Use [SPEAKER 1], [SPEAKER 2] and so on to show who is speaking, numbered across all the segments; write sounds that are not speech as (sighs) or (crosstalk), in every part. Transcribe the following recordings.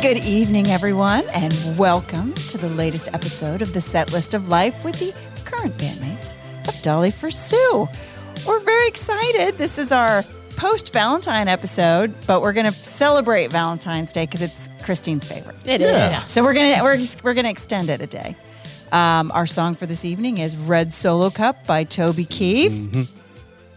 [SPEAKER 1] Good evening, everyone, and welcome to the latest episode of the Set List of Life with the current bandmates of Dolly for Sue. We're very excited. This is our post Valentine episode, but we're going to celebrate Valentine's Day because it's Christine's favorite.
[SPEAKER 2] It is.
[SPEAKER 3] Yeah.
[SPEAKER 1] So we're gonna we're we're gonna extend it a day. Um, our song for this evening is "Red Solo Cup" by Toby Keith.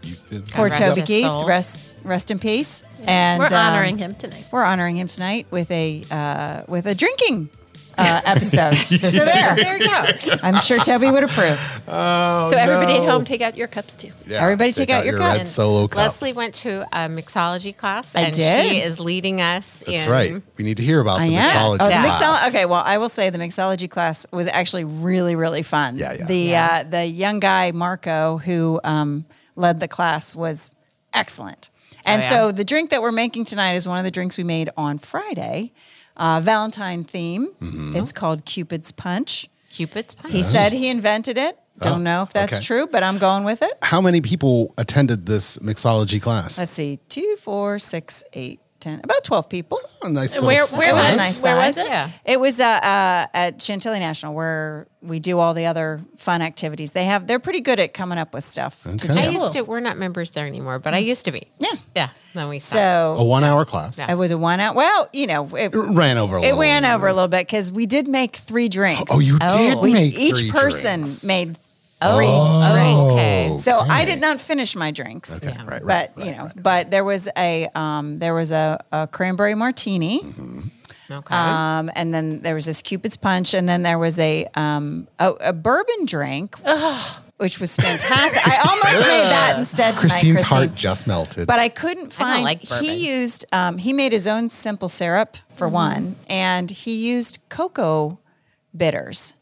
[SPEAKER 3] You did.
[SPEAKER 1] Poor
[SPEAKER 2] Mm-hmm. Rest
[SPEAKER 1] Toby
[SPEAKER 2] his
[SPEAKER 1] Keith,
[SPEAKER 2] soul.
[SPEAKER 1] rest rest in peace. And
[SPEAKER 2] We're honoring
[SPEAKER 1] um,
[SPEAKER 2] him tonight.
[SPEAKER 1] We're honoring him tonight with a uh, with a drinking uh, episode.
[SPEAKER 3] (laughs)
[SPEAKER 1] so there, there you go. I'm sure Toby would approve.
[SPEAKER 3] Oh,
[SPEAKER 2] so everybody at home, take out your cups too.
[SPEAKER 3] Yeah,
[SPEAKER 1] Everybody take out your
[SPEAKER 3] red
[SPEAKER 1] cup.
[SPEAKER 3] solo cup.
[SPEAKER 4] Leslie went to a mixology class,
[SPEAKER 1] I
[SPEAKER 4] and
[SPEAKER 1] did.
[SPEAKER 4] she is leading us.
[SPEAKER 3] That's
[SPEAKER 4] in,
[SPEAKER 3] right. We need to hear about
[SPEAKER 1] I
[SPEAKER 3] the
[SPEAKER 1] am.
[SPEAKER 3] mixology
[SPEAKER 1] oh, the
[SPEAKER 4] class.
[SPEAKER 1] mixolo- Okay, well, I will say the mixology class was actually really, really fun.
[SPEAKER 3] Yeah, yeah.
[SPEAKER 1] The Uh, the young guy Marco who um, led the class was excellent.
[SPEAKER 3] Oh,
[SPEAKER 1] And so the drink that we're making tonight is one of the drinks we made on Friday, uh, Valentine theme.
[SPEAKER 3] Mm-hmm.
[SPEAKER 1] It's called Cupid's Punch.
[SPEAKER 4] Cupid's punch.
[SPEAKER 1] He said he invented it. Don't know if that's
[SPEAKER 3] Oh. okay.
[SPEAKER 1] true, but I'm going with it.
[SPEAKER 3] How many people attended this mixology class?
[SPEAKER 1] Let's see, two, four, six, eight, ten, about twelve people.
[SPEAKER 3] a nice.
[SPEAKER 2] And where-
[SPEAKER 3] little
[SPEAKER 2] where
[SPEAKER 1] It was
[SPEAKER 3] class.
[SPEAKER 1] a
[SPEAKER 2] was-
[SPEAKER 1] nice
[SPEAKER 2] where was
[SPEAKER 1] size.
[SPEAKER 2] it?
[SPEAKER 4] Yeah.
[SPEAKER 1] It was uh, uh, at Chantilly National where we do all the other fun activities. They have they're pretty good at coming up with stuff to
[SPEAKER 3] Okay.
[SPEAKER 4] I
[SPEAKER 1] do.
[SPEAKER 4] used to. We're not members there anymore, but I used to be.
[SPEAKER 1] Mm. Yeah.
[SPEAKER 4] yeah. Then we stopped.
[SPEAKER 3] a
[SPEAKER 1] So
[SPEAKER 3] one-hour class?
[SPEAKER 4] Yeah.
[SPEAKER 1] it was a one out. Well, you know, it,
[SPEAKER 3] It ran over. A
[SPEAKER 1] it
[SPEAKER 3] little.
[SPEAKER 1] ran over a little bit because we did make three drinks.
[SPEAKER 3] Oh, you did
[SPEAKER 1] We-
[SPEAKER 3] make
[SPEAKER 1] each
[SPEAKER 3] three
[SPEAKER 1] person
[SPEAKER 3] drinks.
[SPEAKER 1] made three
[SPEAKER 4] Oh,
[SPEAKER 1] drinks.
[SPEAKER 4] okay.
[SPEAKER 3] Oh.
[SPEAKER 1] So I
[SPEAKER 3] okay.
[SPEAKER 1] did not finish my drinks.
[SPEAKER 3] Okay, right, right,
[SPEAKER 1] But you know, but there was a um, there was a, a cranberry martini.
[SPEAKER 4] okay.
[SPEAKER 1] Um, and then there was this Cupid's punch, and then there was a um, a, a bourbon drink, which was fantastic. I
[SPEAKER 4] (laughs)
[SPEAKER 1] almost made that instead.
[SPEAKER 3] Christine's
[SPEAKER 1] tonight, Christine.
[SPEAKER 3] heart just melted.
[SPEAKER 1] But I couldn't
[SPEAKER 4] I don't
[SPEAKER 1] find.
[SPEAKER 4] like bourbon. Mm-hmm.
[SPEAKER 1] he used. Um, he made his own simple syrup for one, and he used cocoa bitters,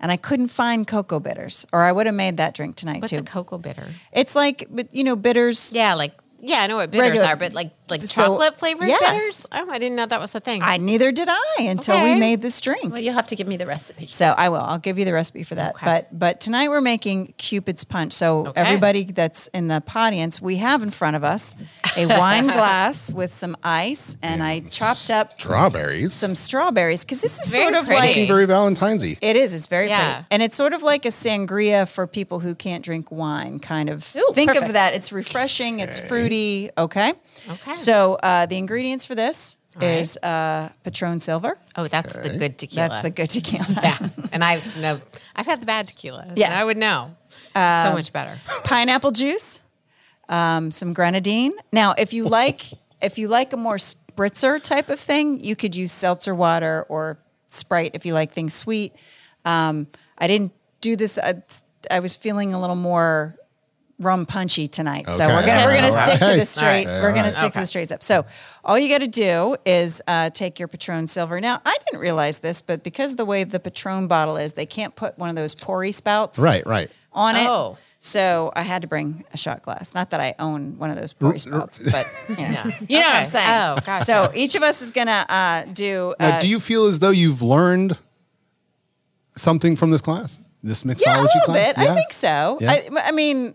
[SPEAKER 1] and I couldn't find cocoa bitters, or I would have made that drink tonight
[SPEAKER 4] What's
[SPEAKER 1] too.
[SPEAKER 4] a cocoa bitter?
[SPEAKER 1] it's like, but you know, bitters.
[SPEAKER 4] Yeah, like yeah, I know what bitters
[SPEAKER 1] Regular-
[SPEAKER 4] are, but like like
[SPEAKER 1] So-
[SPEAKER 4] chocolate flavored
[SPEAKER 1] yes.
[SPEAKER 4] bitters. Oh, I didn't know that was a thing.
[SPEAKER 1] I neither did I until we
[SPEAKER 4] Okay.
[SPEAKER 1] made this drink.
[SPEAKER 2] Well, you'll have to give me the recipe. (laughs)
[SPEAKER 1] So I will. I'll give you the recipe for that.
[SPEAKER 4] Okay.
[SPEAKER 1] But but tonight we're making Cupid's punch. So
[SPEAKER 4] Okay.
[SPEAKER 1] everybody that's in the audience, we have in front of us a
[SPEAKER 4] (laughs)
[SPEAKER 1] wine glass with some ice, and I chopped up
[SPEAKER 3] Strawberries.
[SPEAKER 1] some strawberries because this is
[SPEAKER 4] Very
[SPEAKER 1] sort of
[SPEAKER 4] pretty.
[SPEAKER 1] like
[SPEAKER 3] Looking very Valentine's-y.
[SPEAKER 1] it is. It's very
[SPEAKER 4] Yeah.
[SPEAKER 1] pretty, and it's sort of like a sangria for people who can't drink wine. Kind of
[SPEAKER 2] Ooh,
[SPEAKER 1] think of
[SPEAKER 2] perfect.
[SPEAKER 1] that. It's refreshing. It's fruity. Okay.
[SPEAKER 4] Okay.
[SPEAKER 1] So uh, the ingredients for this
[SPEAKER 4] right.
[SPEAKER 1] is uh, Patron Silver.
[SPEAKER 4] oh, that's the good tequila. (laughs)
[SPEAKER 1] That's the good (laughs) tequila.
[SPEAKER 4] yeah. And I've no, I've had the bad tequila. so
[SPEAKER 1] Yes. Um,
[SPEAKER 4] I would know. so much better.
[SPEAKER 1] pineapple juice, um, some grenadine. Now, if you like, if you like a more spritzer type of thing, you could use seltzer water or Sprite if you like things sweet. Um, I didn't do this. I, I was feeling a little more rum punchy tonight, so
[SPEAKER 3] Okay.
[SPEAKER 1] we're gonna we're gonna
[SPEAKER 3] All
[SPEAKER 1] stick to the
[SPEAKER 3] right.
[SPEAKER 1] straight.
[SPEAKER 3] All right.
[SPEAKER 1] We're gonna
[SPEAKER 3] All right.
[SPEAKER 1] stick to the straight up. So all you got to do is uh, take your Patron Silver. Now I didn't realize this, but because the way the Patron bottle is, they can't put one of those pourry spouts
[SPEAKER 3] Right, right.
[SPEAKER 1] on it.
[SPEAKER 4] Oh.
[SPEAKER 1] So I had to bring a shot glass. Not that I own one of those pour spots, but you know,
[SPEAKER 4] (laughs)
[SPEAKER 1] you know what I'm
[SPEAKER 4] Okay.
[SPEAKER 1] saying.
[SPEAKER 4] Oh, gotcha.
[SPEAKER 1] So each of us is gonna uh, do. Uh,
[SPEAKER 3] Now, do you feel as though you've learned something from this class? This mixology
[SPEAKER 1] yeah, a little
[SPEAKER 3] class?
[SPEAKER 1] bit. I think so.
[SPEAKER 3] Yeah.
[SPEAKER 1] I, I mean,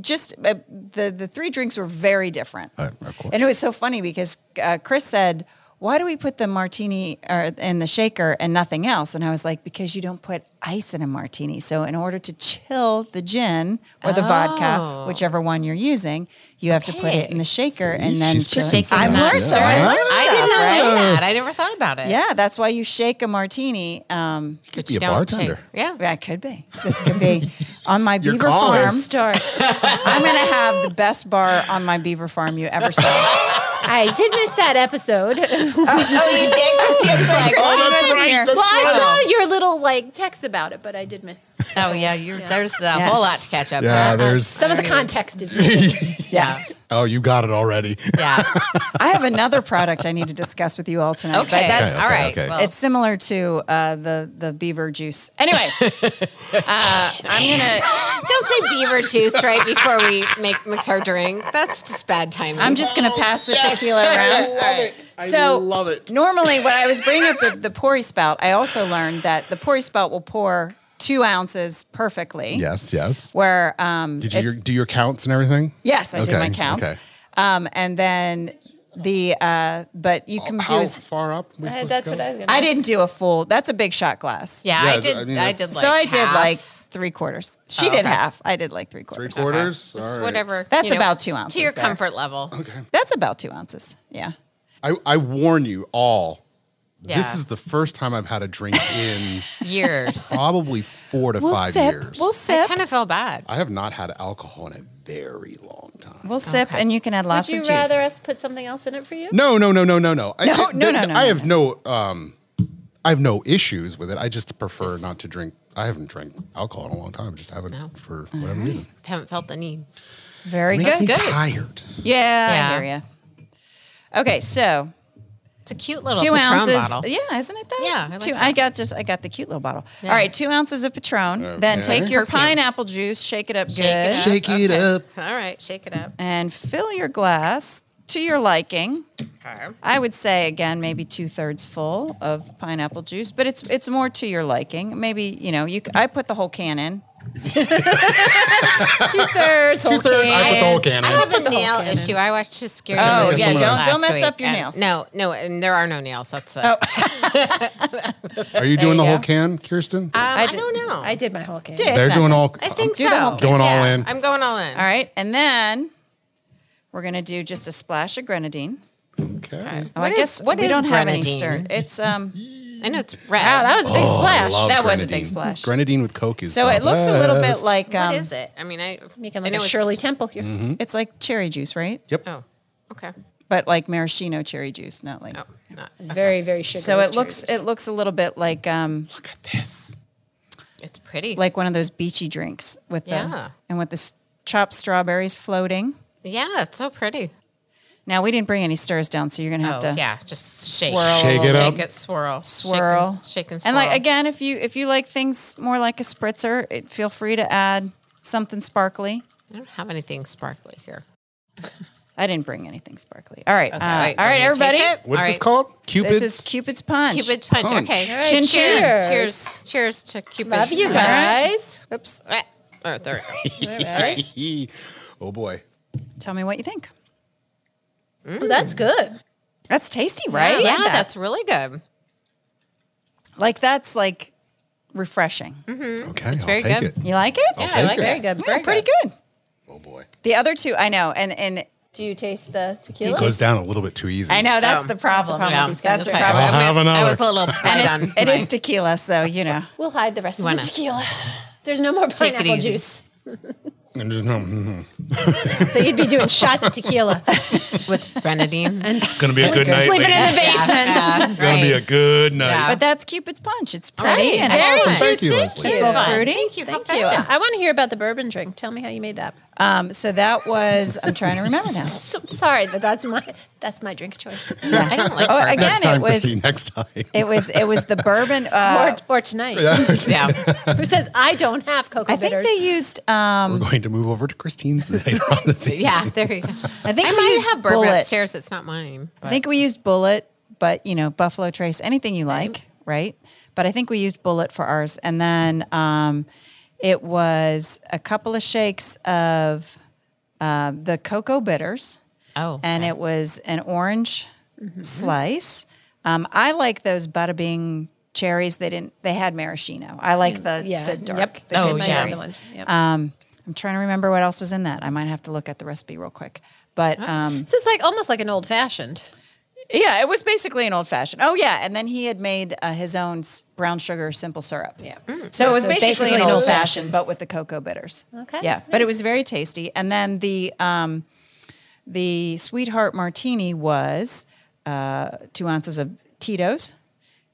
[SPEAKER 1] just uh, the the three drinks were very different,
[SPEAKER 3] Uh, of course.
[SPEAKER 1] and it was so funny because uh, Chris said. Why do we put the martini or in the shaker and nothing else? And I was like, because you don't put ice in a martini. So in order to chill the gin or the vodka,
[SPEAKER 4] Oh.
[SPEAKER 1] whichever one you're using, you have to put it in the shaker and then
[SPEAKER 3] she's
[SPEAKER 1] chill.
[SPEAKER 3] pretty
[SPEAKER 1] I'm
[SPEAKER 3] smart.
[SPEAKER 1] learned, so
[SPEAKER 3] Yeah.
[SPEAKER 1] I learned
[SPEAKER 4] I
[SPEAKER 1] stuff,
[SPEAKER 4] did not
[SPEAKER 1] right?
[SPEAKER 4] know that. I never thought about it.
[SPEAKER 1] Yeah, that's why you shake a martini. Um,
[SPEAKER 4] But
[SPEAKER 3] Be
[SPEAKER 4] you
[SPEAKER 3] a
[SPEAKER 4] don't
[SPEAKER 3] bartender.
[SPEAKER 4] take- Yeah.
[SPEAKER 1] yeah, it could be. This could be on my
[SPEAKER 3] You're
[SPEAKER 1] beaver
[SPEAKER 3] calling.
[SPEAKER 1] farm.
[SPEAKER 2] Start.
[SPEAKER 1] I'm going to have the best bar on my beaver farm you ever saw.
[SPEAKER 2] I did miss that (laughs) episode.
[SPEAKER 1] oh, you
[SPEAKER 2] well,
[SPEAKER 1] did, Christine's
[SPEAKER 2] (laughs)
[SPEAKER 1] like,
[SPEAKER 3] Oh, that's
[SPEAKER 1] Christine
[SPEAKER 3] right,
[SPEAKER 1] here.
[SPEAKER 3] that's
[SPEAKER 2] I saw your little like text about it, but I did miss.
[SPEAKER 4] Oh yeah, you're, there's a whole lot to catch up.
[SPEAKER 3] Yeah,
[SPEAKER 4] on.
[SPEAKER 3] there's.
[SPEAKER 2] Some of the context
[SPEAKER 3] (laughs)
[SPEAKER 2] is missing.
[SPEAKER 1] Yes.
[SPEAKER 3] Oh, you got it already. (laughs)
[SPEAKER 4] yeah.
[SPEAKER 1] I have another product I need to discuss with you all tonight. but
[SPEAKER 4] Okay,
[SPEAKER 1] that's,
[SPEAKER 4] all right.
[SPEAKER 3] okay.
[SPEAKER 4] Well, (laughs)
[SPEAKER 1] It's similar to uh, the the beaver juice. Anyway, uh,
[SPEAKER 4] I'm gonna don't say beaver juice right before we make mix our drink. That's just bad timing.
[SPEAKER 1] I'm just going to pass the tequila around. so love it. Normally, when I was bringing up the, the pourry spout, I also learned that the pourry spout will pour two ounces perfectly.
[SPEAKER 3] Yes, yes.
[SPEAKER 1] Where um,
[SPEAKER 3] Did you
[SPEAKER 1] it's-
[SPEAKER 3] do your counts and everything?
[SPEAKER 1] Yes, I did
[SPEAKER 3] Okay,
[SPEAKER 1] my counts.
[SPEAKER 3] okay.
[SPEAKER 1] Um, and then The uh, but you can do.
[SPEAKER 3] How
[SPEAKER 1] Is,
[SPEAKER 3] far up? we supposed to
[SPEAKER 2] that's
[SPEAKER 3] go?
[SPEAKER 2] what I was gonna.
[SPEAKER 1] I didn't do a full. That's a big shot glass.
[SPEAKER 4] Yeah,
[SPEAKER 3] Yeah,
[SPEAKER 4] I did.
[SPEAKER 3] I
[SPEAKER 4] I,
[SPEAKER 3] mean,
[SPEAKER 4] did.
[SPEAKER 3] that's-
[SPEAKER 4] Like
[SPEAKER 1] So I did
[SPEAKER 4] half. Oh,
[SPEAKER 1] like three quarters. She did half. I did like three
[SPEAKER 3] Three
[SPEAKER 1] quarters.
[SPEAKER 3] quarters.
[SPEAKER 4] Just
[SPEAKER 3] All right.
[SPEAKER 4] whatever.
[SPEAKER 1] That's about two ounces
[SPEAKER 4] To your
[SPEAKER 1] there.
[SPEAKER 4] comfort level. (laughs)
[SPEAKER 1] That's about two ounces. Yeah.
[SPEAKER 3] I, I warn you all.
[SPEAKER 4] Yeah.
[SPEAKER 3] This is the first time I've had a drink in
[SPEAKER 4] Years.
[SPEAKER 3] probably four to five
[SPEAKER 1] sip.
[SPEAKER 3] years.
[SPEAKER 1] We'll
[SPEAKER 4] I
[SPEAKER 1] sip.
[SPEAKER 4] kind of felt bad.
[SPEAKER 3] I have not had alcohol in a very long time.
[SPEAKER 1] we'll sip,
[SPEAKER 4] Okay.
[SPEAKER 1] and you can add
[SPEAKER 2] Would
[SPEAKER 1] lots
[SPEAKER 2] you
[SPEAKER 1] of juice.
[SPEAKER 2] rather us put something else in it for you?
[SPEAKER 3] No, no, no, no, no, no. I,
[SPEAKER 1] No,
[SPEAKER 3] I-
[SPEAKER 1] no, no, no,
[SPEAKER 3] I
[SPEAKER 1] no,
[SPEAKER 3] have no. um, I have no issues with it. I just prefer not to drink. I haven't drank alcohol in a long time. Just haven't
[SPEAKER 4] No.
[SPEAKER 3] for whatever reason.
[SPEAKER 4] Haven't felt the need.
[SPEAKER 1] Very good.
[SPEAKER 3] Makes me
[SPEAKER 4] Good.
[SPEAKER 3] tired.
[SPEAKER 1] Yeah,
[SPEAKER 4] Yeah.
[SPEAKER 1] I hear you. Okay, so
[SPEAKER 4] It's a cute little
[SPEAKER 1] two
[SPEAKER 4] Patron
[SPEAKER 1] ounces.
[SPEAKER 4] bottle.
[SPEAKER 1] Yeah, isn't it that?
[SPEAKER 4] Yeah, I like
[SPEAKER 1] two.
[SPEAKER 4] that.
[SPEAKER 1] I got just I got the cute little bottle.
[SPEAKER 4] Yeah.
[SPEAKER 1] All right, two ounces of Patron. Then
[SPEAKER 3] Okay.
[SPEAKER 1] take your
[SPEAKER 4] Perfume.
[SPEAKER 1] pineapple juice, shake it up
[SPEAKER 4] Shake
[SPEAKER 1] good,
[SPEAKER 4] it up.
[SPEAKER 3] Shake it
[SPEAKER 4] Okay.
[SPEAKER 3] up.
[SPEAKER 4] All right, shake it up.
[SPEAKER 1] and fill your glass to your liking.
[SPEAKER 4] Okay.
[SPEAKER 1] I would say again, maybe two thirds full of pineapple juice, but it's it's more to your liking. Maybe you know you. c- I put the whole can in.
[SPEAKER 2] Two thirds.
[SPEAKER 3] Two thirds. I put the whole can
[SPEAKER 4] I
[SPEAKER 3] in.
[SPEAKER 4] have a
[SPEAKER 2] whole
[SPEAKER 4] nail
[SPEAKER 2] can in.
[SPEAKER 4] issue. I watched his scary.
[SPEAKER 1] Oh,
[SPEAKER 4] movie
[SPEAKER 3] yeah,
[SPEAKER 4] last
[SPEAKER 3] don't-
[SPEAKER 1] don't mess
[SPEAKER 4] week,
[SPEAKER 1] up your
[SPEAKER 4] and-
[SPEAKER 1] nails. Oh,
[SPEAKER 4] No, no, and there are no nails. That's uh, it.
[SPEAKER 3] Are you doing the
[SPEAKER 1] you
[SPEAKER 3] whole
[SPEAKER 1] go.
[SPEAKER 3] can, Kirsten?
[SPEAKER 4] Um, I,
[SPEAKER 1] did-
[SPEAKER 4] don't know.
[SPEAKER 2] I did my whole can.
[SPEAKER 1] Did.
[SPEAKER 3] They're
[SPEAKER 1] It's
[SPEAKER 3] doing
[SPEAKER 1] not-
[SPEAKER 3] all.
[SPEAKER 4] I think
[SPEAKER 1] Do the
[SPEAKER 4] so.
[SPEAKER 1] whole can.
[SPEAKER 3] Going all
[SPEAKER 4] Yeah,
[SPEAKER 3] in.
[SPEAKER 4] I'm going all in.
[SPEAKER 1] All right, and then we're gonna do just a splash of grenadine.
[SPEAKER 3] Okay.
[SPEAKER 1] Oh,
[SPEAKER 4] What
[SPEAKER 1] I
[SPEAKER 4] is-
[SPEAKER 1] guess
[SPEAKER 4] what
[SPEAKER 1] we
[SPEAKER 4] is
[SPEAKER 1] don't have any
[SPEAKER 4] grenadine?
[SPEAKER 1] stir. It's um.
[SPEAKER 4] I know it's red.
[SPEAKER 1] Wow, that was a big
[SPEAKER 3] Oh, I
[SPEAKER 1] splash.
[SPEAKER 3] love
[SPEAKER 1] That was a
[SPEAKER 3] grenadine.
[SPEAKER 1] big splash.
[SPEAKER 3] Grenadine with Coke is
[SPEAKER 1] So
[SPEAKER 3] the
[SPEAKER 1] it looks a little bit
[SPEAKER 3] best.
[SPEAKER 1] like um,
[SPEAKER 4] What is it? I mean, I
[SPEAKER 2] Make it
[SPEAKER 4] I
[SPEAKER 2] like a
[SPEAKER 4] know it's-
[SPEAKER 2] Shirley Temple here.
[SPEAKER 3] Mm-hmm.
[SPEAKER 1] it's like cherry juice, right?
[SPEAKER 3] Hmm? Yep.
[SPEAKER 4] Oh, okay.
[SPEAKER 1] But like maraschino cherry juice, not like.
[SPEAKER 4] No, not.
[SPEAKER 2] Very, very sugary.
[SPEAKER 1] So it
[SPEAKER 2] cherry.
[SPEAKER 1] looks it looks a little bit like um
[SPEAKER 3] Look at this.
[SPEAKER 4] It's pretty.
[SPEAKER 1] like one of those beachy drinks with
[SPEAKER 4] Yeah.
[SPEAKER 1] the and with the s- chopped strawberries floating.
[SPEAKER 4] yeah, it's so pretty.
[SPEAKER 1] Now we didn't bring any stirs down, so you're gonna have
[SPEAKER 4] Oh,
[SPEAKER 1] to
[SPEAKER 4] yeah, just shake,
[SPEAKER 1] swirl.
[SPEAKER 3] Shake it up.
[SPEAKER 4] Shake it, swirl,
[SPEAKER 1] swirl,
[SPEAKER 4] shake and, shake and
[SPEAKER 1] And like
[SPEAKER 4] swirl.
[SPEAKER 1] again, if you if you like things more like a spritzer, it, feel free to add something sparkly.
[SPEAKER 4] I don't have anything sparkly here.
[SPEAKER 1] I didn't bring anything sparkly. All right,
[SPEAKER 4] Okay,
[SPEAKER 1] uh,
[SPEAKER 4] wait,
[SPEAKER 1] all right,
[SPEAKER 4] let me
[SPEAKER 1] everybody.
[SPEAKER 4] taste it.
[SPEAKER 3] What's
[SPEAKER 4] All
[SPEAKER 3] this
[SPEAKER 4] right.
[SPEAKER 3] called? Cupid's.
[SPEAKER 1] This is Cupid's punch.
[SPEAKER 4] Cupid's punch.
[SPEAKER 3] Punch.
[SPEAKER 4] Okay.
[SPEAKER 3] All
[SPEAKER 2] right,
[SPEAKER 1] Chin chin.
[SPEAKER 4] cheers. Cheers. Cheers to Cupid's
[SPEAKER 2] Love you
[SPEAKER 4] punch.
[SPEAKER 2] guys.
[SPEAKER 4] Oops. Ah, Oh, there we go.
[SPEAKER 3] (laughs) oh boy.
[SPEAKER 1] Tell me what you think.
[SPEAKER 2] Ooh, Oh, that's good.
[SPEAKER 1] That's tasty, right?
[SPEAKER 4] yeah,
[SPEAKER 1] Like that.
[SPEAKER 4] that's really good.
[SPEAKER 1] like that's like refreshing.
[SPEAKER 3] Okay. I'll
[SPEAKER 4] very
[SPEAKER 3] take
[SPEAKER 4] good.
[SPEAKER 3] it.
[SPEAKER 1] You like it?
[SPEAKER 3] I'll
[SPEAKER 4] Mm-hmm. I
[SPEAKER 3] take
[SPEAKER 4] like
[SPEAKER 3] it.
[SPEAKER 4] it.
[SPEAKER 2] Very good.
[SPEAKER 1] Yeah,
[SPEAKER 2] very
[SPEAKER 1] pretty
[SPEAKER 2] good.
[SPEAKER 1] good.
[SPEAKER 3] Oh boy.
[SPEAKER 1] The other two, I know, and and
[SPEAKER 2] Do you taste the
[SPEAKER 3] It
[SPEAKER 2] tequila?
[SPEAKER 3] goes down a little bit too easy.
[SPEAKER 1] I know that's
[SPEAKER 4] Um,
[SPEAKER 1] the problem.
[SPEAKER 4] Yeah,
[SPEAKER 1] That's, that's the
[SPEAKER 4] right.
[SPEAKER 1] problem.
[SPEAKER 3] I'll have
[SPEAKER 4] I mean, I
[SPEAKER 3] another.
[SPEAKER 4] was a little bad on.
[SPEAKER 1] And it's, it
[SPEAKER 4] my-
[SPEAKER 1] is tequila, so you know.
[SPEAKER 2] We'll hide the rest of
[SPEAKER 4] Why
[SPEAKER 2] the
[SPEAKER 4] not?
[SPEAKER 2] tequila. There's no more
[SPEAKER 4] Take it
[SPEAKER 2] pineapple
[SPEAKER 4] easy.
[SPEAKER 2] juice.
[SPEAKER 3] (laughs) And just, mm, mm.
[SPEAKER 2] So you'd be doing shots of tequila.
[SPEAKER 4] with (laughs) grenadine.
[SPEAKER 3] It's gonna be a good night.
[SPEAKER 2] Sleeping in
[SPEAKER 3] ladies.
[SPEAKER 2] the basement.
[SPEAKER 4] Yeah,
[SPEAKER 3] It's gonna be a good night.
[SPEAKER 4] Yeah.
[SPEAKER 1] But that's Cupid's punch. It's
[SPEAKER 4] right.
[SPEAKER 1] pretty and
[SPEAKER 4] Very
[SPEAKER 1] it's
[SPEAKER 4] nice.
[SPEAKER 1] fun.
[SPEAKER 3] Thank you, Leslie.
[SPEAKER 1] It's a little fruity.
[SPEAKER 4] Thank you. How
[SPEAKER 2] Thank you.
[SPEAKER 4] festive.
[SPEAKER 2] I want to hear about the bourbon drink. Tell me how you made that.
[SPEAKER 1] Um, so that was. I'm trying to remember
[SPEAKER 4] (laughs)
[SPEAKER 1] now.
[SPEAKER 2] So, sorry, but that's my that's my drink choice.
[SPEAKER 4] I don't like
[SPEAKER 1] Oh,
[SPEAKER 4] bourbon.
[SPEAKER 1] again,
[SPEAKER 3] Next time,
[SPEAKER 1] it was.
[SPEAKER 3] Christine. Next time.
[SPEAKER 1] (laughs) It was. It was the
[SPEAKER 4] (laughs)
[SPEAKER 1] bourbon. Uh,
[SPEAKER 2] or, or tonight.
[SPEAKER 4] Yeah.
[SPEAKER 2] Who says I don't have cocoa
[SPEAKER 1] I think
[SPEAKER 2] bitters?
[SPEAKER 1] they used. Um,
[SPEAKER 3] We're going to move over to Christine's (laughs) later on this evening.
[SPEAKER 4] Yeah, there (laughs) you go.
[SPEAKER 1] I think
[SPEAKER 4] I
[SPEAKER 1] we
[SPEAKER 4] might
[SPEAKER 1] used
[SPEAKER 4] have bourbon
[SPEAKER 1] bullet.
[SPEAKER 4] upstairs. It's not mine.
[SPEAKER 1] I
[SPEAKER 4] But
[SPEAKER 1] think we used bullet, but you know Buffalo Trace, anything you like, right? But I think we used bullet for ours, and then um, it was a couple of shakes of uh, the cocoa bitters,
[SPEAKER 4] oh, Mm-hmm.
[SPEAKER 1] and it was an orange slice. Um, I like those bada bing cherries. They didn't. They had maraschino. I like the
[SPEAKER 2] yeah.
[SPEAKER 1] the dark.
[SPEAKER 2] Yep.
[SPEAKER 1] The
[SPEAKER 4] Oh,
[SPEAKER 1] good
[SPEAKER 2] My
[SPEAKER 4] yeah.
[SPEAKER 2] other
[SPEAKER 1] cherries.
[SPEAKER 2] ones. Yep.
[SPEAKER 1] Um, I'm trying to remember what else was in that. I might have to look at the recipe real quick. But um,
[SPEAKER 2] so it's like almost like an old fashioned.
[SPEAKER 1] yeah, it was basically an old fashioned. Oh yeah, and then he had made uh, his own s- brown sugar simple syrup.
[SPEAKER 2] Yeah.
[SPEAKER 1] Mm. So it was
[SPEAKER 2] So
[SPEAKER 1] basically,
[SPEAKER 2] basically
[SPEAKER 1] an old fashioned, but with the cocoa bitters.
[SPEAKER 2] Okay,
[SPEAKER 1] Yeah, but it
[SPEAKER 2] nice.
[SPEAKER 1] was very tasty. And then the um, the sweetheart martini was uh, two ounces of Tito's,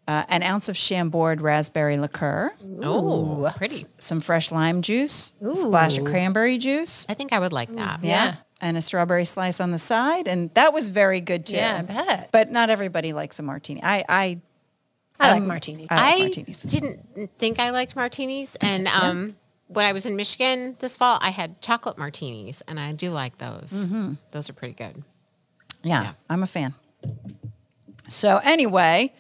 [SPEAKER 1] uh, an ounce of Chambord raspberry liqueur,
[SPEAKER 4] oh, pretty.
[SPEAKER 1] some fresh lime juice, a splash of cranberry juice.
[SPEAKER 4] I think I would like that.
[SPEAKER 1] Yeah.
[SPEAKER 2] Yeah.
[SPEAKER 1] And a strawberry slice on the side. And that was very good too.
[SPEAKER 2] Yeah, I bet.
[SPEAKER 1] But not everybody likes a martini. I, I
[SPEAKER 2] I like martini.
[SPEAKER 1] I like
[SPEAKER 4] I
[SPEAKER 1] martinis.
[SPEAKER 4] didn't think I liked martinis, and um, when I was in Michigan this fall, I had chocolate martinis, and I do like those. Those are pretty good.
[SPEAKER 1] Yeah, I'm a fan. So anyway,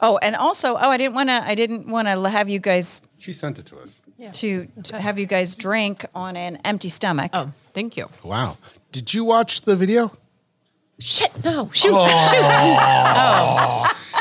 [SPEAKER 1] oh, and also, oh, I didn't want to. I didn't want to have you guys
[SPEAKER 3] She sent it to us.
[SPEAKER 1] to, to have you guys drink on an empty stomach.
[SPEAKER 4] Oh, thank you.
[SPEAKER 3] Wow. Did you watch the video?
[SPEAKER 2] Shit, no, shoot,
[SPEAKER 3] Oh,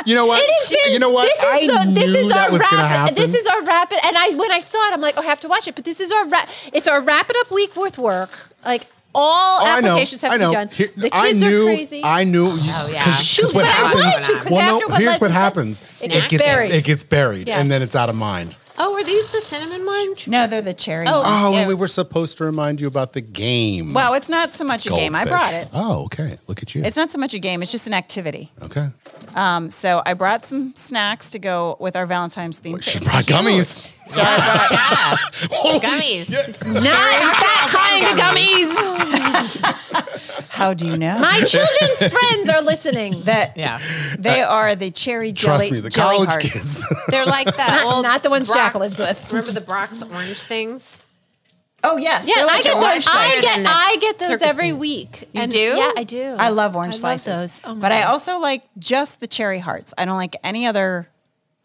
[SPEAKER 3] You know what?
[SPEAKER 2] It has been-
[SPEAKER 3] you know what?
[SPEAKER 2] This is,
[SPEAKER 3] I
[SPEAKER 2] the, this
[SPEAKER 3] knew
[SPEAKER 2] is
[SPEAKER 3] that
[SPEAKER 2] our
[SPEAKER 3] was gonna
[SPEAKER 2] rapid.
[SPEAKER 3] happen.
[SPEAKER 2] This is our rapid. And I when I saw it, I'm like, oh, I have to watch it. But this is our ra- It's our wrap it up week with work. Like all
[SPEAKER 3] Oh, I know.
[SPEAKER 2] applications
[SPEAKER 3] I
[SPEAKER 2] have to
[SPEAKER 3] know.
[SPEAKER 2] be done.
[SPEAKER 3] Here-
[SPEAKER 2] the
[SPEAKER 3] I
[SPEAKER 2] kids
[SPEAKER 3] knew,
[SPEAKER 2] are crazy.
[SPEAKER 3] I knew. Oh, (laughs)
[SPEAKER 4] yeah.
[SPEAKER 2] Shoot,
[SPEAKER 3] what
[SPEAKER 2] but I
[SPEAKER 3] happens,
[SPEAKER 2] wanted to, 'cause
[SPEAKER 3] well,
[SPEAKER 2] after
[SPEAKER 3] no,
[SPEAKER 2] what
[SPEAKER 3] here's what
[SPEAKER 2] Leslie said-
[SPEAKER 3] happens.
[SPEAKER 2] It
[SPEAKER 3] It
[SPEAKER 2] gets
[SPEAKER 3] gets
[SPEAKER 2] buried.
[SPEAKER 3] It gets buried,
[SPEAKER 2] Yes.
[SPEAKER 3] and then it's out of mind.
[SPEAKER 4] Oh, were these the cinnamon ones?
[SPEAKER 1] No, they're the cherry.
[SPEAKER 4] Oh.
[SPEAKER 1] ones.
[SPEAKER 3] Oh,
[SPEAKER 4] Ew.
[SPEAKER 3] and we were supposed to remind you about the game.
[SPEAKER 1] Well, it's not so much a game. I
[SPEAKER 3] Goldfish.
[SPEAKER 1] brought it.
[SPEAKER 3] Oh, okay. Look at you.
[SPEAKER 1] It's not so much a game. It's just an activity.
[SPEAKER 3] okay.
[SPEAKER 1] Um, so I brought some snacks to go with our Valentine's theme.
[SPEAKER 3] She brought gummies.
[SPEAKER 1] So I brought
[SPEAKER 3] (laughs)
[SPEAKER 4] Yeah. gummies.
[SPEAKER 2] Not that kind of gummies.
[SPEAKER 1] How do you know?
[SPEAKER 2] My
[SPEAKER 3] (laughs)
[SPEAKER 2] children's friends are listening.
[SPEAKER 1] that
[SPEAKER 4] Yeah.
[SPEAKER 1] they are the cherry jelly.
[SPEAKER 3] Uh, Trust me, the
[SPEAKER 1] jelly
[SPEAKER 3] college
[SPEAKER 1] hearts.
[SPEAKER 3] kids.
[SPEAKER 4] They're like that
[SPEAKER 2] Not-
[SPEAKER 4] old
[SPEAKER 2] not the ones
[SPEAKER 4] Brock's-
[SPEAKER 2] Jacqueline's with.
[SPEAKER 4] Remember the Brock's orange things?
[SPEAKER 1] (laughs) Oh yes.
[SPEAKER 2] Yeah,
[SPEAKER 1] they're
[SPEAKER 2] I
[SPEAKER 1] like
[SPEAKER 2] get
[SPEAKER 1] a
[SPEAKER 4] those.
[SPEAKER 1] large
[SPEAKER 2] those. I
[SPEAKER 1] slice.
[SPEAKER 4] slices.
[SPEAKER 2] get I get those
[SPEAKER 4] Circus
[SPEAKER 2] every
[SPEAKER 4] meat.
[SPEAKER 2] week.
[SPEAKER 4] You do?
[SPEAKER 2] Yeah, I do.
[SPEAKER 1] I love orange
[SPEAKER 2] I
[SPEAKER 1] slices.
[SPEAKER 2] Those. Oh my
[SPEAKER 1] but I
[SPEAKER 2] God.
[SPEAKER 1] also like just the cherry hearts. I don't like any other.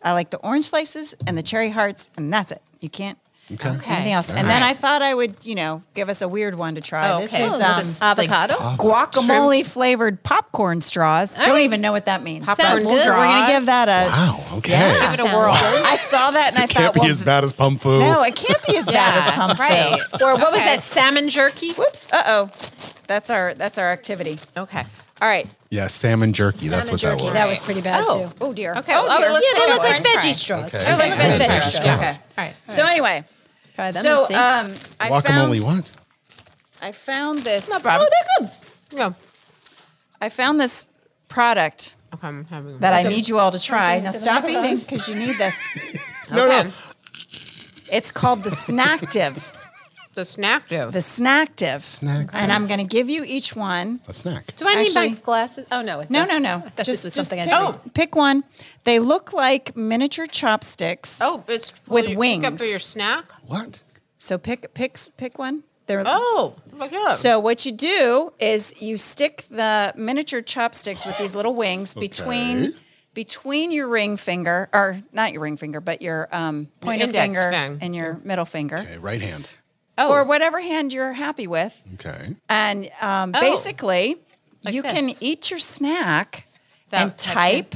[SPEAKER 1] I like the orange slices and the cherry hearts, and that's it. You can't.
[SPEAKER 3] Okay.
[SPEAKER 1] Anything else? And
[SPEAKER 3] All
[SPEAKER 1] then
[SPEAKER 4] right.
[SPEAKER 1] I thought I would, you know, give us a weird one to try.
[SPEAKER 4] Oh,
[SPEAKER 1] This
[SPEAKER 4] okay.
[SPEAKER 1] is
[SPEAKER 4] Oh,
[SPEAKER 1] um,
[SPEAKER 4] this is-
[SPEAKER 2] avocado.
[SPEAKER 1] guacamole flavored popcorn straws. Don't
[SPEAKER 2] right.
[SPEAKER 1] even know what that means.
[SPEAKER 2] Popcorn
[SPEAKER 1] But we'll- We're gonna
[SPEAKER 4] straws.
[SPEAKER 1] give that a.
[SPEAKER 3] Wow. Okay.
[SPEAKER 1] Yeah.
[SPEAKER 4] Give it a
[SPEAKER 2] Sounds
[SPEAKER 4] whirl.
[SPEAKER 1] I saw that and I thought,
[SPEAKER 3] Can't be
[SPEAKER 1] well,
[SPEAKER 3] as bad as Pump Fu.
[SPEAKER 1] no, it can't be as bad as pump
[SPEAKER 4] right.
[SPEAKER 1] fail.
[SPEAKER 2] or what was
[SPEAKER 4] Okay.
[SPEAKER 2] that? Salmon jerky.
[SPEAKER 1] Whoops. Uh oh. That's our that's our activity.
[SPEAKER 4] Okay.
[SPEAKER 1] All right.
[SPEAKER 3] Yeah, salmon jerky. that's
[SPEAKER 2] Salmon
[SPEAKER 3] what
[SPEAKER 2] jerky.
[SPEAKER 3] that was.
[SPEAKER 2] That was pretty bad
[SPEAKER 4] Oh.
[SPEAKER 2] too.
[SPEAKER 1] Oh dear.
[SPEAKER 4] Okay.
[SPEAKER 1] Oh,
[SPEAKER 4] Oh, it
[SPEAKER 1] dear.
[SPEAKER 4] looks
[SPEAKER 2] Yeah, they
[SPEAKER 4] like
[SPEAKER 2] look like
[SPEAKER 4] French fry.
[SPEAKER 2] veggie straws.
[SPEAKER 3] Okay.
[SPEAKER 2] They look
[SPEAKER 4] Okay.
[SPEAKER 2] like veggie
[SPEAKER 4] French
[SPEAKER 2] straws.
[SPEAKER 4] fries.
[SPEAKER 1] Okay.
[SPEAKER 4] All right.
[SPEAKER 1] So anyway,
[SPEAKER 2] Try them
[SPEAKER 1] so
[SPEAKER 2] and see.
[SPEAKER 1] um, I
[SPEAKER 3] Guacamole.
[SPEAKER 1] found
[SPEAKER 3] What?
[SPEAKER 1] I found this.
[SPEAKER 4] problem.
[SPEAKER 2] oh, they're good.
[SPEAKER 4] No.
[SPEAKER 1] I found this product
[SPEAKER 4] Okay, I'm having
[SPEAKER 1] that I
[SPEAKER 4] Okay.
[SPEAKER 1] need you all to try. Now stop eating because you need this.
[SPEAKER 3] No, no.
[SPEAKER 1] It's called the Snacktive.
[SPEAKER 4] The snack do.
[SPEAKER 1] The Snacktive.
[SPEAKER 3] Snack.
[SPEAKER 1] And I'm going to give you each one.
[SPEAKER 3] A snack.
[SPEAKER 2] Do I need my
[SPEAKER 1] Actually-
[SPEAKER 2] glasses? Oh no, it's
[SPEAKER 1] No,
[SPEAKER 2] a-
[SPEAKER 1] no, no.
[SPEAKER 2] I thought this was something I
[SPEAKER 1] pick, Oh.
[SPEAKER 2] did.
[SPEAKER 1] pick one. They look like miniature chopsticks.
[SPEAKER 4] Oh, it's
[SPEAKER 1] With
[SPEAKER 4] you Pick up
[SPEAKER 1] wings.
[SPEAKER 4] for your snack.
[SPEAKER 3] What?
[SPEAKER 1] So pick pick pick one. They're
[SPEAKER 4] Oh, look at
[SPEAKER 1] So what you do is you stick the miniature chopsticks with these little wings between
[SPEAKER 3] Okay.
[SPEAKER 1] between your ring finger or not your ring finger, but your um, pointer
[SPEAKER 4] index
[SPEAKER 1] finger
[SPEAKER 4] fing-
[SPEAKER 1] and your middle finger
[SPEAKER 3] Okay, right hand.
[SPEAKER 1] or whatever hand you're happy with,
[SPEAKER 3] Okay.
[SPEAKER 1] and um, basically
[SPEAKER 4] Like
[SPEAKER 1] you can
[SPEAKER 4] this.
[SPEAKER 1] eat your snack
[SPEAKER 4] That
[SPEAKER 1] and
[SPEAKER 4] touch it.
[SPEAKER 1] type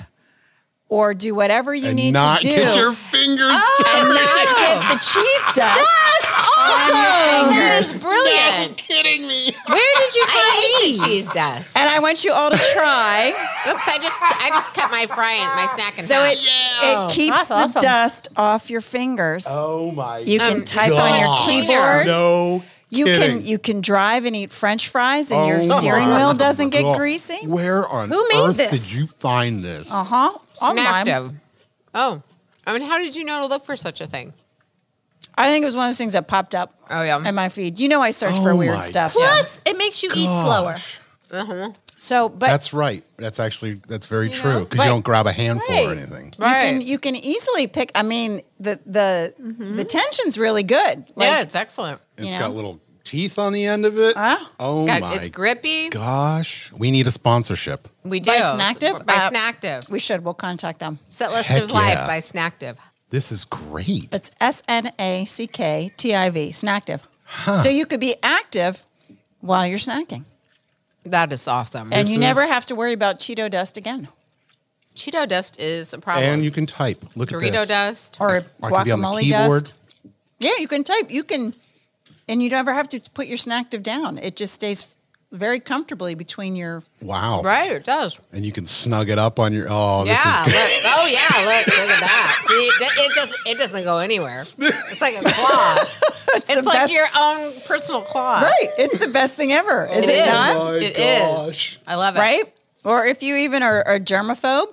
[SPEAKER 1] or do whatever you
[SPEAKER 3] and
[SPEAKER 1] need
[SPEAKER 3] not
[SPEAKER 1] to do Oh!
[SPEAKER 3] get your fingers (laughs)
[SPEAKER 1] and
[SPEAKER 3] dirty.
[SPEAKER 1] not get the cheese dust. That's awesome.
[SPEAKER 4] That is
[SPEAKER 3] Are
[SPEAKER 4] brilliant.
[SPEAKER 3] you kidding me?
[SPEAKER 4] Where did you find the cheese dust?
[SPEAKER 1] And I want you all to try.
[SPEAKER 4] Oops, I just I just cut my frying my snack in
[SPEAKER 1] So
[SPEAKER 4] half.
[SPEAKER 1] it it keeps
[SPEAKER 2] That's
[SPEAKER 1] the
[SPEAKER 2] awesome.
[SPEAKER 1] dust off your fingers.
[SPEAKER 3] Oh my!
[SPEAKER 1] You can type
[SPEAKER 3] God.
[SPEAKER 1] on your keyboard.
[SPEAKER 3] No.
[SPEAKER 1] you
[SPEAKER 3] kidding.
[SPEAKER 1] can you can drive and eat French fries, and
[SPEAKER 3] Oh
[SPEAKER 1] your steering
[SPEAKER 3] my
[SPEAKER 1] wheel doesn't get
[SPEAKER 3] God. Oh,
[SPEAKER 1] greasy.
[SPEAKER 3] Where on
[SPEAKER 2] Who made
[SPEAKER 3] earth
[SPEAKER 2] this?
[SPEAKER 3] did you find this?
[SPEAKER 1] Uh huh.
[SPEAKER 4] snack
[SPEAKER 1] Online.
[SPEAKER 4] do. Oh, I mean, how did you know to look for such a thing?
[SPEAKER 1] I think it was one of those things that popped up.
[SPEAKER 4] Oh, yeah.
[SPEAKER 1] In my feed, you know, I search for
[SPEAKER 3] Oh,
[SPEAKER 1] weird
[SPEAKER 3] my
[SPEAKER 1] stuff. So,
[SPEAKER 2] Plus, it makes you eat slower.
[SPEAKER 1] so but
[SPEAKER 3] That's right. That's actually that's very true because
[SPEAKER 1] Right.
[SPEAKER 3] you don't grab a handful or
[SPEAKER 1] Right.
[SPEAKER 3] anything.
[SPEAKER 1] you can
[SPEAKER 4] Right. Mm-hmm.
[SPEAKER 1] you can easily pick. I mean, the the the tension's really good.
[SPEAKER 4] yeah, it's excellent.
[SPEAKER 3] It's
[SPEAKER 1] You know?
[SPEAKER 3] got little teeth on the end of it.
[SPEAKER 1] Ah.
[SPEAKER 3] oh
[SPEAKER 4] God,
[SPEAKER 3] my
[SPEAKER 4] it's grippy.
[SPEAKER 3] gosh! We need a sponsorship.
[SPEAKER 4] We do
[SPEAKER 1] By Snacktive?
[SPEAKER 4] by
[SPEAKER 1] Uh,
[SPEAKER 4] Snacktive.
[SPEAKER 1] we should. We'll contact them.
[SPEAKER 4] Set list
[SPEAKER 3] Heck
[SPEAKER 4] of life
[SPEAKER 3] yeah.
[SPEAKER 4] by Snacktive.
[SPEAKER 3] This is great.
[SPEAKER 1] It's S N A C K T I V, snactive. So you could be active while you're snacking.
[SPEAKER 4] That is awesome.
[SPEAKER 1] And you never
[SPEAKER 3] is-
[SPEAKER 1] have to worry about Cheeto dust again
[SPEAKER 4] Cheeto dust is a problem.
[SPEAKER 3] and you can type. Look
[SPEAKER 4] Dorito
[SPEAKER 3] at this.
[SPEAKER 4] dust.
[SPEAKER 1] or
[SPEAKER 3] Or it could be on the
[SPEAKER 1] guacamole
[SPEAKER 3] keyboard.
[SPEAKER 1] dust. Yeah, you can type. You can, and you never have to put your snactive down. It just stays very comfortably between your.
[SPEAKER 3] Wow!
[SPEAKER 4] Right, it does.
[SPEAKER 3] And you can snug it up on your. Oh, this
[SPEAKER 4] yeah.
[SPEAKER 3] is great.
[SPEAKER 4] Look, oh yeah. Look, look at that. See, it, it just it doesn't go anywhere.
[SPEAKER 3] (laughs)
[SPEAKER 4] It's like a claw. it's
[SPEAKER 1] the
[SPEAKER 4] like
[SPEAKER 1] best-
[SPEAKER 4] your own personal claw.
[SPEAKER 1] Right, it's the best thing ever, is
[SPEAKER 4] It
[SPEAKER 1] it
[SPEAKER 4] is.
[SPEAKER 1] not?
[SPEAKER 4] It is.
[SPEAKER 3] Oh gosh.
[SPEAKER 4] I love it.
[SPEAKER 1] Right, or if you even are, are germaphobe,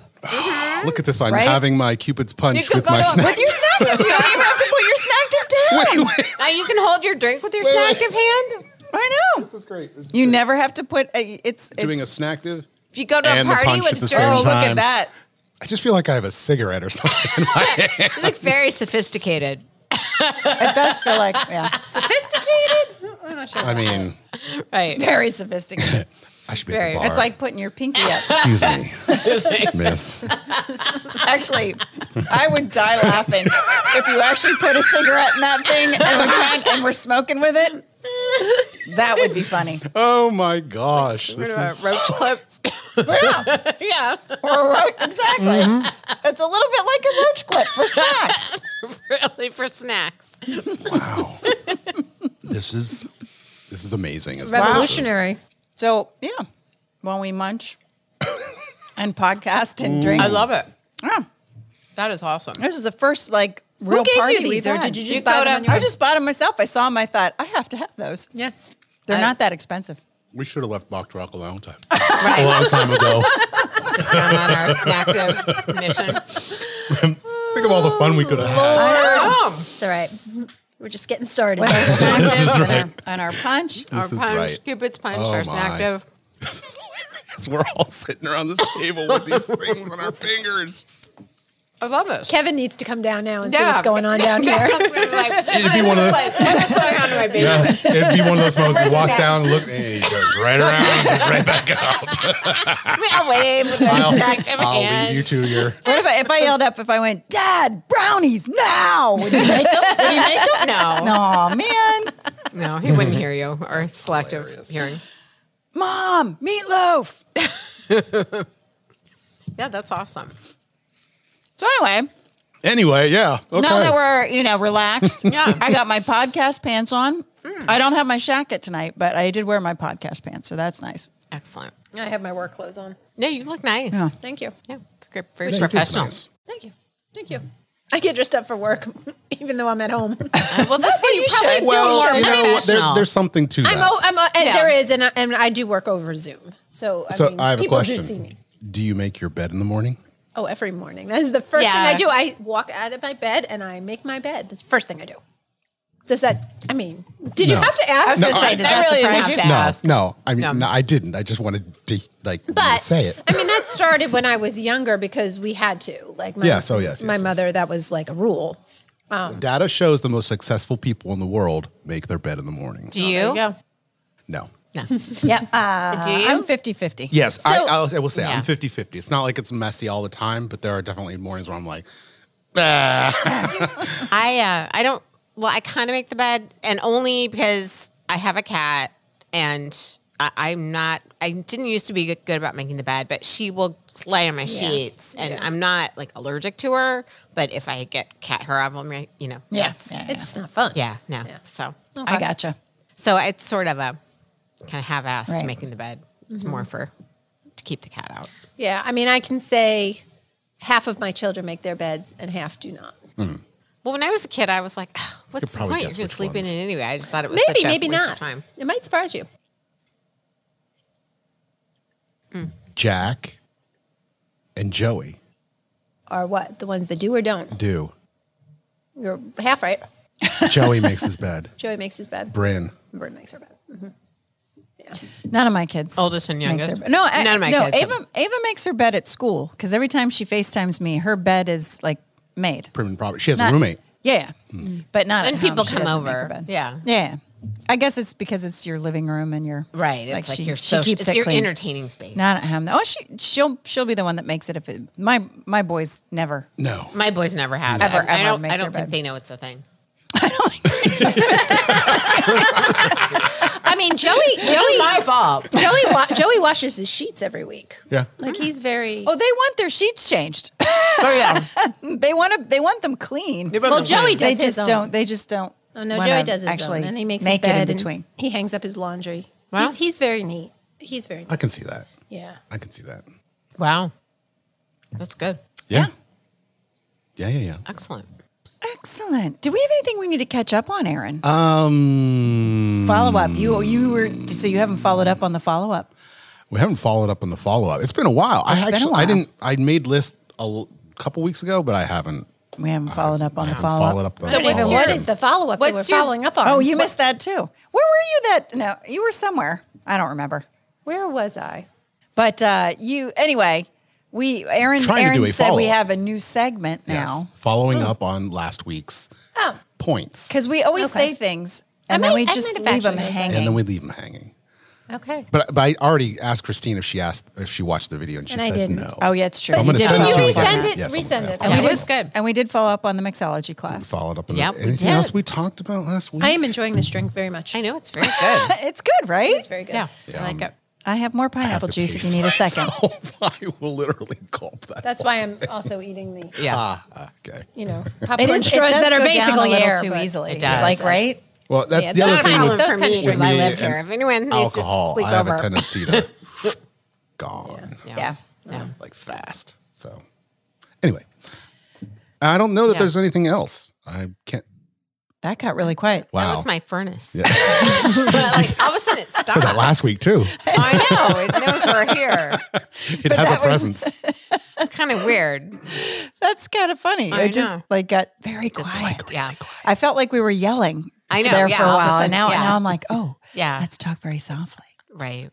[SPEAKER 3] Look at this. I'm
[SPEAKER 1] Right?
[SPEAKER 3] having my Cupid's punch
[SPEAKER 4] could
[SPEAKER 3] with
[SPEAKER 4] go
[SPEAKER 3] my
[SPEAKER 4] to a-
[SPEAKER 1] (laughs)
[SPEAKER 3] snack.
[SPEAKER 1] with your snactive, you don't even have to put your snactive down.
[SPEAKER 4] Now you can hold your drink with your
[SPEAKER 3] Wait,
[SPEAKER 4] snack of hand.
[SPEAKER 1] I know.
[SPEAKER 3] (laughs) This is great. This is
[SPEAKER 1] You
[SPEAKER 3] great.
[SPEAKER 1] never have to put. A, it's
[SPEAKER 3] doing
[SPEAKER 1] it's,
[SPEAKER 3] a snacktive.
[SPEAKER 4] If you go to
[SPEAKER 3] And
[SPEAKER 4] a
[SPEAKER 3] the
[SPEAKER 4] party
[SPEAKER 3] punch at
[SPEAKER 4] with
[SPEAKER 3] the
[SPEAKER 4] Dirk,
[SPEAKER 3] same
[SPEAKER 1] Oh, look
[SPEAKER 3] time.
[SPEAKER 1] at that.
[SPEAKER 3] I just feel like I have a cigarette or (laughs) something.
[SPEAKER 4] you look very sophisticated.
[SPEAKER 1] It does feel like (laughs) yeah,
[SPEAKER 4] Sophisticated?
[SPEAKER 3] I mean,
[SPEAKER 4] Right.
[SPEAKER 1] very sophisticated.
[SPEAKER 3] I should be
[SPEAKER 4] Very.
[SPEAKER 3] at the (laughs) bar.
[SPEAKER 1] It's like putting your pinky up.
[SPEAKER 3] excuse me, miss.
[SPEAKER 1] Actually, I would die laughing if you actually put a cigarette in that thing and we're, trying, and we're smoking with it. That would be funny.
[SPEAKER 3] Oh my gosh,
[SPEAKER 4] What
[SPEAKER 3] this
[SPEAKER 4] about
[SPEAKER 3] is
[SPEAKER 4] roach clip?
[SPEAKER 1] Yeah,
[SPEAKER 4] (laughs) yeah. Mm-hmm.
[SPEAKER 1] or a roach- exactly. It's a little bit like a roach clip for snacks.
[SPEAKER 4] really for snacks.
[SPEAKER 3] Wow. this is this is amazing. as well.
[SPEAKER 2] Revolutionary.
[SPEAKER 1] So yeah, while we munch and podcast
[SPEAKER 4] Mm.
[SPEAKER 1] and drink,
[SPEAKER 5] I love it.
[SPEAKER 1] Yeah.
[SPEAKER 5] That is awesome.
[SPEAKER 1] This is the first like real
[SPEAKER 2] Who gave
[SPEAKER 1] party
[SPEAKER 2] you
[SPEAKER 1] we've
[SPEAKER 2] these, or
[SPEAKER 1] had.
[SPEAKER 2] did you just
[SPEAKER 5] You
[SPEAKER 2] buy
[SPEAKER 5] go
[SPEAKER 2] them
[SPEAKER 5] to-
[SPEAKER 2] on your
[SPEAKER 1] I just bought them myself. I saw them. I thought I have to have those.
[SPEAKER 2] Yes.
[SPEAKER 1] They're
[SPEAKER 5] I-
[SPEAKER 1] not that expensive.
[SPEAKER 3] We should have left Bach Rock a long time. A long time ago.
[SPEAKER 4] Just come on our snacktive mission.
[SPEAKER 3] Think of all the fun we could have had.
[SPEAKER 2] I know.
[SPEAKER 5] Oh,
[SPEAKER 2] It's all right. We're just getting started.
[SPEAKER 1] Our snack
[SPEAKER 3] This is
[SPEAKER 1] and our-
[SPEAKER 3] right.
[SPEAKER 1] and our punch.
[SPEAKER 4] Our
[SPEAKER 3] This is
[SPEAKER 4] punch,
[SPEAKER 3] right.
[SPEAKER 4] Cupid's punch,
[SPEAKER 3] Oh my.
[SPEAKER 4] our snacktive.
[SPEAKER 3] This is hilarious. We're all sitting around this table with these things on our fingers.
[SPEAKER 4] I love it.
[SPEAKER 2] (laughs) Kevin needs to come down now and see
[SPEAKER 4] (laughs) Yeah.
[SPEAKER 2] what's going on down here.
[SPEAKER 4] It's gonna be like,
[SPEAKER 3] It'd be one of the,
[SPEAKER 4] like, what's going on in my baby?
[SPEAKER 3] yeah, it'd be one of those moments you walk down and look, and he goes right around and goes right back out.
[SPEAKER 4] I'll wave with the snacktive
[SPEAKER 3] I'll leave you
[SPEAKER 4] hand.
[SPEAKER 3] to your.
[SPEAKER 1] What if I, if I yelled up if I went, Dad, brownies now? Would you make them?
[SPEAKER 4] Would you make him?
[SPEAKER 2] (laughs)
[SPEAKER 4] No.
[SPEAKER 1] Aw, man.
[SPEAKER 4] No, he wouldn't hear you or selective
[SPEAKER 3] Hilarious.
[SPEAKER 4] hearing.
[SPEAKER 1] Mom, meatloaf.
[SPEAKER 4] Yeah, that's awesome.
[SPEAKER 1] So anyway,
[SPEAKER 3] Anyway, yeah. Okay.
[SPEAKER 1] now that we're you know relaxed,
[SPEAKER 4] (laughs) Yeah. Hmm.
[SPEAKER 1] I got my podcast pants on. I don't have my shacket tonight, but I did wear my podcast pants, so that's nice.
[SPEAKER 4] Excellent.
[SPEAKER 2] I have my work clothes on.
[SPEAKER 4] No, you look nice.
[SPEAKER 1] Yeah.
[SPEAKER 4] Yeah,
[SPEAKER 2] Thank you.
[SPEAKER 4] very- very
[SPEAKER 3] Yeah, you think
[SPEAKER 4] professional.
[SPEAKER 3] nice.
[SPEAKER 2] Thank you. Thank you. I get dressed up for work, (laughs) even though I'm at home.
[SPEAKER 4] Well, that's what you, probably feel
[SPEAKER 3] Well,
[SPEAKER 4] more
[SPEAKER 3] you know, what, there,
[SPEAKER 4] professional.
[SPEAKER 3] there's something to that.
[SPEAKER 2] I'm, o- I'm o- and
[SPEAKER 4] Yeah.
[SPEAKER 2] there is, and I, and I do work over Zoom. So I,
[SPEAKER 3] so
[SPEAKER 2] mean,
[SPEAKER 3] I have a
[SPEAKER 2] people
[SPEAKER 3] question.
[SPEAKER 2] do see me.
[SPEAKER 3] Do you make your bed in the morning?
[SPEAKER 2] Oh, every morning. That is the first
[SPEAKER 4] Yeah.
[SPEAKER 2] thing I do. I walk out of my bed and I make my bed. That's the first thing I do. Does that? I mean, did you
[SPEAKER 3] No.
[SPEAKER 2] have to ask?
[SPEAKER 4] I was gonna
[SPEAKER 3] No,
[SPEAKER 4] say,
[SPEAKER 3] I-
[SPEAKER 4] does
[SPEAKER 3] I
[SPEAKER 4] that
[SPEAKER 3] really
[SPEAKER 4] surprise
[SPEAKER 3] didn't
[SPEAKER 4] you?
[SPEAKER 3] have to ask. No, I mean,
[SPEAKER 4] No.
[SPEAKER 3] no, I didn't. I just wanted to like
[SPEAKER 2] but
[SPEAKER 3] say it.
[SPEAKER 2] I mean, that started when I was younger because we had to. Like, my,
[SPEAKER 3] Yes, oh, yes,
[SPEAKER 2] my
[SPEAKER 3] yes, yes.
[SPEAKER 2] mother. That was like a rule.
[SPEAKER 3] Data shows the most successful people in the world make their bed in the morning.
[SPEAKER 5] Oh,
[SPEAKER 4] Do you?
[SPEAKER 2] Yeah.
[SPEAKER 3] No.
[SPEAKER 4] (laughs) No.
[SPEAKER 1] Yep. Uh,
[SPEAKER 4] Do you?
[SPEAKER 1] I'm 50 50.
[SPEAKER 3] Yes, I, I'll- I will say
[SPEAKER 4] Yeah.
[SPEAKER 3] I'm 50 50. It's not like it's messy all the time, but there are definitely mornings where I'm like,
[SPEAKER 4] I uh, I don't. Well, I kind of make the bed, and only because I have a cat, and I, I'm not. I didn't used to be good about making the bed, but she will lay on my sheets, and I'm not like allergic to her. But if I get cat hair on me, you know,
[SPEAKER 1] Yeah.
[SPEAKER 4] it's-
[SPEAKER 1] yeah.
[SPEAKER 2] It's just not fun.
[SPEAKER 4] yeah, no. So,
[SPEAKER 1] I gotcha.
[SPEAKER 4] so it's sort of a kind of half assed
[SPEAKER 1] Right. Mm-hmm.
[SPEAKER 4] making the bed. It's more for to keep the cat out.
[SPEAKER 2] Yeah. I mean, I can say half of my children make their beds and half do not.
[SPEAKER 4] Well, when I was a kid, I was like, "Ugh, "What's the
[SPEAKER 3] probably
[SPEAKER 4] point? You're
[SPEAKER 3] guess
[SPEAKER 4] going
[SPEAKER 3] which
[SPEAKER 4] to sleep
[SPEAKER 3] ones.
[SPEAKER 4] in it anyway." I just thought it was
[SPEAKER 2] Maybe,
[SPEAKER 4] such a
[SPEAKER 2] maybe
[SPEAKER 4] waste
[SPEAKER 2] not.
[SPEAKER 4] of time.
[SPEAKER 2] It might surprise you.
[SPEAKER 3] Jack and Joey
[SPEAKER 2] Or what? The ones that do or don't.
[SPEAKER 3] do.
[SPEAKER 2] You're half right.
[SPEAKER 3] Joey
[SPEAKER 1] (laughs)
[SPEAKER 3] makes his bed.
[SPEAKER 2] Joey makes his bed.
[SPEAKER 3] Bryn.
[SPEAKER 2] Bryn makes her bed.
[SPEAKER 1] None of my kids.
[SPEAKER 4] Oldest and
[SPEAKER 1] make
[SPEAKER 4] youngest?
[SPEAKER 1] their bed. No, I,
[SPEAKER 4] None of my
[SPEAKER 1] no,
[SPEAKER 4] kids have-
[SPEAKER 1] Ava, Ava makes her bed at school because every time she FaceTimes me, her bed is like made.
[SPEAKER 3] Prim and proper. She has
[SPEAKER 1] Not-
[SPEAKER 3] a roommate. Mm.
[SPEAKER 1] Yeah. But not
[SPEAKER 4] And
[SPEAKER 1] at home.
[SPEAKER 4] people
[SPEAKER 1] She
[SPEAKER 4] come
[SPEAKER 1] doesn't make her
[SPEAKER 4] over.
[SPEAKER 1] bed.
[SPEAKER 4] Yeah.
[SPEAKER 1] Yeah. I guess it's because it's your living room and your
[SPEAKER 4] Right. It's like,
[SPEAKER 1] she,
[SPEAKER 4] your
[SPEAKER 1] she
[SPEAKER 4] social,
[SPEAKER 1] keeps
[SPEAKER 4] it's
[SPEAKER 1] it
[SPEAKER 4] your
[SPEAKER 1] clean.
[SPEAKER 4] entertaining space.
[SPEAKER 1] Not at home. Oh, she she'll she'll be the one that makes it if it my my boys never.
[SPEAKER 3] No.
[SPEAKER 4] My boys never have.
[SPEAKER 1] Ever,
[SPEAKER 4] it. I
[SPEAKER 1] ever
[SPEAKER 4] don't
[SPEAKER 1] make
[SPEAKER 4] I
[SPEAKER 1] their
[SPEAKER 4] don't think
[SPEAKER 1] bed.
[SPEAKER 4] they know it's
[SPEAKER 1] (laughs)
[SPEAKER 4] a thing.
[SPEAKER 2] I mean,
[SPEAKER 1] (laughs)
[SPEAKER 2] Joey,
[SPEAKER 4] It's
[SPEAKER 2] Joey,
[SPEAKER 4] my fault. (laughs)
[SPEAKER 2] Joey, wa- Joey washes his sheets every week.
[SPEAKER 3] Yeah.
[SPEAKER 2] Like he's very.
[SPEAKER 1] Oh, they want their sheets changed.
[SPEAKER 4] Oh
[SPEAKER 1] (laughs)
[SPEAKER 4] yeah.
[SPEAKER 1] they want to they want them clean.
[SPEAKER 2] well, Joey
[SPEAKER 1] They
[SPEAKER 2] does his
[SPEAKER 1] just
[SPEAKER 2] own.
[SPEAKER 1] don't they just don't
[SPEAKER 2] Oh no,
[SPEAKER 1] wanna
[SPEAKER 2] Joey does his
[SPEAKER 1] actually
[SPEAKER 2] own, and he makes
[SPEAKER 1] make
[SPEAKER 2] his bed
[SPEAKER 1] it in
[SPEAKER 2] and
[SPEAKER 1] between.
[SPEAKER 2] he hangs up his laundry.
[SPEAKER 4] Wow.
[SPEAKER 2] He's, he's very neat. He's very
[SPEAKER 3] I
[SPEAKER 2] neat.
[SPEAKER 3] can see that.
[SPEAKER 2] Yeah.
[SPEAKER 3] I can see that.
[SPEAKER 4] Wow. That's good.
[SPEAKER 3] Yeah. Yeah, yeah, yeah.
[SPEAKER 4] Excellent.
[SPEAKER 1] Excellent. Do we have anything we need to catch up on, Aaron?
[SPEAKER 3] Um,
[SPEAKER 1] follow up. You you were so you haven't followed up on the follow up.
[SPEAKER 3] we haven't followed up on the follow up. It's been a while. I
[SPEAKER 1] It's been a
[SPEAKER 3] actually, I
[SPEAKER 1] while.
[SPEAKER 3] didn't. I made list a l- couple weeks ago, but I haven't.
[SPEAKER 1] We haven't followed up on the
[SPEAKER 3] haven't
[SPEAKER 1] follow up.
[SPEAKER 3] followed up. on
[SPEAKER 2] I don't
[SPEAKER 3] the
[SPEAKER 2] even know
[SPEAKER 3] follow-up.
[SPEAKER 2] what is the follow up that we're
[SPEAKER 4] what's your-
[SPEAKER 2] following up on?
[SPEAKER 1] Oh, you missed that too. Where were you that? No, you were somewhere. I don't remember.
[SPEAKER 2] Where was I?
[SPEAKER 1] But uh, you, anyway, we, Aaron,
[SPEAKER 3] Trying to
[SPEAKER 1] Aaron
[SPEAKER 3] do a
[SPEAKER 1] said we
[SPEAKER 3] follow-up.
[SPEAKER 1] have a new segment
[SPEAKER 3] Yes.
[SPEAKER 1] now
[SPEAKER 3] Following up on last week's
[SPEAKER 2] Oh,
[SPEAKER 3] points,
[SPEAKER 1] because we always
[SPEAKER 2] Okay.
[SPEAKER 1] say things
[SPEAKER 2] I
[SPEAKER 1] and then
[SPEAKER 2] might-
[SPEAKER 1] we
[SPEAKER 2] I
[SPEAKER 1] just
[SPEAKER 2] might have
[SPEAKER 1] leave them
[SPEAKER 2] actually made that.
[SPEAKER 1] hanging.
[SPEAKER 3] and then we leave them hanging.
[SPEAKER 2] okay.
[SPEAKER 3] But, but I already asked Christine if she asked if she watched the video, and she
[SPEAKER 2] And I
[SPEAKER 3] said
[SPEAKER 2] didn't.
[SPEAKER 3] no.
[SPEAKER 1] oh, yeah, it's true.
[SPEAKER 3] So I'm
[SPEAKER 1] You
[SPEAKER 3] gonna
[SPEAKER 1] did
[SPEAKER 3] send
[SPEAKER 1] follow
[SPEAKER 3] it
[SPEAKER 1] up
[SPEAKER 3] to
[SPEAKER 1] on
[SPEAKER 3] her
[SPEAKER 2] resend
[SPEAKER 1] that.
[SPEAKER 3] again.
[SPEAKER 2] it,
[SPEAKER 3] Yes, I'm gonna
[SPEAKER 2] resend
[SPEAKER 1] And
[SPEAKER 2] it.
[SPEAKER 3] follow
[SPEAKER 4] Yeah,
[SPEAKER 1] we
[SPEAKER 4] it
[SPEAKER 1] did-
[SPEAKER 4] was good.
[SPEAKER 1] And we did follow up on the mixology class.
[SPEAKER 3] Followed up. on
[SPEAKER 4] Yep, we
[SPEAKER 3] that. Anything
[SPEAKER 4] did.
[SPEAKER 3] else we talked about last week?
[SPEAKER 2] I am enjoying this drink very much.
[SPEAKER 3] (laughs)
[SPEAKER 4] I know it's very good.
[SPEAKER 1] It's good, right?
[SPEAKER 2] It's very good.
[SPEAKER 4] yeah.
[SPEAKER 3] Yeah,
[SPEAKER 4] I like
[SPEAKER 3] um,
[SPEAKER 4] it.
[SPEAKER 1] I have more
[SPEAKER 3] I have
[SPEAKER 1] pineapple
[SPEAKER 3] to
[SPEAKER 1] juice if you
[SPEAKER 3] pace
[SPEAKER 1] need a second.
[SPEAKER 3] myself. (laughs) I will literally gulp that.
[SPEAKER 2] That's why I'm also eating the,
[SPEAKER 4] Yeah.
[SPEAKER 3] ah, ah, okay.
[SPEAKER 2] you know,
[SPEAKER 1] It
[SPEAKER 2] popcorn
[SPEAKER 1] is it
[SPEAKER 2] straws
[SPEAKER 1] does
[SPEAKER 2] that are
[SPEAKER 1] go down a
[SPEAKER 2] basically
[SPEAKER 1] little
[SPEAKER 2] air.
[SPEAKER 1] too
[SPEAKER 2] but-
[SPEAKER 1] easily.
[SPEAKER 4] It does.
[SPEAKER 1] Like right?
[SPEAKER 3] Well, that's
[SPEAKER 2] Yeah,
[SPEAKER 3] the
[SPEAKER 2] that's
[SPEAKER 3] other
[SPEAKER 2] not a
[SPEAKER 3] thing
[SPEAKER 2] problem
[SPEAKER 3] with
[SPEAKER 4] Those
[SPEAKER 2] for
[SPEAKER 4] kind of
[SPEAKER 2] me.
[SPEAKER 4] drinks
[SPEAKER 3] With
[SPEAKER 4] I
[SPEAKER 3] me
[SPEAKER 4] live
[SPEAKER 3] and
[SPEAKER 4] here. If anyone who's
[SPEAKER 3] alcohol.
[SPEAKER 4] just
[SPEAKER 3] I have a
[SPEAKER 4] sleepover.
[SPEAKER 3] tendency to gone
[SPEAKER 1] Yeah.
[SPEAKER 3] like fast. So anyway, I don't know that
[SPEAKER 4] Yeah.
[SPEAKER 3] there's anything else. I can't.
[SPEAKER 1] That got really quiet.
[SPEAKER 3] Wow.
[SPEAKER 4] That was my furnace.
[SPEAKER 3] Yeah.
[SPEAKER 4] (laughs) But, like, all of
[SPEAKER 3] (laughs)
[SPEAKER 4] a sudden it stopped.
[SPEAKER 3] Said that last week too.
[SPEAKER 4] I know. It knows we're here.
[SPEAKER 3] It has
[SPEAKER 1] that
[SPEAKER 3] a
[SPEAKER 1] was-
[SPEAKER 3] presence.
[SPEAKER 4] It's kind of weird.
[SPEAKER 1] That's kind of funny.
[SPEAKER 4] I
[SPEAKER 1] it just
[SPEAKER 4] know.
[SPEAKER 1] like got very
[SPEAKER 4] Just
[SPEAKER 1] quiet.
[SPEAKER 4] like, yeah.
[SPEAKER 1] I felt like we were yelling.
[SPEAKER 4] I know,
[SPEAKER 1] there
[SPEAKER 4] yeah,
[SPEAKER 1] for a
[SPEAKER 4] all of a
[SPEAKER 1] while,
[SPEAKER 4] sudden,
[SPEAKER 1] and now
[SPEAKER 4] yeah.
[SPEAKER 1] now I'm like, oh,
[SPEAKER 4] Yeah.
[SPEAKER 1] let's talk very softly.
[SPEAKER 4] Right.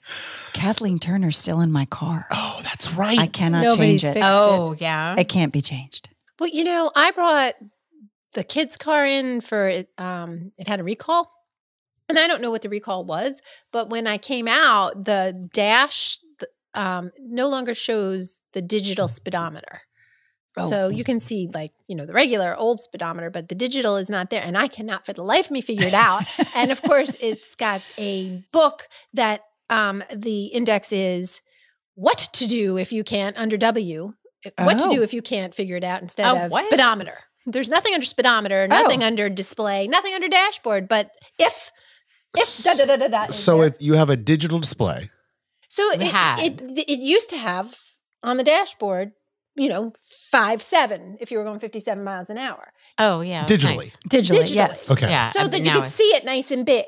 [SPEAKER 1] Kathleen Turner's still in my car.
[SPEAKER 3] Oh, that's right.
[SPEAKER 1] I cannot
[SPEAKER 2] Nobody's
[SPEAKER 1] change it.
[SPEAKER 2] fixed
[SPEAKER 4] Oh, yeah.
[SPEAKER 1] It can't be changed.
[SPEAKER 2] Well, you know, I brought the kids' car in for it. Um, it had a recall, and I don't know what the recall was, but when I came out, the dash th- um, no longer shows the digital speedometer.
[SPEAKER 1] Oh.
[SPEAKER 2] So you can see, like you know, the regular old speedometer, but the digital is not there, and I cannot for the life of me figure it out. and of course, it's got a book that um, the index is what to do if you can't under W, what to
[SPEAKER 1] Oh.
[SPEAKER 2] do if you can't figure it out instead
[SPEAKER 4] Oh,
[SPEAKER 2] of
[SPEAKER 4] what?
[SPEAKER 2] speedometer. There's nothing under speedometer, nothing under display, nothing under dashboard, but if if da da da da da. is
[SPEAKER 3] So
[SPEAKER 2] there.
[SPEAKER 3] if you have a digital display,
[SPEAKER 2] so
[SPEAKER 4] We
[SPEAKER 2] it,
[SPEAKER 4] had.
[SPEAKER 2] it it used to have on the dashboard, you know, five seven if you were going 57 miles an hour.
[SPEAKER 4] oh, yeah. that's
[SPEAKER 3] digitally.
[SPEAKER 4] nice.
[SPEAKER 1] (laughs) Digitally,
[SPEAKER 2] Digitally.
[SPEAKER 1] yes.
[SPEAKER 3] Okay.
[SPEAKER 4] Yeah.
[SPEAKER 2] so
[SPEAKER 4] I-
[SPEAKER 2] that you
[SPEAKER 4] Uh, now
[SPEAKER 2] could
[SPEAKER 4] it-
[SPEAKER 2] see it nice and big.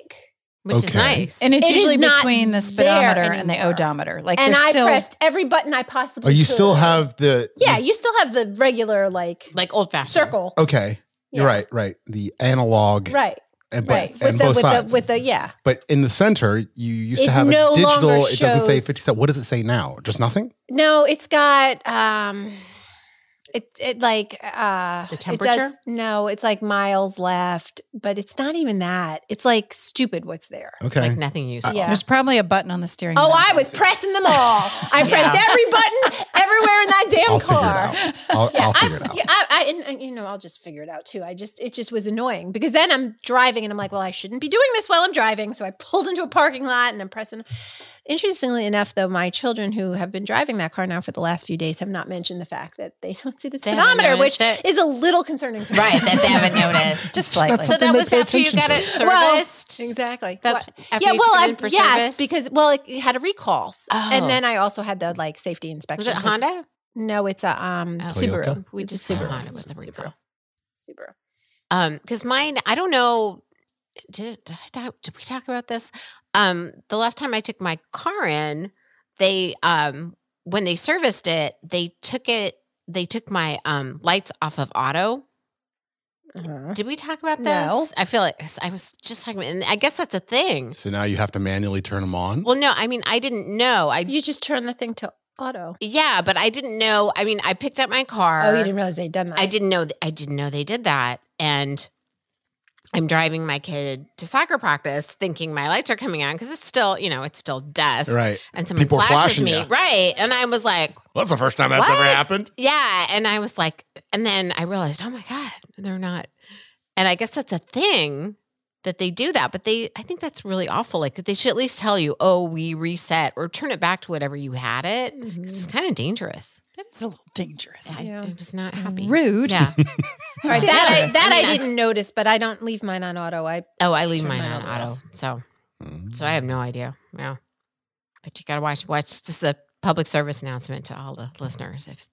[SPEAKER 4] Which is
[SPEAKER 3] Okay.
[SPEAKER 4] nice.
[SPEAKER 1] And it's
[SPEAKER 2] It is
[SPEAKER 1] usually
[SPEAKER 2] not
[SPEAKER 1] between the
[SPEAKER 2] there
[SPEAKER 1] speedometer and the
[SPEAKER 2] anymore.
[SPEAKER 1] odometer. Like
[SPEAKER 2] and
[SPEAKER 1] there's
[SPEAKER 2] I
[SPEAKER 1] still
[SPEAKER 2] pressed every button I possibly
[SPEAKER 3] Oh, you still
[SPEAKER 2] could.
[SPEAKER 3] have the
[SPEAKER 2] Yeah, you still have the regular like
[SPEAKER 4] like old fashioned.
[SPEAKER 2] circle.
[SPEAKER 3] Okay. You're
[SPEAKER 2] Yeah.
[SPEAKER 3] right, right. The analog
[SPEAKER 2] Right.
[SPEAKER 3] and, but,
[SPEAKER 2] Right.
[SPEAKER 3] and
[SPEAKER 2] the
[SPEAKER 3] both
[SPEAKER 2] with
[SPEAKER 3] sides.
[SPEAKER 2] the with the yeah.
[SPEAKER 3] but in the center, you used
[SPEAKER 2] It
[SPEAKER 3] to have
[SPEAKER 2] no
[SPEAKER 3] a
[SPEAKER 2] longer
[SPEAKER 3] digital. It doesn't say
[SPEAKER 2] shows-
[SPEAKER 3] 57. What does it say now? Just nothing?
[SPEAKER 2] No, it's got um it it like uh
[SPEAKER 4] The
[SPEAKER 2] it does-
[SPEAKER 4] temperature?
[SPEAKER 2] no, it's like miles left, but it's not even that. It's like stupid what's there.
[SPEAKER 3] Okay. Uh,
[SPEAKER 4] Like nothing useful.
[SPEAKER 2] Yeah.
[SPEAKER 1] there's probably a button on the steering
[SPEAKER 2] Oh,
[SPEAKER 1] wheel.
[SPEAKER 2] I was pressing them all.
[SPEAKER 3] (laughs)
[SPEAKER 2] I pressed
[SPEAKER 4] Yeah.
[SPEAKER 2] every button everywhere in that damn
[SPEAKER 3] I'll figure it
[SPEAKER 2] car. (laughs)
[SPEAKER 3] out. I'll, I'll figure it
[SPEAKER 2] I,
[SPEAKER 3] out.
[SPEAKER 2] yeah, I, I and, and, you know, I'll just figure it out too. I just, it just was annoying because then I'm driving and I'm like, well, I shouldn't be doing this while I'm driving. So I pulled into a parking lot and I'm pressing. Interestingly enough, though, my children who have been driving that car now for the last few days have not mentioned the fact that they don't see the
[SPEAKER 4] They haven't
[SPEAKER 2] speedometer, which is
[SPEAKER 4] noticed it.
[SPEAKER 2] a little concerning to me.
[SPEAKER 4] (laughs) Right.
[SPEAKER 2] (laughs)
[SPEAKER 4] That they haven't
[SPEAKER 1] (laughs)
[SPEAKER 4] noticed.
[SPEAKER 1] just
[SPEAKER 3] not
[SPEAKER 1] slightly.
[SPEAKER 4] so
[SPEAKER 3] Something
[SPEAKER 4] that
[SPEAKER 3] they
[SPEAKER 4] was
[SPEAKER 3] pay
[SPEAKER 4] after you
[SPEAKER 3] attention
[SPEAKER 4] got
[SPEAKER 3] to.
[SPEAKER 4] it
[SPEAKER 2] Well,
[SPEAKER 4] serviced.
[SPEAKER 2] exactly.
[SPEAKER 4] That's
[SPEAKER 2] What-
[SPEAKER 4] after
[SPEAKER 2] yeah.
[SPEAKER 4] you
[SPEAKER 2] Well,
[SPEAKER 4] took it
[SPEAKER 2] I,
[SPEAKER 4] in for
[SPEAKER 2] yes,
[SPEAKER 4] service?
[SPEAKER 2] because well, it had a recall,
[SPEAKER 4] Oh.
[SPEAKER 2] and then I also had the like safety inspection.
[SPEAKER 4] Was it
[SPEAKER 2] 'cause-
[SPEAKER 4] Honda?
[SPEAKER 2] No, it's a um
[SPEAKER 4] Oh.
[SPEAKER 2] Subaru.
[SPEAKER 4] We
[SPEAKER 2] It's a
[SPEAKER 4] just had Honda with
[SPEAKER 2] It's
[SPEAKER 4] a recall.
[SPEAKER 2] Subaru.
[SPEAKER 4] Um, because mine, I don't know. Did, did I talk, did we talk about this? Um, the last time I took my car in, they um when they serviced it, they took it. They took my um lights off of auto.
[SPEAKER 2] Subaru.
[SPEAKER 4] Did we talk about this?
[SPEAKER 2] No.
[SPEAKER 4] I feel like I was just talking about, and I guess that's a thing.
[SPEAKER 3] So now you have to manually turn them on.
[SPEAKER 4] Well, no, I mean I didn't know. I
[SPEAKER 2] You just turn the thing to auto.
[SPEAKER 4] yeah, but I didn't know. I mean, I picked up my car.
[SPEAKER 2] Oh, you didn't realize they'd done that.
[SPEAKER 4] I didn't know. Th- I didn't know they did that. And I'm driving my kid to soccer practice, thinking my lights are coming on because it's still, you know, it's still dusk.
[SPEAKER 3] right.
[SPEAKER 4] And someone
[SPEAKER 3] People are
[SPEAKER 4] flashes
[SPEAKER 3] flashing
[SPEAKER 4] me,
[SPEAKER 3] you.
[SPEAKER 4] right? And I was like,
[SPEAKER 3] Well, that's the first time that's
[SPEAKER 4] What?
[SPEAKER 3] ever happened.
[SPEAKER 4] yeah. And I was like, and then I realized, oh my god, they're not. And I guess that's a thing that they do that, but they, I think that's really awful. Like they should at least tell you, oh, we reset or turn it back to whatever you had it.
[SPEAKER 2] Mm-hmm.
[SPEAKER 4] 'Cause it's kind of dangerous.
[SPEAKER 1] It's a little dangerous.
[SPEAKER 4] I,
[SPEAKER 2] Mm. Yeah. Mm.
[SPEAKER 4] I was not happy.
[SPEAKER 1] Rude.
[SPEAKER 4] Yeah.
[SPEAKER 2] All right, that I,
[SPEAKER 4] Dangerous.
[SPEAKER 2] that
[SPEAKER 4] I mean,
[SPEAKER 2] I
[SPEAKER 4] I-
[SPEAKER 2] didn't notice, but I don't leave mine on auto. I
[SPEAKER 4] Oh, I leave
[SPEAKER 2] Turn
[SPEAKER 4] mine
[SPEAKER 2] mine all
[SPEAKER 4] on
[SPEAKER 2] the way
[SPEAKER 4] auto. So
[SPEAKER 3] Mm.
[SPEAKER 4] so I have no idea. Yeah. But you gotta watch watch this is a public service announcement to all the listeners. If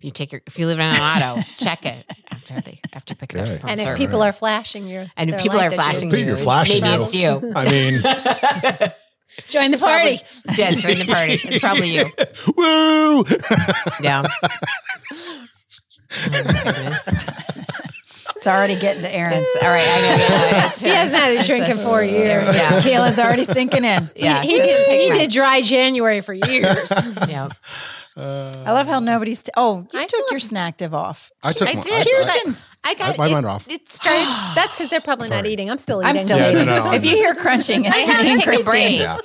[SPEAKER 4] if you take your if you leave it on auto, check it after they after picking
[SPEAKER 3] Okay.
[SPEAKER 4] up from
[SPEAKER 2] and if
[SPEAKER 4] service.
[SPEAKER 2] people are flashing your
[SPEAKER 4] and if
[SPEAKER 2] their
[SPEAKER 4] people are
[SPEAKER 2] lights at you,
[SPEAKER 4] flashing
[SPEAKER 3] People
[SPEAKER 4] you,
[SPEAKER 3] are
[SPEAKER 4] it's-
[SPEAKER 3] flashing
[SPEAKER 4] maybe
[SPEAKER 2] you.
[SPEAKER 4] it's (laughs) you.
[SPEAKER 3] I mean,
[SPEAKER 2] (laughs) join the party.
[SPEAKER 4] Yeah, join the party. It's probably (laughs) you.
[SPEAKER 3] woo!
[SPEAKER 4] Yeah. Oh my (laughs) goodness.
[SPEAKER 1] It's already getting to Aaron's.
[SPEAKER 4] All right, I
[SPEAKER 2] (laughs)
[SPEAKER 4] (laughs) know.
[SPEAKER 2] He hasn't had a drink in four years.
[SPEAKER 4] Yeah.
[SPEAKER 1] Tequila's already sinking
[SPEAKER 2] (laughs)
[SPEAKER 1] in.
[SPEAKER 4] Yeah,
[SPEAKER 2] He,
[SPEAKER 4] it doesn't
[SPEAKER 2] did,
[SPEAKER 4] take
[SPEAKER 2] he
[SPEAKER 4] much.
[SPEAKER 2] did dry January for
[SPEAKER 4] (laughs)
[SPEAKER 2] years.
[SPEAKER 4] Yeah.
[SPEAKER 2] Uh,
[SPEAKER 1] I love how nobody's. T- oh, you
[SPEAKER 2] I
[SPEAKER 1] took
[SPEAKER 2] still-
[SPEAKER 1] your snack div off.
[SPEAKER 3] (laughs) I took
[SPEAKER 4] I
[SPEAKER 3] one.
[SPEAKER 4] did.
[SPEAKER 1] Kirsten,
[SPEAKER 4] I got
[SPEAKER 3] I- mine
[SPEAKER 4] it-
[SPEAKER 3] went off.
[SPEAKER 4] It started
[SPEAKER 2] That's because they're probably not
[SPEAKER 3] Sorry.
[SPEAKER 2] eating. I'm still eating.
[SPEAKER 1] I'm still
[SPEAKER 3] Yeah, no,
[SPEAKER 1] eating.
[SPEAKER 3] no,
[SPEAKER 1] if
[SPEAKER 3] I'm-
[SPEAKER 1] you hear crunching, it's
[SPEAKER 4] (laughs) I had to
[SPEAKER 1] me and
[SPEAKER 4] take a
[SPEAKER 1] Christine.
[SPEAKER 4] break.
[SPEAKER 3] Yeah.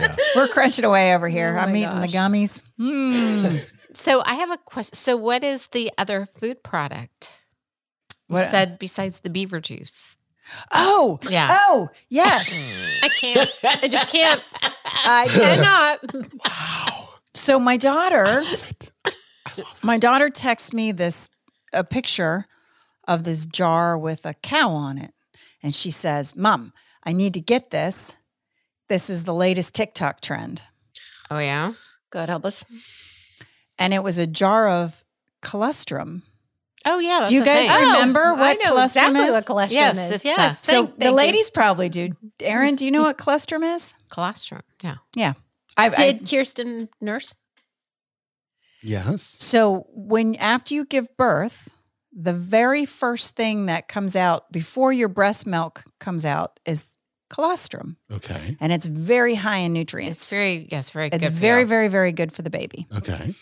[SPEAKER 3] yeah.
[SPEAKER 1] We're crunching away over here.
[SPEAKER 2] Oh
[SPEAKER 1] I'm
[SPEAKER 2] my
[SPEAKER 1] eating the gummies. Mm.
[SPEAKER 4] So I have a question. So what is the other food product? You
[SPEAKER 1] What-
[SPEAKER 4] said besides the beaver juice.
[SPEAKER 1] Oh,
[SPEAKER 4] Yeah. Mm.
[SPEAKER 1] Oh, yes.
[SPEAKER 2] I can't. I just can't. I cannot.
[SPEAKER 1] So my daughter, my daughter texts me this a picture of this jar with a cow on it, and she says, "Mom, I need to get this. This is the latest TikTok trend."
[SPEAKER 4] (laughs) Oh yeah.
[SPEAKER 2] God help us.
[SPEAKER 1] And it was a jar of colostrum.
[SPEAKER 4] Oh yeah.
[SPEAKER 1] Do you guys
[SPEAKER 2] thing. Oh,
[SPEAKER 1] remember
[SPEAKER 2] I
[SPEAKER 1] what
[SPEAKER 2] know
[SPEAKER 1] colostrum
[SPEAKER 2] exactly
[SPEAKER 1] is?
[SPEAKER 2] what colostrum
[SPEAKER 4] Yes,
[SPEAKER 2] is.
[SPEAKER 4] it's, uh,
[SPEAKER 2] Yes.
[SPEAKER 1] so
[SPEAKER 2] thank-
[SPEAKER 1] the
[SPEAKER 2] thank you.
[SPEAKER 1] ladies probably do. Aaron, do you know what colostrum is?
[SPEAKER 4] Oh. colostrum? Yeah.
[SPEAKER 1] Yeah. I, I-
[SPEAKER 2] Did Kirsten nurse?
[SPEAKER 3] Yes.
[SPEAKER 1] So when after you give birth, the very first thing that comes out before your breast milk comes out is colostrum,
[SPEAKER 3] Okay.
[SPEAKER 1] and it's very high in
[SPEAKER 4] It's
[SPEAKER 1] nutrients.
[SPEAKER 4] very yes, very
[SPEAKER 1] It's
[SPEAKER 4] good. for
[SPEAKER 1] very,
[SPEAKER 4] you.
[SPEAKER 1] very, very good for the baby.
[SPEAKER 3] Okay.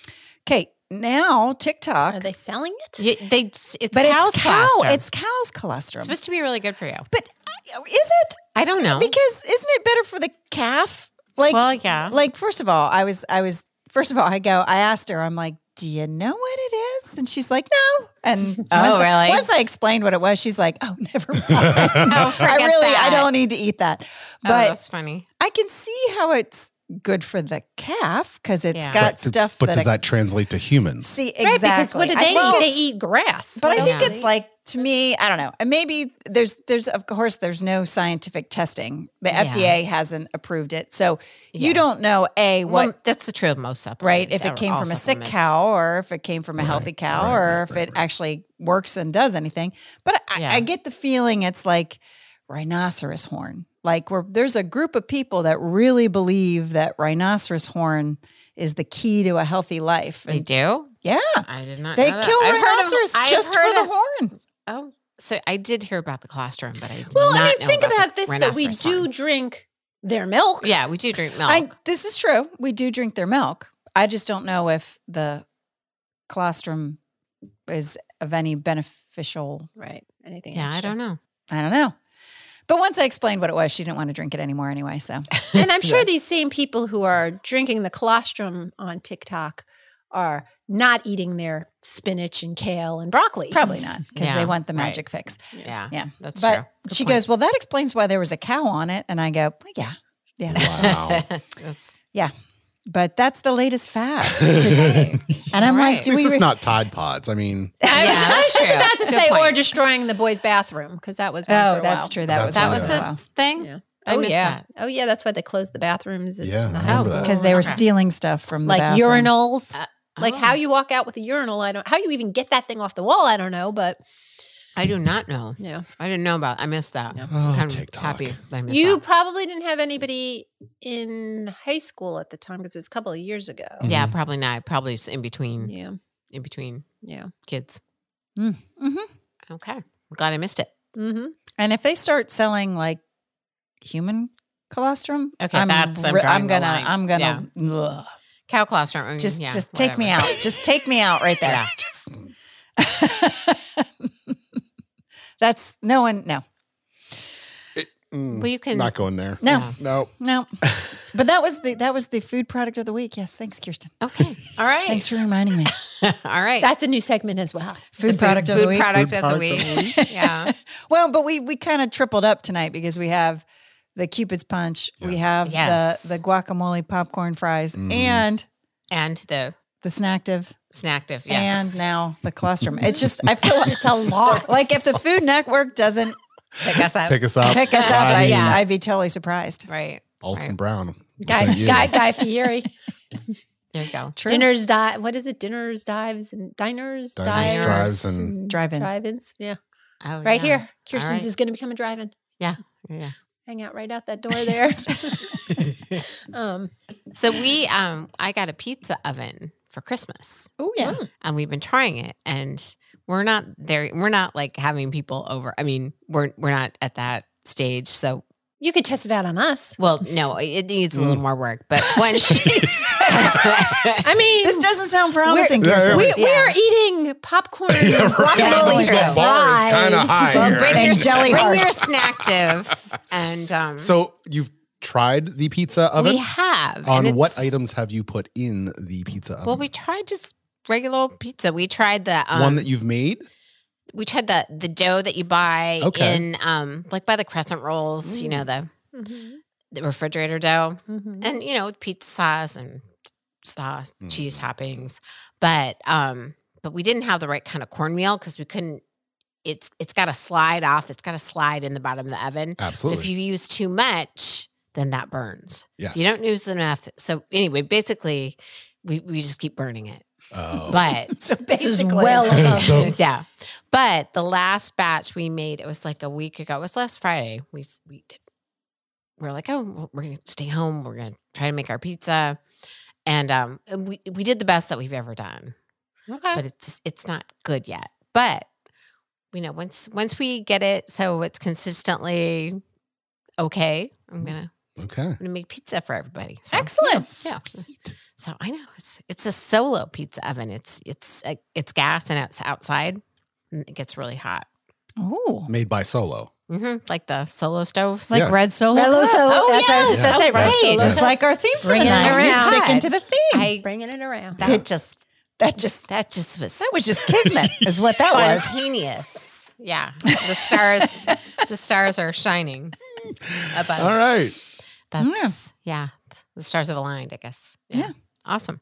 [SPEAKER 1] Okay, now TikTok,
[SPEAKER 2] Are they selling it?
[SPEAKER 4] You- they it's
[SPEAKER 1] but
[SPEAKER 4] cow's
[SPEAKER 1] it's cow.
[SPEAKER 4] colostrum.
[SPEAKER 1] It's cow's Oh, colostrum.
[SPEAKER 4] It's supposed to be really good for you.
[SPEAKER 1] but I- is it?
[SPEAKER 4] I don't know.
[SPEAKER 1] Because isn't it better for the calf? Like,
[SPEAKER 4] well, yeah.
[SPEAKER 1] like first of all, I was, I was. First of all, I go. I asked her. I'm like, "Do you know what it is?" And she's like, "No."
[SPEAKER 4] (laughs)
[SPEAKER 1] And
[SPEAKER 4] Oh,
[SPEAKER 1] once I-
[SPEAKER 4] really?
[SPEAKER 1] once I explained what it was, she's like, "Oh, (laughs) never
[SPEAKER 4] (laughs)
[SPEAKER 1] mind."
[SPEAKER 4] oh,
[SPEAKER 1] I
[SPEAKER 4] forget
[SPEAKER 1] really, I
[SPEAKER 4] that.
[SPEAKER 1] don't need to eat that.
[SPEAKER 4] Oh,
[SPEAKER 1] But
[SPEAKER 4] that's funny.
[SPEAKER 1] I can see how it's good for the calf because it's
[SPEAKER 4] Yeah.
[SPEAKER 1] got
[SPEAKER 3] But do-
[SPEAKER 1] stuff.
[SPEAKER 3] But
[SPEAKER 1] that
[SPEAKER 3] does
[SPEAKER 1] I
[SPEAKER 3] that translate to humans?
[SPEAKER 1] see
[SPEAKER 2] Right,
[SPEAKER 1] exactly?
[SPEAKER 2] because what do
[SPEAKER 1] I-
[SPEAKER 2] they
[SPEAKER 1] well,
[SPEAKER 2] eat? They eat grass.
[SPEAKER 1] But
[SPEAKER 2] What
[SPEAKER 1] I
[SPEAKER 2] else
[SPEAKER 1] think
[SPEAKER 2] do
[SPEAKER 1] it's
[SPEAKER 2] they
[SPEAKER 1] like to me, I don't know. And maybe there's there's of course there's no scientific testing. The
[SPEAKER 4] Yeah.
[SPEAKER 1] FDA hasn't approved it, so you
[SPEAKER 4] Yeah.
[SPEAKER 1] don't know a what
[SPEAKER 4] well, that's the truth of most supplements.
[SPEAKER 1] right if
[SPEAKER 4] or
[SPEAKER 1] it came
[SPEAKER 4] all
[SPEAKER 1] from a sick
[SPEAKER 4] supplements.
[SPEAKER 1] cow or if it came from a healthy cow
[SPEAKER 3] right,
[SPEAKER 1] or
[SPEAKER 3] right,
[SPEAKER 1] if
[SPEAKER 3] right,
[SPEAKER 1] it
[SPEAKER 3] right.
[SPEAKER 1] actually works and does anything. But I,
[SPEAKER 4] Yeah.
[SPEAKER 1] I get the feeling it's like rhinoceros horn. Like where there's a group of people that really believe that rhinoceros horn is the key to a healthy life.
[SPEAKER 4] They
[SPEAKER 1] And
[SPEAKER 4] do.
[SPEAKER 1] yeah,
[SPEAKER 4] I did not.
[SPEAKER 1] they
[SPEAKER 4] know that.
[SPEAKER 1] kill
[SPEAKER 4] I've heard of-
[SPEAKER 1] rhinoceros
[SPEAKER 4] I've
[SPEAKER 1] just for
[SPEAKER 4] heard
[SPEAKER 1] the
[SPEAKER 4] of-
[SPEAKER 1] horn.
[SPEAKER 4] Oh, so I did hear about the colostrum, but I did
[SPEAKER 2] Well,
[SPEAKER 4] not
[SPEAKER 2] I mean,
[SPEAKER 4] know
[SPEAKER 2] think about,
[SPEAKER 4] the
[SPEAKER 2] this that we
[SPEAKER 4] rhinoceros
[SPEAKER 2] do
[SPEAKER 4] horn.
[SPEAKER 2] drink their milk.
[SPEAKER 4] Yeah, we do drink milk.
[SPEAKER 1] I this is true. We do drink their milk. I just don't know if the colostrum is of any beneficial.
[SPEAKER 2] Right. Anything
[SPEAKER 4] yeah, I don't know.
[SPEAKER 1] I don't know. But once I explained what it was, she didn't want to drink it anymore anyway.
[SPEAKER 4] (laughs)
[SPEAKER 1] So
[SPEAKER 2] know. And I'm sure these same people who are drinking the colostrum on TikTok are not eating their spinach and kale and broccoli.
[SPEAKER 1] probably not because
[SPEAKER 4] Yeah,
[SPEAKER 1] they want the
[SPEAKER 4] right.
[SPEAKER 1] magic fix.
[SPEAKER 4] Yeah,
[SPEAKER 1] Yeah.
[SPEAKER 4] that's
[SPEAKER 1] but
[SPEAKER 4] true. Good
[SPEAKER 1] she
[SPEAKER 4] point.
[SPEAKER 1] goes, Well, that explains why there was a cow on it. And I go, well, Yeah. Yeah.
[SPEAKER 3] (laughs) Wow.
[SPEAKER 4] That's-
[SPEAKER 1] but that's the latest fad
[SPEAKER 3] (laughs)
[SPEAKER 1] today. and I'm like,
[SPEAKER 4] Right.
[SPEAKER 1] Do
[SPEAKER 3] At least
[SPEAKER 1] we.
[SPEAKER 3] it's
[SPEAKER 1] re-
[SPEAKER 3] not Tide Pods. I mean,
[SPEAKER 2] (laughs) I was,
[SPEAKER 4] Yeah,
[SPEAKER 2] I was
[SPEAKER 4] that's
[SPEAKER 2] just
[SPEAKER 4] true.
[SPEAKER 2] about to
[SPEAKER 4] Good
[SPEAKER 2] say, or
[SPEAKER 4] point.
[SPEAKER 2] destroying the boys' bathroom because that was one for
[SPEAKER 1] Oh,
[SPEAKER 2] a
[SPEAKER 1] that's
[SPEAKER 2] while.
[SPEAKER 1] true.
[SPEAKER 3] That's
[SPEAKER 1] That was
[SPEAKER 4] that
[SPEAKER 3] one Yeah.
[SPEAKER 4] was a thing.
[SPEAKER 2] Yeah.
[SPEAKER 4] I
[SPEAKER 2] oh
[SPEAKER 4] missed
[SPEAKER 2] yeah.
[SPEAKER 4] that.
[SPEAKER 2] Oh yeah. That's why they closed the bathrooms. at-
[SPEAKER 3] Yeah,
[SPEAKER 2] in the
[SPEAKER 3] I remember
[SPEAKER 2] high
[SPEAKER 3] that.
[SPEAKER 2] school.
[SPEAKER 1] because they were
[SPEAKER 4] Okay.
[SPEAKER 1] stealing stuff from the
[SPEAKER 2] like
[SPEAKER 1] bathroom.
[SPEAKER 2] urinals. Like
[SPEAKER 4] Oh,
[SPEAKER 2] how you walk out with a urinal, I don't. How you even get that thing off the wall, I don't know. But
[SPEAKER 4] I do not know.
[SPEAKER 2] yeah,
[SPEAKER 4] I didn't know about. I missed that.
[SPEAKER 2] Yeah.
[SPEAKER 3] Oh,
[SPEAKER 4] I'm
[SPEAKER 3] TikTok.
[SPEAKER 4] happy that I missed
[SPEAKER 2] you
[SPEAKER 4] that.
[SPEAKER 2] probably didn't have anybody in high school at the time because it was a couple of years ago.
[SPEAKER 3] Mm-hmm.
[SPEAKER 4] Yeah, probably not. Probably s- in between,
[SPEAKER 2] Yeah,
[SPEAKER 4] in between
[SPEAKER 2] yeah.
[SPEAKER 4] kids.
[SPEAKER 1] hmm
[SPEAKER 4] Okay, I'm glad I missed it.
[SPEAKER 2] Mm-hmm.
[SPEAKER 1] And if they start selling like human colostrum,
[SPEAKER 4] Okay, that's- I'm
[SPEAKER 1] re-
[SPEAKER 4] drawing
[SPEAKER 1] I'm
[SPEAKER 4] the
[SPEAKER 1] gonna,
[SPEAKER 4] line.
[SPEAKER 1] I'm gonna ugh.
[SPEAKER 4] Cow colostrum. I mean,
[SPEAKER 1] just,
[SPEAKER 4] Mm, yeah,
[SPEAKER 1] just take me
[SPEAKER 4] whatever.
[SPEAKER 1] out. Just take me out right there. (laughs)
[SPEAKER 4] Yeah.
[SPEAKER 1] That's no one, no,
[SPEAKER 3] Mm,
[SPEAKER 4] Well, you can.
[SPEAKER 3] not going there.
[SPEAKER 1] no,
[SPEAKER 4] Yeah.
[SPEAKER 3] No.
[SPEAKER 1] no. But that was the that was the food product of the week. Yes, thanks, Kirsten.
[SPEAKER 4] Okay.
[SPEAKER 1] (laughs)
[SPEAKER 4] All right.
[SPEAKER 1] Thanks for
[SPEAKER 4] (laughs)
[SPEAKER 1] reminding me.
[SPEAKER 4] All right.
[SPEAKER 2] That's a new segment as
[SPEAKER 3] (laughs)
[SPEAKER 2] well.
[SPEAKER 1] Food product of the
[SPEAKER 4] food
[SPEAKER 1] week.
[SPEAKER 4] product
[SPEAKER 3] Food
[SPEAKER 4] of the
[SPEAKER 3] product of the
[SPEAKER 4] week. (laughs) yeah.
[SPEAKER 1] Well, but we we kind of tripled up tonight because we have the Cupid's punch, we
[SPEAKER 3] Yes.
[SPEAKER 1] have
[SPEAKER 4] Yes.
[SPEAKER 1] the the guacamole popcorn fries,
[SPEAKER 3] Mm.
[SPEAKER 1] and
[SPEAKER 4] And the
[SPEAKER 1] the snacktive.
[SPEAKER 4] Snactive, yes.
[SPEAKER 1] and now the colostrum. It's just I feel like it's
[SPEAKER 4] (laughs)
[SPEAKER 1] a lot. Like if the Food Network doesn't
[SPEAKER 4] Pick us up.
[SPEAKER 3] Pick us up.
[SPEAKER 1] pick us up,
[SPEAKER 3] I
[SPEAKER 1] I,
[SPEAKER 3] mean,
[SPEAKER 1] yeah. I'd be totally surprised.
[SPEAKER 4] right.
[SPEAKER 3] Alton
[SPEAKER 4] Right.
[SPEAKER 3] Brown.
[SPEAKER 2] Guy,
[SPEAKER 3] Thank you.
[SPEAKER 2] guy, guy Fieri.
[SPEAKER 4] There you go.
[SPEAKER 1] True.
[SPEAKER 2] Dinners, di- what is it? Dinners, dives, and diners,
[SPEAKER 3] Diners,
[SPEAKER 2] dives,
[SPEAKER 3] drives, and-
[SPEAKER 1] Drive-ins.
[SPEAKER 2] drive-ins. Yeah,
[SPEAKER 4] Oh,
[SPEAKER 2] right
[SPEAKER 4] yeah.
[SPEAKER 2] here. Kirsten's
[SPEAKER 4] right.
[SPEAKER 2] is going to become a drive-in.
[SPEAKER 4] Yeah.
[SPEAKER 2] Hang out right out that door there. (laughs) um,
[SPEAKER 4] So we um I got a pizza oven for Christmas
[SPEAKER 1] Oh yeah.
[SPEAKER 4] and we've been trying it and we're not there we're not like having people over. I mean, we're we're not at that stage. So
[SPEAKER 2] you could test it out on us.
[SPEAKER 4] well, no, it needs a
[SPEAKER 3] Mm.
[SPEAKER 4] little more work. But
[SPEAKER 3] (laughs)
[SPEAKER 4] once (laughs)
[SPEAKER 2] I mean,
[SPEAKER 1] This doesn't sound promising.
[SPEAKER 3] Yeah,
[SPEAKER 1] Kirsten.
[SPEAKER 3] yeah.
[SPEAKER 2] we, we are eating popcorn,
[SPEAKER 3] (laughs) Yeah, right.
[SPEAKER 2] guacamole,
[SPEAKER 4] The bar is
[SPEAKER 2] fries.
[SPEAKER 3] kinda high Well, here.
[SPEAKER 1] bring your-
[SPEAKER 4] bring
[SPEAKER 1] jelly
[SPEAKER 4] your
[SPEAKER 1] hearts.
[SPEAKER 4] snactive and um
[SPEAKER 3] So you've tried the pizza oven?
[SPEAKER 4] we have and
[SPEAKER 3] On
[SPEAKER 4] it's-
[SPEAKER 3] what items have you put in the pizza oven?
[SPEAKER 4] Well, we tried just regular old pizza. We tried the um,
[SPEAKER 3] One that you've made?
[SPEAKER 4] we tried the the dough that you buy
[SPEAKER 3] Okay. Mm.
[SPEAKER 4] in um like by the crescent rolls, you know the
[SPEAKER 2] Mhm.
[SPEAKER 4] the refrigerator dough
[SPEAKER 2] Mm-hmm.
[SPEAKER 4] and you know pizza sauce and sauce cheese
[SPEAKER 3] Mm-hmm.
[SPEAKER 4] toppings but um but we didn't have the right kind of cornmeal because we couldn't it's it's got to slide off it's got to slide in the bottom of the oven
[SPEAKER 3] Absolutely.
[SPEAKER 4] if you use too much then that burns
[SPEAKER 3] yes.
[SPEAKER 4] if you don't use enough so anyway basically we, we just keep burning it
[SPEAKER 3] Oh.
[SPEAKER 4] but
[SPEAKER 2] So
[SPEAKER 4] this is
[SPEAKER 2] basically,
[SPEAKER 4] well above
[SPEAKER 3] (laughs) So-
[SPEAKER 4] the- yeah. But the last batch we made, it was like a week ago. It was last Friday. We s- we did. We're like, oh, well, we're gonna stay home. We're gonna try to make our pizza, and um, and we we did the best that we've ever done,
[SPEAKER 2] okay.
[SPEAKER 4] but it's just, it's not good yet. But you know, once once we get it, so it's consistently okay. I'm gonna
[SPEAKER 3] okay.
[SPEAKER 4] I'm gonna make pizza for everybody. So,
[SPEAKER 2] excellent.
[SPEAKER 4] Yeah. So I know it's it's a solo pizza oven. It's it's uh, it's gas and it's outside, and it gets really hot.
[SPEAKER 1] Oh,
[SPEAKER 3] Made by Solo.
[SPEAKER 4] hmm Like the solo stove.
[SPEAKER 1] like
[SPEAKER 3] Yes.
[SPEAKER 1] red solo.
[SPEAKER 2] Hello,
[SPEAKER 1] cup.
[SPEAKER 2] so
[SPEAKER 4] Oh,
[SPEAKER 2] that's what I was
[SPEAKER 4] yeah.
[SPEAKER 2] just about to say.
[SPEAKER 4] Oh,
[SPEAKER 2] Right,
[SPEAKER 4] right.
[SPEAKER 1] Just
[SPEAKER 3] Yeah.
[SPEAKER 1] like our theme for
[SPEAKER 4] Bring
[SPEAKER 1] the
[SPEAKER 4] it
[SPEAKER 1] night. You're
[SPEAKER 2] around.
[SPEAKER 1] sticking to the theme.
[SPEAKER 4] I
[SPEAKER 2] (laughs) bringing it around.
[SPEAKER 4] that
[SPEAKER 1] Did-
[SPEAKER 4] just
[SPEAKER 1] that just
[SPEAKER 4] that just was
[SPEAKER 1] that was just
[SPEAKER 4] (laughs)
[SPEAKER 1] kismet, is what that was.
[SPEAKER 4] spontaneous. Yeah, the stars the stars are shining above.
[SPEAKER 3] All right.
[SPEAKER 4] That's yeah. The stars have aligned, I guess.
[SPEAKER 1] Yeah.
[SPEAKER 4] Awesome.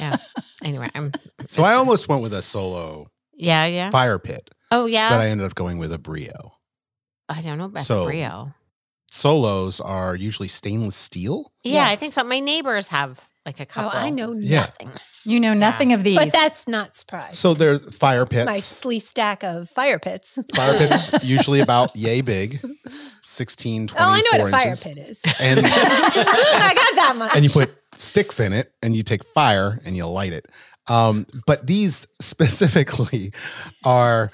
[SPEAKER 4] yeah. Anyway, I'm
[SPEAKER 3] So I almost went with a Solo
[SPEAKER 4] yeah yeah.
[SPEAKER 3] fire pit,
[SPEAKER 2] Uh.
[SPEAKER 4] Oh
[SPEAKER 3] but
[SPEAKER 4] yeah.
[SPEAKER 3] I ended up going with a Brio.
[SPEAKER 4] I, don't know about
[SPEAKER 3] So-
[SPEAKER 4] the Rio.
[SPEAKER 3] Solos are usually stainless steel.
[SPEAKER 4] Yeah, I
[SPEAKER 1] Yes.
[SPEAKER 4] think so. My neighbors have like a
[SPEAKER 2] Oh,
[SPEAKER 4] couple.
[SPEAKER 2] I know
[SPEAKER 3] Yeah.
[SPEAKER 2] nothing.
[SPEAKER 1] You know nothing of these.
[SPEAKER 2] But that's not surprised.
[SPEAKER 3] So they're fire pits.
[SPEAKER 2] My sleek stack of fire pits.
[SPEAKER 3] Fire pits
[SPEAKER 2] (laughs)
[SPEAKER 3] usually about yay big, 16, 24
[SPEAKER 2] All Oh, I know what a fire
[SPEAKER 3] inches.
[SPEAKER 2] pit
[SPEAKER 3] (laughs)
[SPEAKER 2] is. (laughs)
[SPEAKER 3] And
[SPEAKER 2] I got that much.
[SPEAKER 3] and you put sticks in it and you take fire and you light it. Um, but these specifically (laughs) are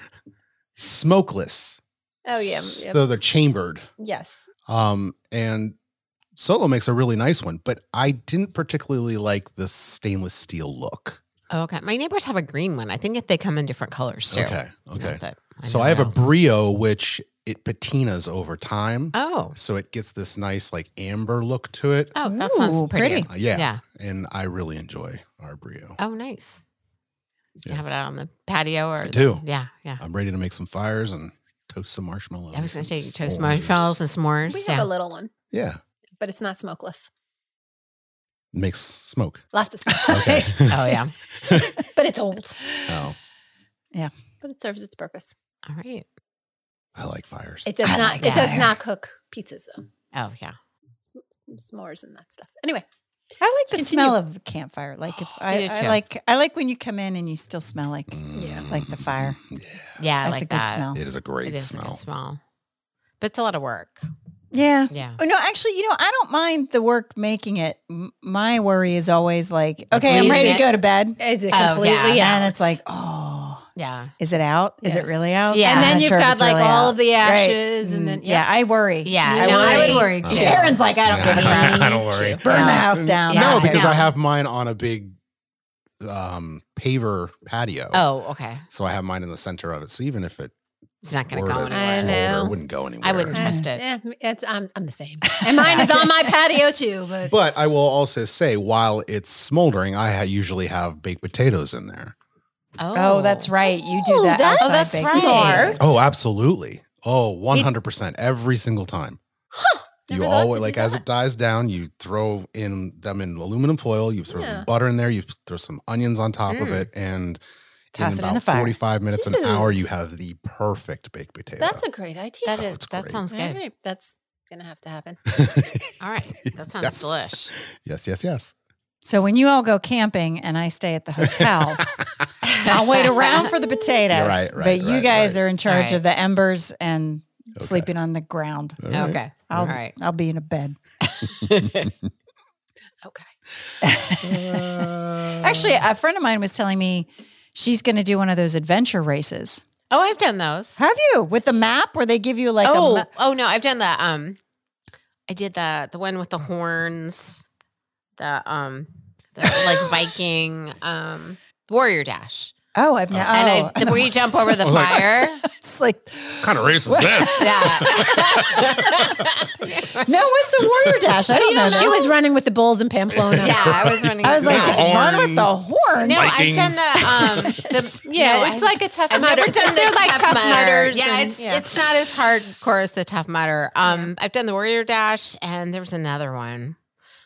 [SPEAKER 3] smokeless.
[SPEAKER 2] oh yeah, yeah.
[SPEAKER 3] So they're chambered.
[SPEAKER 2] yes.
[SPEAKER 3] Um, and Solo makes a really nice one, but I didn't particularly like the stainless steel look.
[SPEAKER 4] Oh, okay. My neighbors have a green one. I think if they come in different colors too.
[SPEAKER 3] Okay.
[SPEAKER 4] Not
[SPEAKER 3] Okay.
[SPEAKER 4] that
[SPEAKER 3] so
[SPEAKER 4] know
[SPEAKER 3] I have a
[SPEAKER 4] what else.
[SPEAKER 3] Brio, which it patinas over time.
[SPEAKER 4] Oh.
[SPEAKER 3] So it gets this nice like amber look to it.
[SPEAKER 4] Oh, that sounds
[SPEAKER 1] Ooh,
[SPEAKER 4] pretty.
[SPEAKER 1] pretty.
[SPEAKER 3] Uh, yeah.
[SPEAKER 4] Yeah.
[SPEAKER 3] And I really enjoy our Brio.
[SPEAKER 4] Oh, nice. You can
[SPEAKER 3] Yeah.
[SPEAKER 4] have it out on the patio or
[SPEAKER 3] do.
[SPEAKER 4] Yeah, yeah.
[SPEAKER 3] I'm ready to make some fires and toast some marshmallows.
[SPEAKER 4] I was gonna
[SPEAKER 3] and
[SPEAKER 4] say you toast
[SPEAKER 3] s'mores.
[SPEAKER 4] marshmallows and s'mores.
[SPEAKER 2] We have
[SPEAKER 4] yeah.
[SPEAKER 2] a little one,
[SPEAKER 3] Yeah,
[SPEAKER 2] but it's not smokeless.
[SPEAKER 3] makes
[SPEAKER 4] (laughs)
[SPEAKER 3] smoke.
[SPEAKER 2] Lots of smoke,
[SPEAKER 3] Okay.
[SPEAKER 1] (laughs)
[SPEAKER 4] oh yeah.
[SPEAKER 2] (laughs) but it's old.
[SPEAKER 3] oh,
[SPEAKER 2] But it serves its purpose.
[SPEAKER 4] All right.
[SPEAKER 3] I like fires.
[SPEAKER 2] It does
[SPEAKER 1] I
[SPEAKER 2] not.
[SPEAKER 1] like
[SPEAKER 2] it does
[SPEAKER 1] that.
[SPEAKER 2] not cook pizzas though.
[SPEAKER 4] Oh yeah.
[SPEAKER 2] S'mores and that stuff. Anyway,
[SPEAKER 1] I like the
[SPEAKER 2] Continue.
[SPEAKER 1] smell of a campfire. Like if I,
[SPEAKER 4] Me Oh, too.
[SPEAKER 1] I like I like when you come in and you still smell like
[SPEAKER 3] Mm,
[SPEAKER 1] like the fire.
[SPEAKER 4] Yeah, I
[SPEAKER 1] That's
[SPEAKER 4] like
[SPEAKER 1] a good
[SPEAKER 4] that.
[SPEAKER 1] smell.
[SPEAKER 3] It is a great
[SPEAKER 4] It is a
[SPEAKER 3] smell.
[SPEAKER 4] good smell. But it's a lot of work.
[SPEAKER 1] Yeah.
[SPEAKER 4] Yeah.
[SPEAKER 1] Oh no, actually, you know, I don't mind the work making it. M- my worry is always like, okay, I'm
[SPEAKER 4] Is
[SPEAKER 1] ready
[SPEAKER 4] it-
[SPEAKER 1] to go to bed.
[SPEAKER 2] is it
[SPEAKER 4] Oh, yeah.
[SPEAKER 2] completely
[SPEAKER 4] Yeah,
[SPEAKER 1] And
[SPEAKER 2] out?
[SPEAKER 1] it's like, oh,
[SPEAKER 4] Yeah.
[SPEAKER 1] is it out? Is
[SPEAKER 2] Yes.
[SPEAKER 1] it really out?
[SPEAKER 4] Yeah.
[SPEAKER 1] I'm
[SPEAKER 2] and then
[SPEAKER 1] not
[SPEAKER 2] you've
[SPEAKER 1] sure if
[SPEAKER 2] got
[SPEAKER 1] it's
[SPEAKER 2] like
[SPEAKER 1] really
[SPEAKER 2] all
[SPEAKER 1] out.
[SPEAKER 2] of the
[SPEAKER 1] Right.
[SPEAKER 2] ashes, and then
[SPEAKER 1] Mm,
[SPEAKER 2] yeah,
[SPEAKER 1] I worry.
[SPEAKER 4] Yeah.
[SPEAKER 2] You
[SPEAKER 1] I,
[SPEAKER 2] know,
[SPEAKER 1] worry.
[SPEAKER 2] I would
[SPEAKER 4] worry
[SPEAKER 3] too.
[SPEAKER 1] Sharon's like, I don't give a
[SPEAKER 3] (laughs) I
[SPEAKER 1] crap.
[SPEAKER 3] don't worry.
[SPEAKER 1] Burn the house down.
[SPEAKER 4] Yeah.
[SPEAKER 3] No, because
[SPEAKER 4] Yeah.
[SPEAKER 3] I have mine on a big um paver patio.
[SPEAKER 4] (laughs) Oh, okay.
[SPEAKER 3] So I have mine in the center of it. So even if it
[SPEAKER 4] It's not gonna
[SPEAKER 3] were
[SPEAKER 4] go
[SPEAKER 3] to
[SPEAKER 2] I
[SPEAKER 4] anywhere.
[SPEAKER 2] know.
[SPEAKER 3] smolder, it wouldn't go anywhere.
[SPEAKER 4] I wouldn't trust it.
[SPEAKER 2] Mm. yeah, it's, I'm I'm the same. And mine is on (laughs) my patio too. But
[SPEAKER 3] But I will also say, while it's smoldering, I ha- usually have baked potatoes in there.
[SPEAKER 1] Oh, that's right. You do
[SPEAKER 2] Oh,
[SPEAKER 1] that.
[SPEAKER 2] that's-
[SPEAKER 1] outside
[SPEAKER 4] Oh, that's
[SPEAKER 1] baked
[SPEAKER 4] right.
[SPEAKER 1] potatoes.
[SPEAKER 3] Oh, absolutely. Oh, 100% every single time. You
[SPEAKER 2] Never thought
[SPEAKER 3] always
[SPEAKER 2] to
[SPEAKER 3] like
[SPEAKER 2] do
[SPEAKER 3] as
[SPEAKER 2] that.
[SPEAKER 3] it dies down, you throw in them in aluminum foil, you throw
[SPEAKER 2] Yeah.
[SPEAKER 3] some butter in there, you throw some onions on top of
[SPEAKER 4] Mm.
[SPEAKER 3] it, and
[SPEAKER 1] Toss it in
[SPEAKER 3] in about
[SPEAKER 1] the fire.
[SPEAKER 3] 45 minutes, an hour,
[SPEAKER 2] Dude.
[SPEAKER 3] you have the perfect baked potato.
[SPEAKER 2] that's a great idea.
[SPEAKER 4] That
[SPEAKER 3] Oh,
[SPEAKER 4] is
[SPEAKER 3] it's
[SPEAKER 4] that
[SPEAKER 3] great.
[SPEAKER 4] sounds
[SPEAKER 2] All
[SPEAKER 4] good.
[SPEAKER 2] right, that's gonna have to
[SPEAKER 1] (laughs)
[SPEAKER 2] happen.
[SPEAKER 4] All right.
[SPEAKER 3] (laughs)
[SPEAKER 4] That sounds
[SPEAKER 3] Yes.
[SPEAKER 4] delish.
[SPEAKER 3] yes, yes, yes.
[SPEAKER 1] So when you all go camping and I stay at the hotel, I'll wait around for the potatoes.
[SPEAKER 3] Right, right,
[SPEAKER 1] but you
[SPEAKER 3] right,
[SPEAKER 1] guys
[SPEAKER 3] right.
[SPEAKER 1] are in charge
[SPEAKER 4] Right.
[SPEAKER 1] of the embers and
[SPEAKER 3] Okay.
[SPEAKER 1] sleeping on the ground.
[SPEAKER 3] All right.
[SPEAKER 4] Okay.
[SPEAKER 1] I'll,
[SPEAKER 4] All right.
[SPEAKER 1] I'll be in a bed.
[SPEAKER 3] (laughs)
[SPEAKER 2] Okay.
[SPEAKER 3] Uh,
[SPEAKER 1] Actually, a friend of mine was telling me she's going to do one of those adventure races.
[SPEAKER 4] Oh, I've done those.
[SPEAKER 1] Have you with the map where they give you like
[SPEAKER 4] oh,
[SPEAKER 1] a ma-
[SPEAKER 4] oh no, I've done the um, I did the the one with the horns,
[SPEAKER 1] (laughs)
[SPEAKER 4] the um, the like Viking um warrior dash.
[SPEAKER 1] Oh, I've now.
[SPEAKER 4] and
[SPEAKER 1] oh. (laughs)
[SPEAKER 4] I, the more you jump over the fire,
[SPEAKER 1] it's (laughs) like,
[SPEAKER 3] kind of racist
[SPEAKER 1] (laughs)
[SPEAKER 3] this.
[SPEAKER 4] yeah, (laughs)
[SPEAKER 1] no, what's a warrior dash? (laughs) I don't know.
[SPEAKER 2] She
[SPEAKER 1] that.
[SPEAKER 2] was running with the bulls in (laughs) Pamplona.
[SPEAKER 4] yeah. I
[SPEAKER 3] (laughs)
[SPEAKER 4] was running.
[SPEAKER 1] I was like,
[SPEAKER 4] yeah.
[SPEAKER 1] run with the
[SPEAKER 3] horns.
[SPEAKER 1] horn.
[SPEAKER 4] no,
[SPEAKER 3] Vikings.
[SPEAKER 4] I've done the um, (laughs) the,
[SPEAKER 2] Yeah,
[SPEAKER 4] no,
[SPEAKER 2] it's
[SPEAKER 4] I've-
[SPEAKER 2] like a tough
[SPEAKER 4] I've
[SPEAKER 2] mutter.
[SPEAKER 4] never done the
[SPEAKER 2] They're like tough mutters
[SPEAKER 4] Yeah,
[SPEAKER 2] and-
[SPEAKER 4] it's
[SPEAKER 2] yeah.
[SPEAKER 4] it's not as hardcore as the tough mutter. Um, I've done the warrior dash, and there was another one.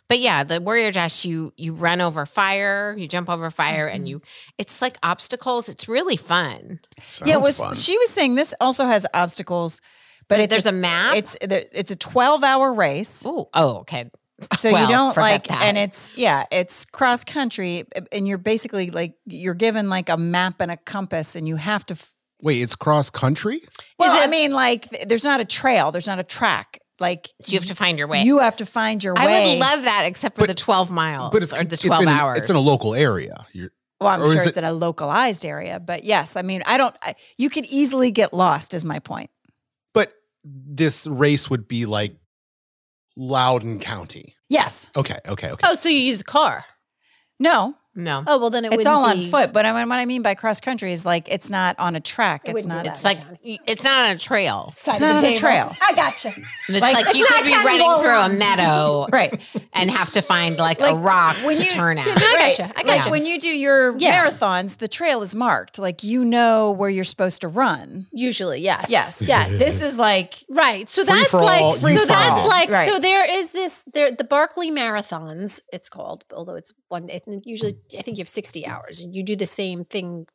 [SPEAKER 4] But yeah, the warrior dash, you you run over fire, you jump over fire, and you it's like obstacles. It's really fun.
[SPEAKER 1] yeah, it was
[SPEAKER 3] Sounds
[SPEAKER 1] she was saying this also has obstacles, but it's
[SPEAKER 4] There's a map.
[SPEAKER 1] It's it's a twelve hour race.
[SPEAKER 4] Ooh, oh, okay.
[SPEAKER 1] so
[SPEAKER 4] Well,
[SPEAKER 1] you don't
[SPEAKER 4] forget
[SPEAKER 1] like
[SPEAKER 4] that.
[SPEAKER 1] and it's yeah it's cross country and you're basically like you're given like a map and a compass and you have to f-
[SPEAKER 3] Wait, it's cross country?
[SPEAKER 1] well i
[SPEAKER 2] it-
[SPEAKER 1] mean like th- there's not a trail there's not a track like
[SPEAKER 4] So you have to find your way.
[SPEAKER 1] you have to find your
[SPEAKER 4] I
[SPEAKER 1] way
[SPEAKER 4] would love that, except for the twelve
[SPEAKER 1] Oh,
[SPEAKER 4] miles
[SPEAKER 3] But it's
[SPEAKER 4] or the
[SPEAKER 3] it's
[SPEAKER 4] twelve
[SPEAKER 3] in,
[SPEAKER 4] hours.
[SPEAKER 3] It's in a local area. You're,
[SPEAKER 1] well i'm
[SPEAKER 3] or
[SPEAKER 1] sure
[SPEAKER 3] is
[SPEAKER 1] it's in a localized area but yes i mean i don't I, you could easily get lost is my point
[SPEAKER 3] but this race would be like Loudon County.
[SPEAKER 1] yes
[SPEAKER 3] Okay, okay, okay.
[SPEAKER 2] Oh, so you use a car?
[SPEAKER 1] no
[SPEAKER 4] no.
[SPEAKER 2] Oh well, then it
[SPEAKER 1] it's
[SPEAKER 2] wouldn't
[SPEAKER 1] all on
[SPEAKER 2] be-
[SPEAKER 1] foot but i mean what i mean by cross country is like it's not on a track
[SPEAKER 2] It
[SPEAKER 1] it's
[SPEAKER 2] wouldn't
[SPEAKER 1] not
[SPEAKER 2] be
[SPEAKER 1] it's
[SPEAKER 4] It's like it's not on a trail.
[SPEAKER 2] Side
[SPEAKER 1] It's
[SPEAKER 2] of
[SPEAKER 1] not
[SPEAKER 2] the
[SPEAKER 1] on a
[SPEAKER 2] table.
[SPEAKER 1] trail.
[SPEAKER 2] I gotcha.
[SPEAKER 4] It's like,
[SPEAKER 2] it's
[SPEAKER 4] you
[SPEAKER 2] not
[SPEAKER 4] could be
[SPEAKER 2] Cannonball
[SPEAKER 4] running through a
[SPEAKER 2] Run.
[SPEAKER 4] meadow
[SPEAKER 1] (laughs)
[SPEAKER 4] (laughs)
[SPEAKER 1] right
[SPEAKER 4] and have to find like,
[SPEAKER 1] Like,
[SPEAKER 4] a rock to
[SPEAKER 1] when you-
[SPEAKER 4] turn at.
[SPEAKER 2] I
[SPEAKER 1] Right.
[SPEAKER 2] gotcha. I
[SPEAKER 1] Like
[SPEAKER 2] gotcha.
[SPEAKER 1] when you do your
[SPEAKER 2] Yeah.
[SPEAKER 1] marathons, the trail is marked. Like you know where you're supposed to run.
[SPEAKER 2] Usually, yes.
[SPEAKER 1] Yes. (laughs)
[SPEAKER 2] Yes.
[SPEAKER 1] this is like
[SPEAKER 2] Right. So
[SPEAKER 3] Free
[SPEAKER 2] that's
[SPEAKER 3] for
[SPEAKER 2] like
[SPEAKER 3] all,
[SPEAKER 2] so
[SPEAKER 3] you for
[SPEAKER 2] that's
[SPEAKER 3] all.
[SPEAKER 2] like
[SPEAKER 1] Right.
[SPEAKER 2] so there is this there the Barkley marathons it's called although it's one it usually I think you have 60 hours and you do the same thing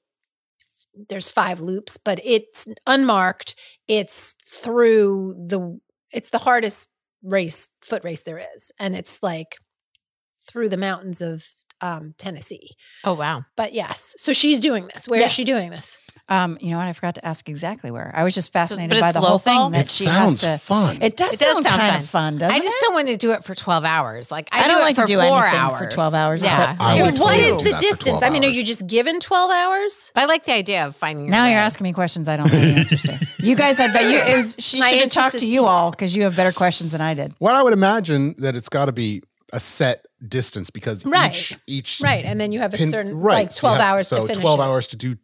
[SPEAKER 2] there's five loops but it's unmarked it's through the it's the hardest race foot race there is and it's like through the mountains of um, Tennessee.
[SPEAKER 4] Oh wow.
[SPEAKER 2] But yes. So she's doing this. Where is
[SPEAKER 1] Yes.
[SPEAKER 2] she doing this?
[SPEAKER 1] um, you know what? I forgot to ask exactly where. I was just fascinated
[SPEAKER 4] But
[SPEAKER 1] by
[SPEAKER 4] it's
[SPEAKER 1] the whole
[SPEAKER 4] local?
[SPEAKER 1] thing that
[SPEAKER 3] it
[SPEAKER 1] she
[SPEAKER 3] sounds
[SPEAKER 1] has to.
[SPEAKER 3] fun.
[SPEAKER 1] It does,
[SPEAKER 4] It does
[SPEAKER 1] sound,
[SPEAKER 4] sound
[SPEAKER 1] kind
[SPEAKER 4] fun.
[SPEAKER 1] of fun, doesn't
[SPEAKER 4] I just
[SPEAKER 1] it?
[SPEAKER 4] don't want to do it for twelve hours. Like I,
[SPEAKER 1] I
[SPEAKER 4] do
[SPEAKER 1] don't
[SPEAKER 4] it
[SPEAKER 1] like to
[SPEAKER 4] for
[SPEAKER 1] do
[SPEAKER 4] four
[SPEAKER 1] anything
[SPEAKER 4] hours
[SPEAKER 1] for 12 hours.
[SPEAKER 4] Yeah.
[SPEAKER 1] Except-
[SPEAKER 3] I
[SPEAKER 1] Dude,
[SPEAKER 3] would
[SPEAKER 1] what
[SPEAKER 3] say
[SPEAKER 1] is
[SPEAKER 3] do
[SPEAKER 2] the
[SPEAKER 3] that for
[SPEAKER 2] distance?
[SPEAKER 3] 12
[SPEAKER 2] I mean, are
[SPEAKER 3] hours.
[SPEAKER 2] you just given 12 hours?
[SPEAKER 4] But I like the idea of finding. Your
[SPEAKER 1] Now
[SPEAKER 4] way.
[SPEAKER 1] you're asking me questions I don't know (laughs) the answers to. You guys had, but you it was, she
[SPEAKER 2] My
[SPEAKER 1] should have
[SPEAKER 2] interest
[SPEAKER 1] talked
[SPEAKER 2] is
[SPEAKER 1] to you all because you have better questions than I did.
[SPEAKER 3] Well, I would imagine that it's got to be a set distance because
[SPEAKER 2] Right.
[SPEAKER 3] each each
[SPEAKER 2] Right. And then you have a
[SPEAKER 3] pin-
[SPEAKER 2] certain like
[SPEAKER 3] so you
[SPEAKER 2] 12
[SPEAKER 3] have-
[SPEAKER 2] hours
[SPEAKER 3] so
[SPEAKER 2] to finish.
[SPEAKER 3] 12
[SPEAKER 2] it.
[SPEAKER 3] hours to do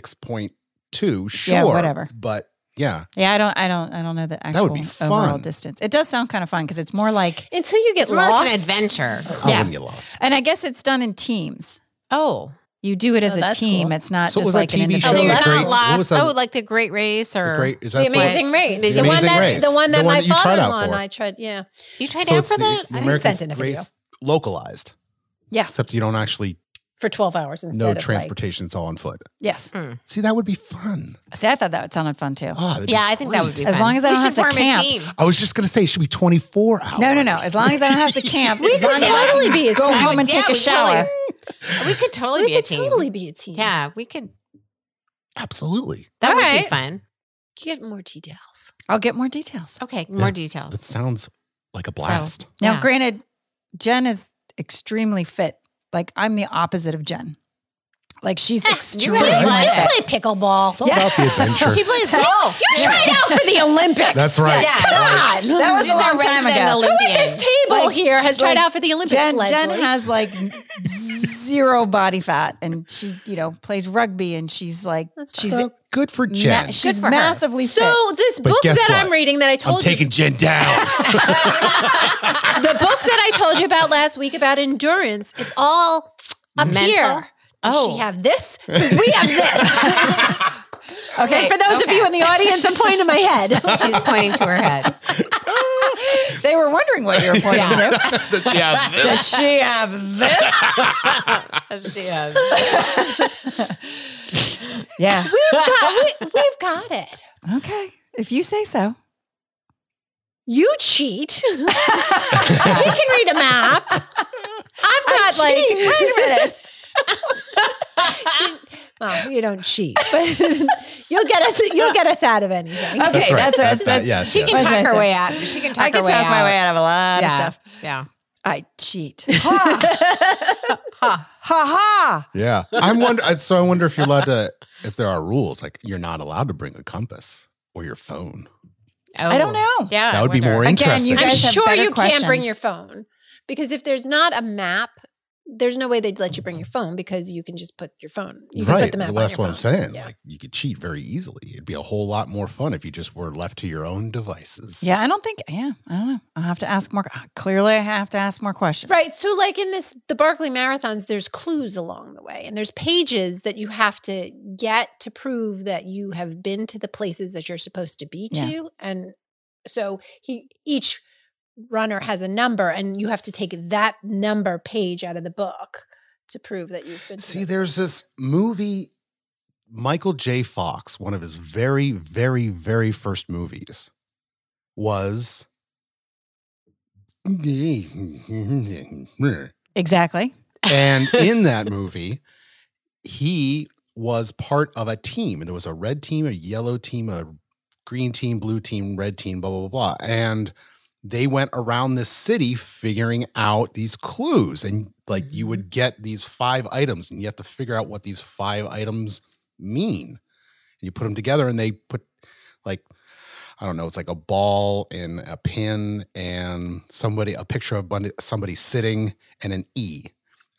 [SPEAKER 3] 26.2 sure
[SPEAKER 1] Yeah, whatever.
[SPEAKER 3] but yeah
[SPEAKER 1] Yeah, I don't, I don't, I don't know the
[SPEAKER 3] That
[SPEAKER 1] actual
[SPEAKER 3] would be
[SPEAKER 1] overall
[SPEAKER 3] fun.
[SPEAKER 1] distance. It does sound kind of fun because it's more like,
[SPEAKER 2] Until you get
[SPEAKER 4] It's more
[SPEAKER 2] lost.
[SPEAKER 4] like an adventure.
[SPEAKER 3] i
[SPEAKER 1] Yeah.
[SPEAKER 3] wouldn't get lost
[SPEAKER 1] and I guess it's done in teams.
[SPEAKER 4] Oh,
[SPEAKER 1] You do it as
[SPEAKER 2] Oh,
[SPEAKER 1] a
[SPEAKER 2] that's
[SPEAKER 1] team.
[SPEAKER 2] cool. Oh,
[SPEAKER 1] It's not
[SPEAKER 3] So
[SPEAKER 1] just
[SPEAKER 3] was that
[SPEAKER 1] like an
[SPEAKER 3] TV show
[SPEAKER 4] so
[SPEAKER 3] Sure.
[SPEAKER 4] you're
[SPEAKER 1] individual.
[SPEAKER 3] the
[SPEAKER 4] not
[SPEAKER 3] Great- what was
[SPEAKER 4] lost.
[SPEAKER 3] that-
[SPEAKER 4] Oh, like the Great Race
[SPEAKER 3] The
[SPEAKER 4] or
[SPEAKER 3] great is
[SPEAKER 2] The
[SPEAKER 3] that what-
[SPEAKER 2] amazing race.
[SPEAKER 4] The
[SPEAKER 2] The, one
[SPEAKER 3] Amazing
[SPEAKER 2] that
[SPEAKER 3] Race.
[SPEAKER 2] the one
[SPEAKER 3] The
[SPEAKER 2] that
[SPEAKER 3] one
[SPEAKER 2] my
[SPEAKER 3] that you tried
[SPEAKER 2] father in
[SPEAKER 3] out
[SPEAKER 2] law and
[SPEAKER 3] for.
[SPEAKER 2] I tried. Yeah.
[SPEAKER 4] you tried
[SPEAKER 3] so
[SPEAKER 4] out
[SPEAKER 3] it's
[SPEAKER 4] for
[SPEAKER 3] the
[SPEAKER 4] that?
[SPEAKER 3] the
[SPEAKER 2] I
[SPEAKER 3] american
[SPEAKER 2] sent in a video.
[SPEAKER 3] race localized
[SPEAKER 1] Yeah.
[SPEAKER 3] except you don't actually
[SPEAKER 2] For 12 hours instead
[SPEAKER 3] know
[SPEAKER 2] of like,
[SPEAKER 3] transportation it's all on foot
[SPEAKER 1] Yes.
[SPEAKER 3] see that would be fun
[SPEAKER 1] See, I thought that would sounded fun too.
[SPEAKER 3] oh, that'd be
[SPEAKER 4] Yeah, I think that
[SPEAKER 3] great.
[SPEAKER 4] would be
[SPEAKER 1] As
[SPEAKER 4] fun.
[SPEAKER 1] long as I
[SPEAKER 4] We
[SPEAKER 1] don't have
[SPEAKER 4] should
[SPEAKER 1] to
[SPEAKER 4] form
[SPEAKER 1] camp.
[SPEAKER 4] A team.
[SPEAKER 3] i was just gonna say it should be 24 hours
[SPEAKER 1] No, no, no. As long as I don't have to camp.
[SPEAKER 2] (laughs) We
[SPEAKER 1] as
[SPEAKER 2] could
[SPEAKER 1] long as I
[SPEAKER 2] totally
[SPEAKER 1] can
[SPEAKER 2] be a
[SPEAKER 1] Go
[SPEAKER 2] team.
[SPEAKER 1] home and
[SPEAKER 4] Yeah,
[SPEAKER 1] take a
[SPEAKER 4] we totally-
[SPEAKER 1] shower.
[SPEAKER 4] We could totally
[SPEAKER 2] we
[SPEAKER 4] be a
[SPEAKER 2] could
[SPEAKER 4] team.
[SPEAKER 2] totally be a team.
[SPEAKER 4] Yeah, we could.
[SPEAKER 3] (laughs) absolutely
[SPEAKER 4] That
[SPEAKER 2] All
[SPEAKER 4] would be
[SPEAKER 2] right.
[SPEAKER 4] fun.
[SPEAKER 2] Get more details.
[SPEAKER 1] I'll get more details.
[SPEAKER 4] Okay,
[SPEAKER 3] Yeah.
[SPEAKER 4] more details.
[SPEAKER 3] that sounds like a blast
[SPEAKER 1] Now,
[SPEAKER 4] Yeah.
[SPEAKER 1] granted, Jen is extremely fit. Like I'm the opposite of Jen. Like
[SPEAKER 4] (laughs)
[SPEAKER 1] she's extremely
[SPEAKER 4] really
[SPEAKER 2] You
[SPEAKER 4] like
[SPEAKER 1] fit.
[SPEAKER 2] play pickleball.
[SPEAKER 3] it's
[SPEAKER 2] (laughs)
[SPEAKER 3] all about the
[SPEAKER 4] She
[SPEAKER 3] adventure
[SPEAKER 4] plays golf.
[SPEAKER 2] You tried out for the Olympics.
[SPEAKER 3] that's right
[SPEAKER 4] Yeah.
[SPEAKER 2] God,
[SPEAKER 1] That was
[SPEAKER 4] She's
[SPEAKER 1] a
[SPEAKER 4] our
[SPEAKER 1] long time
[SPEAKER 4] resident
[SPEAKER 1] ago.
[SPEAKER 2] Who at this
[SPEAKER 4] Olympian.
[SPEAKER 2] table
[SPEAKER 1] Like-
[SPEAKER 2] here has tried
[SPEAKER 1] like,
[SPEAKER 2] out for the Olympics?
[SPEAKER 1] Jen,
[SPEAKER 2] Leslie?
[SPEAKER 1] Jen has like zero body fat, and she, you know, plays rugby, and she's like, she's
[SPEAKER 3] Well, good for
[SPEAKER 1] ma-
[SPEAKER 3] jen
[SPEAKER 1] she's
[SPEAKER 4] for her.
[SPEAKER 1] massively fit.
[SPEAKER 2] So this
[SPEAKER 3] But
[SPEAKER 2] book
[SPEAKER 3] guess
[SPEAKER 2] that
[SPEAKER 3] what?
[SPEAKER 2] I'm reading that I
[SPEAKER 3] i'm
[SPEAKER 2] told you
[SPEAKER 3] taking jen down
[SPEAKER 2] (laughs) the book that I told you about last week about endurance, it's all up
[SPEAKER 4] Mental?
[SPEAKER 2] here. Does
[SPEAKER 4] Oh.
[SPEAKER 2] she have this? Because we have this.
[SPEAKER 1] okay,
[SPEAKER 4] (laughs)
[SPEAKER 2] and for those of
[SPEAKER 4] okay.
[SPEAKER 2] you in the audience, I'm pointing to my
[SPEAKER 4] (laughs)
[SPEAKER 2] head.
[SPEAKER 4] She's pointing to her head.
[SPEAKER 1] they were wondering what you were pointing
[SPEAKER 3] (laughs)
[SPEAKER 1] to.
[SPEAKER 3] that you have this
[SPEAKER 1] Does she have
[SPEAKER 4] (laughs)
[SPEAKER 1] this?
[SPEAKER 4] (laughs) She is.
[SPEAKER 1] Yeah.
[SPEAKER 2] We've got, we, we've got it.
[SPEAKER 1] okay. If you say so.
[SPEAKER 2] You cheat. (laughs) we can read a map. I've got like wait a minute.
[SPEAKER 4] (laughs)
[SPEAKER 2] well, you don't cheat, but (laughs) you'll get us. You'll get us out of anything.
[SPEAKER 1] Okay,
[SPEAKER 3] That's right.
[SPEAKER 1] that's,
[SPEAKER 3] That's
[SPEAKER 1] that's,
[SPEAKER 3] that. Yes,
[SPEAKER 4] She
[SPEAKER 3] yes.
[SPEAKER 4] can
[SPEAKER 1] What did I
[SPEAKER 4] talk her
[SPEAKER 1] say?
[SPEAKER 4] way out. She can talk
[SPEAKER 1] I
[SPEAKER 4] her
[SPEAKER 1] can
[SPEAKER 4] way
[SPEAKER 1] talk
[SPEAKER 4] out.
[SPEAKER 1] my way out of a lot
[SPEAKER 4] yeah.
[SPEAKER 1] of stuff.
[SPEAKER 4] Yeah.
[SPEAKER 1] I cheat. (laughs) Ha ha.
[SPEAKER 3] Yeah, I'm wonder. I- So I wonder if you're allowed to, if there are rules, like you're not allowed to bring a compass or your phone.
[SPEAKER 4] Oh.
[SPEAKER 1] I don't know.
[SPEAKER 4] Yeah.
[SPEAKER 3] That would be
[SPEAKER 4] wonder.
[SPEAKER 3] more
[SPEAKER 1] Again,
[SPEAKER 3] interesting.
[SPEAKER 1] you
[SPEAKER 2] I'm
[SPEAKER 1] guys have
[SPEAKER 2] sure
[SPEAKER 1] better
[SPEAKER 2] you can't bring
[SPEAKER 1] questions.
[SPEAKER 2] your phone because if there's not a map there's no way they'd let you bring your phone because you can just put your phone. You can
[SPEAKER 3] right.
[SPEAKER 2] put the map.
[SPEAKER 3] well,
[SPEAKER 2] on
[SPEAKER 3] that's
[SPEAKER 2] your
[SPEAKER 3] what I'm
[SPEAKER 2] phone.
[SPEAKER 3] saying.
[SPEAKER 2] Yeah.
[SPEAKER 3] Like you could cheat very easily. It'd be a whole lot more fun if you just were left to your own devices.
[SPEAKER 1] Yeah, I don't think. Yeah, I don't know. I'll have to ask more. uh, Clearly, I have to ask more questions.
[SPEAKER 2] Right. So, like in this, the Barclay marathons, there's clues along the way, and there's pages that you have to get to prove that you have been to the places that you're supposed to be
[SPEAKER 1] Yeah.
[SPEAKER 2] to. And so, he each runner has a number, and you have to take that number page out of the book to prove that you've been. to
[SPEAKER 3] See,
[SPEAKER 2] those
[SPEAKER 3] there's this movie, Michael J. Fox, one of his very, very, very first movies was. And
[SPEAKER 1] Exactly.
[SPEAKER 3] in that movie, he was part of a team. And there was a red team, a yellow team, a green team, blue team, red team, blah, blah, blah. And they went around the city figuring out these clues. And like you would get these five items and you have to figure out what these five items mean. And you put them together and they put like, I don't know, it's like a ball and a pin and somebody, a picture of bun- somebody sitting and an E.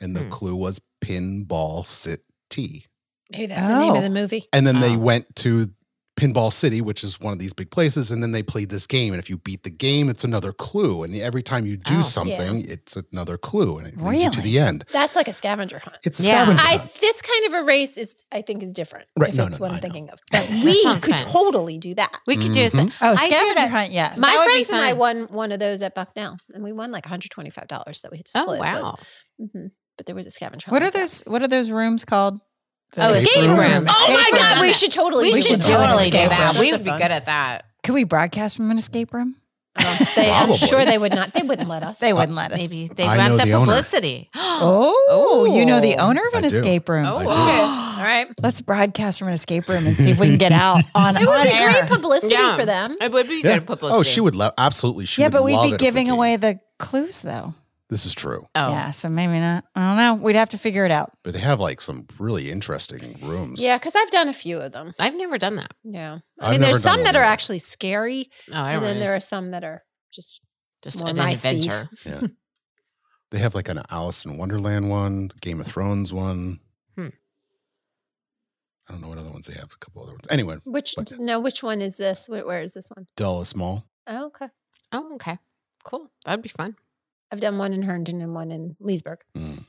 [SPEAKER 3] And the
[SPEAKER 4] Hmm.
[SPEAKER 3] clue was pinball sit T.
[SPEAKER 2] Maybe that's the name
[SPEAKER 1] Oh.
[SPEAKER 2] of the movie.
[SPEAKER 3] And then they
[SPEAKER 4] Wow.
[SPEAKER 3] went to Pinball City, which is one of these big places, and then they played this game. And if you beat the game, it's another clue. And every time you do
[SPEAKER 4] Oh.
[SPEAKER 3] something, it's another clue, and it leads you to the end.
[SPEAKER 2] That's like a scavenger hunt.
[SPEAKER 3] It's
[SPEAKER 4] Yeah.
[SPEAKER 3] scavenger
[SPEAKER 2] I
[SPEAKER 3] hunt.
[SPEAKER 2] this kind of a race is, I think, is different.
[SPEAKER 3] Right,
[SPEAKER 2] If
[SPEAKER 3] no,
[SPEAKER 2] it's
[SPEAKER 3] no,
[SPEAKER 2] what
[SPEAKER 3] no,
[SPEAKER 2] I'm
[SPEAKER 3] I know.
[SPEAKER 2] thinking
[SPEAKER 3] (laughs)
[SPEAKER 2] of, but
[SPEAKER 4] That
[SPEAKER 2] we
[SPEAKER 4] sounds
[SPEAKER 2] could
[SPEAKER 4] fun.
[SPEAKER 2] totally do that.
[SPEAKER 4] We could do
[SPEAKER 3] Mhm.
[SPEAKER 4] something.
[SPEAKER 1] Oh,
[SPEAKER 4] I did
[SPEAKER 1] scavenger
[SPEAKER 4] a-
[SPEAKER 1] hunt. Yes.
[SPEAKER 4] That
[SPEAKER 2] My
[SPEAKER 4] would be
[SPEAKER 2] friends and I
[SPEAKER 4] fun.
[SPEAKER 2] won one of those at Bucknell, and we won like $125 that we had to
[SPEAKER 4] Oh
[SPEAKER 2] split.
[SPEAKER 4] wow!
[SPEAKER 2] But, mhm, but there was a scavenger hunt
[SPEAKER 1] what are
[SPEAKER 2] like that.
[SPEAKER 1] those? What are those rooms called?
[SPEAKER 4] Oh,
[SPEAKER 3] Escape
[SPEAKER 4] escape
[SPEAKER 3] room.
[SPEAKER 4] room.
[SPEAKER 2] Oh my
[SPEAKER 4] Escape room.
[SPEAKER 2] God, we should totally
[SPEAKER 4] We,
[SPEAKER 1] We
[SPEAKER 4] should
[SPEAKER 1] should do an
[SPEAKER 4] totally do
[SPEAKER 1] escape
[SPEAKER 4] that.
[SPEAKER 1] room.
[SPEAKER 4] We would be good at that.
[SPEAKER 1] Could we broadcast from an escape room?
[SPEAKER 2] They, I'm
[SPEAKER 3] Probably.
[SPEAKER 2] sure they would not. They wouldn't let us.
[SPEAKER 1] They wouldn't let us.
[SPEAKER 4] Maybe they
[SPEAKER 3] I
[SPEAKER 4] want
[SPEAKER 3] know
[SPEAKER 4] the
[SPEAKER 3] the owner.
[SPEAKER 4] publicity. (gasps)
[SPEAKER 1] Oh, you know the owner of
[SPEAKER 3] Oh. I
[SPEAKER 1] an
[SPEAKER 3] do.
[SPEAKER 1] escape room.
[SPEAKER 4] Oh,
[SPEAKER 2] (gasps)
[SPEAKER 3] I
[SPEAKER 4] okay.
[SPEAKER 3] do.
[SPEAKER 4] All right.
[SPEAKER 1] Let's broadcast from an escape room and see if we
[SPEAKER 3] (laughs)
[SPEAKER 1] can get out on,
[SPEAKER 2] it would
[SPEAKER 1] on
[SPEAKER 2] be
[SPEAKER 1] air.
[SPEAKER 2] great publicity
[SPEAKER 4] Yeah.
[SPEAKER 2] for them.
[SPEAKER 4] It would be
[SPEAKER 3] Yeah.
[SPEAKER 4] good publicity.
[SPEAKER 3] Oh, she would love absolutely. She
[SPEAKER 1] yeah,
[SPEAKER 3] would
[SPEAKER 1] but we'd
[SPEAKER 3] love it
[SPEAKER 1] be
[SPEAKER 3] if we
[SPEAKER 1] giving
[SPEAKER 3] could.
[SPEAKER 1] away the clues, though.
[SPEAKER 3] This is true,
[SPEAKER 4] Oh,
[SPEAKER 1] Yeah, so maybe not. I don't know. We'd have to figure it out.
[SPEAKER 3] but they have like some really interesting rooms.
[SPEAKER 2] Yeah, because I've done a few of them.
[SPEAKER 4] I've never done that.
[SPEAKER 2] Yeah, I
[SPEAKER 3] I've
[SPEAKER 2] mean,
[SPEAKER 3] never
[SPEAKER 2] there's
[SPEAKER 3] done
[SPEAKER 2] some
[SPEAKER 3] one
[SPEAKER 2] that are
[SPEAKER 3] either.
[SPEAKER 2] actually scary,
[SPEAKER 4] Oh, I
[SPEAKER 2] and
[SPEAKER 4] don't
[SPEAKER 2] then
[SPEAKER 4] know.
[SPEAKER 2] there are some that are just.
[SPEAKER 4] Just
[SPEAKER 2] more
[SPEAKER 4] an
[SPEAKER 2] my speed.
[SPEAKER 4] adventure.
[SPEAKER 3] They have like an Alice in Wonderland one, Game of Thrones one.
[SPEAKER 4] Hmm.
[SPEAKER 3] I don't know what other ones they have. A couple other ones. Anyway,
[SPEAKER 2] Which
[SPEAKER 3] What?
[SPEAKER 2] no, which one is this? Where, where is this one?
[SPEAKER 3] Dulles Mall.
[SPEAKER 2] Oh, okay.
[SPEAKER 4] Oh, okay. Cool. That would be fun.
[SPEAKER 2] I've done one in Herndon and one in Leesburg.
[SPEAKER 3] Mm.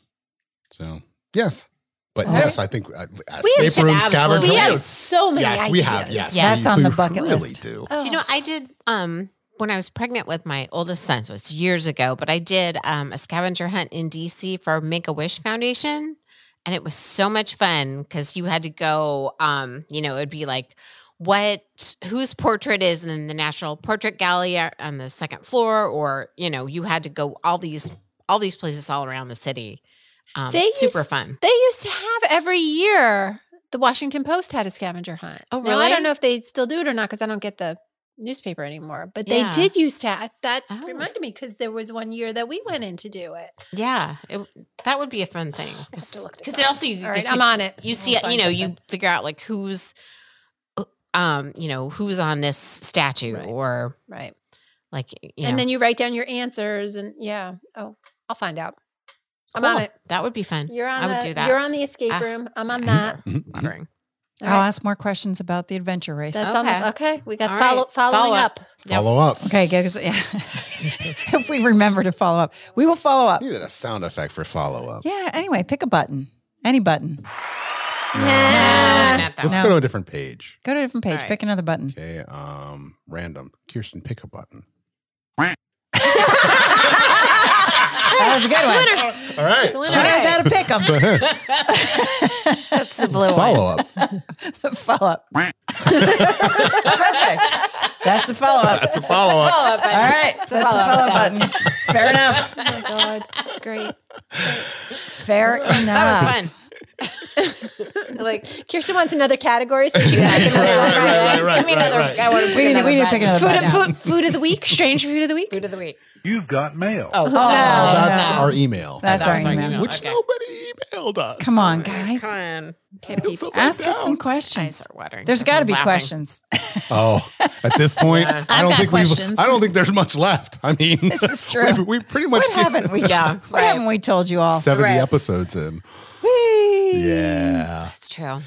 [SPEAKER 3] So yes, but
[SPEAKER 1] All
[SPEAKER 3] yes, I think uh,
[SPEAKER 2] have-
[SPEAKER 3] escape room scavenger.
[SPEAKER 4] absolutely-
[SPEAKER 2] We
[SPEAKER 4] We
[SPEAKER 2] have
[SPEAKER 4] have
[SPEAKER 3] yes,
[SPEAKER 2] so many.
[SPEAKER 3] yes, we have. Yes,
[SPEAKER 4] Yeah.
[SPEAKER 1] That's
[SPEAKER 3] we-
[SPEAKER 1] on the
[SPEAKER 3] we
[SPEAKER 1] bucket
[SPEAKER 3] really
[SPEAKER 1] list.
[SPEAKER 3] Do
[SPEAKER 2] Oh.
[SPEAKER 4] Do you know, I did um when I was pregnant with my oldest son, so it's years ago, but I did um a scavenger hunt in DC for Make a Wish Foundation. And it was so much fun because you had to go, um, you know, it'd be like what whose portrait is in the National Portrait Gallery are- on the second floor, or you know, you had to go all these all these places all around the city. Um,
[SPEAKER 2] They
[SPEAKER 4] super
[SPEAKER 2] used-
[SPEAKER 4] fun.
[SPEAKER 2] They used to have every year. The Washington Post had a scavenger hunt.
[SPEAKER 4] Oh,
[SPEAKER 2] Now, I
[SPEAKER 4] really?
[SPEAKER 2] don't know if they still do it or not because I don't get the newspaper anymore. But
[SPEAKER 4] Yeah.
[SPEAKER 2] they did used to. Have, that
[SPEAKER 4] Oh.
[SPEAKER 2] reminded me because there was one year that we went in to do it.
[SPEAKER 4] Yeah, it, that would be a fun
[SPEAKER 2] (sighs)
[SPEAKER 4] thing because
[SPEAKER 2] to look this
[SPEAKER 4] it
[SPEAKER 2] up.
[SPEAKER 4] also you
[SPEAKER 2] All right,
[SPEAKER 4] get to
[SPEAKER 2] I'm on it.
[SPEAKER 4] you
[SPEAKER 2] I'll
[SPEAKER 4] see
[SPEAKER 2] find
[SPEAKER 4] you know you
[SPEAKER 2] something.
[SPEAKER 4] figure out like who's um you know who's on this statue
[SPEAKER 2] Right.
[SPEAKER 4] or
[SPEAKER 2] right,
[SPEAKER 4] like you
[SPEAKER 2] and
[SPEAKER 4] know.
[SPEAKER 2] then you write down your answers and yeah. Oh, I'll find out. I'm on
[SPEAKER 4] Cool.
[SPEAKER 2] it.
[SPEAKER 4] that would be fun
[SPEAKER 2] You're on.
[SPEAKER 4] I would
[SPEAKER 2] the,
[SPEAKER 4] do that.
[SPEAKER 2] You're on the escape
[SPEAKER 4] Ah,
[SPEAKER 2] room. I'm on
[SPEAKER 4] I'm Oh,
[SPEAKER 2] that.
[SPEAKER 4] sorry.
[SPEAKER 3] Mhm, mhm.
[SPEAKER 4] (laughs) wondering
[SPEAKER 2] All
[SPEAKER 1] I'll
[SPEAKER 2] right.
[SPEAKER 1] ask more questions about the adventure race.
[SPEAKER 2] That's on
[SPEAKER 4] Okay.
[SPEAKER 2] the okay. We got
[SPEAKER 4] All
[SPEAKER 2] follow
[SPEAKER 4] right.
[SPEAKER 2] following
[SPEAKER 4] Follow
[SPEAKER 2] up.
[SPEAKER 4] up.
[SPEAKER 3] Follow up.
[SPEAKER 1] Okay, guys. Yeah. (laughs) if we remember to follow up, we will follow up.
[SPEAKER 3] You did a sound effect for follow up.
[SPEAKER 1] Yeah. Anyway, pick a button, any button.
[SPEAKER 4] No,
[SPEAKER 2] Nah.
[SPEAKER 4] not that
[SPEAKER 3] Let's
[SPEAKER 4] one.
[SPEAKER 1] No.
[SPEAKER 3] go to a different page.
[SPEAKER 1] Go to a different page.
[SPEAKER 4] All right.
[SPEAKER 1] Pick another
[SPEAKER 4] (laughs)
[SPEAKER 1] button.
[SPEAKER 3] Okay, um, random. Kirsten, pick a button.
[SPEAKER 1] That was a good one.
[SPEAKER 3] All right.
[SPEAKER 2] a winner.
[SPEAKER 1] She knows how to pick them. (laughs)
[SPEAKER 4] that's the blue one
[SPEAKER 3] Follow up.
[SPEAKER 1] follow up. Perfect. That's the follow up.
[SPEAKER 3] It's a follow up.
[SPEAKER 4] Follow up, but-
[SPEAKER 1] All right. That's the
[SPEAKER 4] follow-up
[SPEAKER 1] follow up button. Fair enough.
[SPEAKER 2] Oh my god, that's great.
[SPEAKER 1] Fair enough.
[SPEAKER 4] that was fun
[SPEAKER 2] (laughs) Like Kirsten wants another category. So she got another one.
[SPEAKER 3] right, right,
[SPEAKER 4] I mean, other- I want to
[SPEAKER 1] We need, we need to pick another
[SPEAKER 2] Food
[SPEAKER 1] button.
[SPEAKER 2] of food, food of the week, strange food of the week.
[SPEAKER 4] food of the week
[SPEAKER 5] You've got mail.
[SPEAKER 1] Oh,
[SPEAKER 3] That's
[SPEAKER 1] no.
[SPEAKER 3] our email.
[SPEAKER 1] That's
[SPEAKER 4] That
[SPEAKER 1] our
[SPEAKER 4] was our
[SPEAKER 1] email.
[SPEAKER 4] email.
[SPEAKER 3] Which
[SPEAKER 4] Okay.
[SPEAKER 3] nobody emailed us.
[SPEAKER 1] Come on, guys.
[SPEAKER 4] Come on.
[SPEAKER 2] Okay, peeps.
[SPEAKER 3] so-
[SPEAKER 1] Ask
[SPEAKER 3] down.
[SPEAKER 1] us some
[SPEAKER 4] I
[SPEAKER 1] questions.
[SPEAKER 4] start watering.
[SPEAKER 1] There's
[SPEAKER 4] because
[SPEAKER 1] got to
[SPEAKER 4] I'm
[SPEAKER 1] be
[SPEAKER 4] laughing.
[SPEAKER 1] questions.
[SPEAKER 3] Oh, at this point, I don't
[SPEAKER 2] got
[SPEAKER 3] think we've.
[SPEAKER 2] questions.
[SPEAKER 3] I don't think there's much left. I mean,
[SPEAKER 1] This is true.
[SPEAKER 3] we've- We pretty much
[SPEAKER 1] What
[SPEAKER 3] get
[SPEAKER 1] haven't we?
[SPEAKER 4] Yeah,
[SPEAKER 1] (laughs) What
[SPEAKER 4] right.
[SPEAKER 1] haven't we told you all?
[SPEAKER 3] seventy
[SPEAKER 4] Right.
[SPEAKER 3] episodes in.
[SPEAKER 1] (laughs)
[SPEAKER 3] Yeah.
[SPEAKER 4] That's true.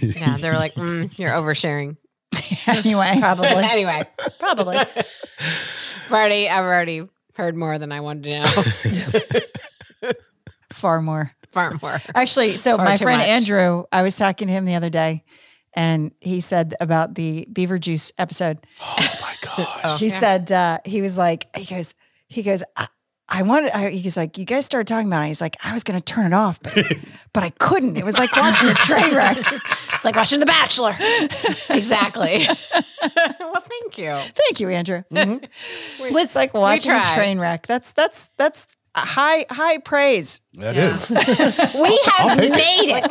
[SPEAKER 4] Yeah, they're like, mm, you're oversharing.
[SPEAKER 1] anyway,
[SPEAKER 2] Probably.
[SPEAKER 4] (laughs) anyway,
[SPEAKER 2] Probably.
[SPEAKER 4] I've already, I've already heard more than I wanted to know.
[SPEAKER 1] far more.
[SPEAKER 4] Far more.
[SPEAKER 1] Actually, so
[SPEAKER 4] Far
[SPEAKER 1] my
[SPEAKER 4] too
[SPEAKER 1] friend
[SPEAKER 4] much.
[SPEAKER 1] Andrew, I was talking to him the other day, and he said about the beaver juice episode.
[SPEAKER 3] Oh my gosh.
[SPEAKER 1] (laughs)
[SPEAKER 4] Oh.
[SPEAKER 1] He
[SPEAKER 4] Yeah.
[SPEAKER 1] said uh, he was like he goes he goes I, I wanted I, he was like you guys started talking about it. He's like I was going to turn it off,
[SPEAKER 4] (laughs)
[SPEAKER 1] but but I couldn't. It was like watching a train wreck.
[SPEAKER 2] It's like watching The Bachelor.
[SPEAKER 4] Exactly. (laughs) well, thank you.
[SPEAKER 1] Thank you, Andrew. (laughs) It's like watching a
[SPEAKER 4] Mm-hmm. tried.
[SPEAKER 1] train wreck. That's that's that's a high high praise.
[SPEAKER 3] That
[SPEAKER 4] Yeah.
[SPEAKER 3] is.
[SPEAKER 2] We have
[SPEAKER 3] take it.
[SPEAKER 2] made it.
[SPEAKER 4] Like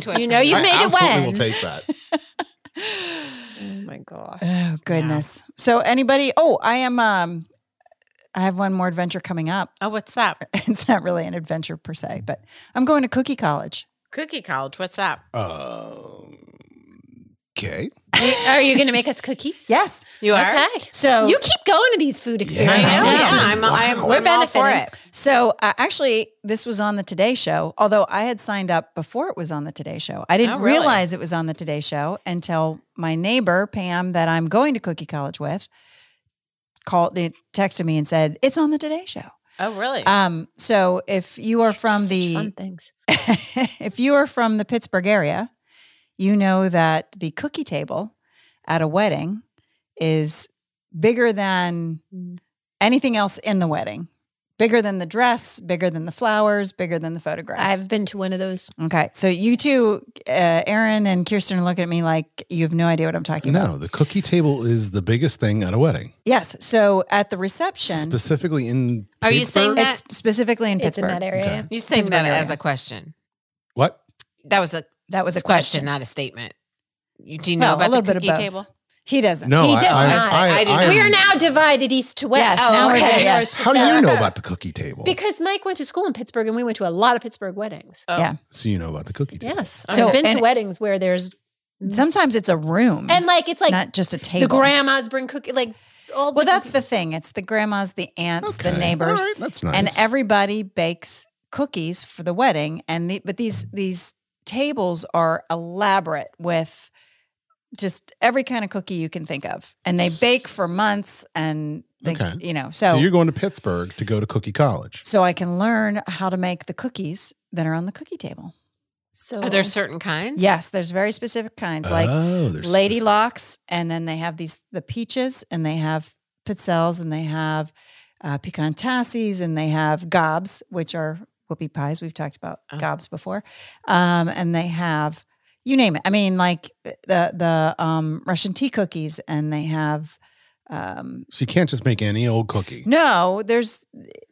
[SPEAKER 1] (laughs)
[SPEAKER 4] to it.
[SPEAKER 2] You know you
[SPEAKER 3] I
[SPEAKER 2] made it
[SPEAKER 3] absolutely
[SPEAKER 2] when.
[SPEAKER 3] will take that.
[SPEAKER 2] oh my gosh.
[SPEAKER 1] Oh goodness. So anybody? Oh, I am. Um, I have one more adventure coming up. (laughs)
[SPEAKER 4] Oh, what's that?
[SPEAKER 1] It's not really an adventure per se, but I'm going to Cookie College.
[SPEAKER 4] Cookie College. What's that?
[SPEAKER 3] Um, okay.
[SPEAKER 2] Are you going to make us cookies?
[SPEAKER 1] Yes.
[SPEAKER 4] You are.
[SPEAKER 2] Okay.
[SPEAKER 1] So
[SPEAKER 2] You keep going to these food
[SPEAKER 4] I
[SPEAKER 2] experiences.
[SPEAKER 4] know.
[SPEAKER 1] Yeah.
[SPEAKER 4] Yeah, I'm. I'm.
[SPEAKER 2] We're
[SPEAKER 4] I'm all for
[SPEAKER 2] benefiting.
[SPEAKER 4] it.
[SPEAKER 1] So uh, actually, this was on the Today Show. Although I had signed up before it was on the Today Show, I didn't
[SPEAKER 4] Oh, really?
[SPEAKER 1] realize it was on the Today Show until my neighbor Pam, that I'm going to Cookie College with, called, texted me and said it's on the Today Show.
[SPEAKER 4] Oh, really?
[SPEAKER 1] Um, so if you are from
[SPEAKER 2] Such
[SPEAKER 1] the
[SPEAKER 2] fun things.
[SPEAKER 1] (laughs) if you are from the Pittsburgh area, you know that the cookie table at a wedding is bigger than
[SPEAKER 2] Mm.
[SPEAKER 1] anything else in the wedding. Bigger than the dress, bigger than the flowers, bigger than the photographs.
[SPEAKER 2] I've been to one of those.
[SPEAKER 1] okay, so you two, uh, Aaron and Kirsten, are looking at me like you have no idea what I'm talking about.
[SPEAKER 3] No, the cookie table is the biggest thing at a wedding,
[SPEAKER 1] Yes, so at the reception,
[SPEAKER 3] specifically in.
[SPEAKER 4] Are you saying
[SPEAKER 3] Pittsburgh?
[SPEAKER 1] it's specifically in
[SPEAKER 2] It's in
[SPEAKER 1] Pittsburgh.
[SPEAKER 2] that area.
[SPEAKER 3] Okay.
[SPEAKER 2] yeah.
[SPEAKER 4] you saying
[SPEAKER 1] Pittsburgh
[SPEAKER 4] that as
[SPEAKER 1] area.
[SPEAKER 4] a question?
[SPEAKER 3] what?
[SPEAKER 4] That was a.
[SPEAKER 1] That was a question.
[SPEAKER 4] not a statement. You, do you
[SPEAKER 1] Well,
[SPEAKER 4] know
[SPEAKER 1] a
[SPEAKER 4] about
[SPEAKER 1] little
[SPEAKER 4] the
[SPEAKER 1] bit of
[SPEAKER 4] cookie
[SPEAKER 1] both.
[SPEAKER 4] table?
[SPEAKER 1] He doesn't.
[SPEAKER 3] No,
[SPEAKER 2] He
[SPEAKER 3] I,
[SPEAKER 2] does
[SPEAKER 3] I,
[SPEAKER 2] not.
[SPEAKER 3] I,
[SPEAKER 4] I did
[SPEAKER 3] I
[SPEAKER 4] not.
[SPEAKER 3] am-
[SPEAKER 2] We are now divided east to west.
[SPEAKER 1] Yes, now we're
[SPEAKER 2] okay.
[SPEAKER 1] there, yes.
[SPEAKER 2] North to
[SPEAKER 3] How do you
[SPEAKER 2] south.
[SPEAKER 3] know about the cookie table?
[SPEAKER 2] Because Mike went to school in Pittsburgh and we went to a lot of Pittsburgh weddings.
[SPEAKER 3] so you know about the cookie table.
[SPEAKER 2] Yes.
[SPEAKER 1] So-
[SPEAKER 2] I've been
[SPEAKER 1] and-
[SPEAKER 2] to weddings where there's,
[SPEAKER 1] Sometimes it's a room
[SPEAKER 2] and like, it's like
[SPEAKER 1] not just a table.
[SPEAKER 2] the grandmas bring cookies, like all
[SPEAKER 1] Well,
[SPEAKER 2] different-
[SPEAKER 1] that's the thing. It's the grandmas, the aunts,
[SPEAKER 3] Okay.
[SPEAKER 1] the neighbors,
[SPEAKER 3] All right, that's nice.
[SPEAKER 1] and everybody bakes cookies for the wedding. And the, but these these tables are elaborate with just every kind of cookie you can think of, and they bake for months. And they,
[SPEAKER 3] Okay.
[SPEAKER 1] you know, so
[SPEAKER 3] So, you're going to Pittsburgh to go to Cookie College.
[SPEAKER 1] so I can learn how to make the cookies that are on the cookie table.
[SPEAKER 2] so
[SPEAKER 4] Are there certain kinds?
[SPEAKER 1] Yes, there's very specific kinds like
[SPEAKER 3] oh, there's
[SPEAKER 1] lady locks and then they have these the peaches and they have pizzelles and they have uh, pecan tassies and they have gobs which are whoopie pies we've talked about
[SPEAKER 4] Oh.
[SPEAKER 1] gobs before um, and they have you name it i mean like the the um, russian tea cookies and they have um,
[SPEAKER 3] So you can't just make any old cookie.
[SPEAKER 1] no there's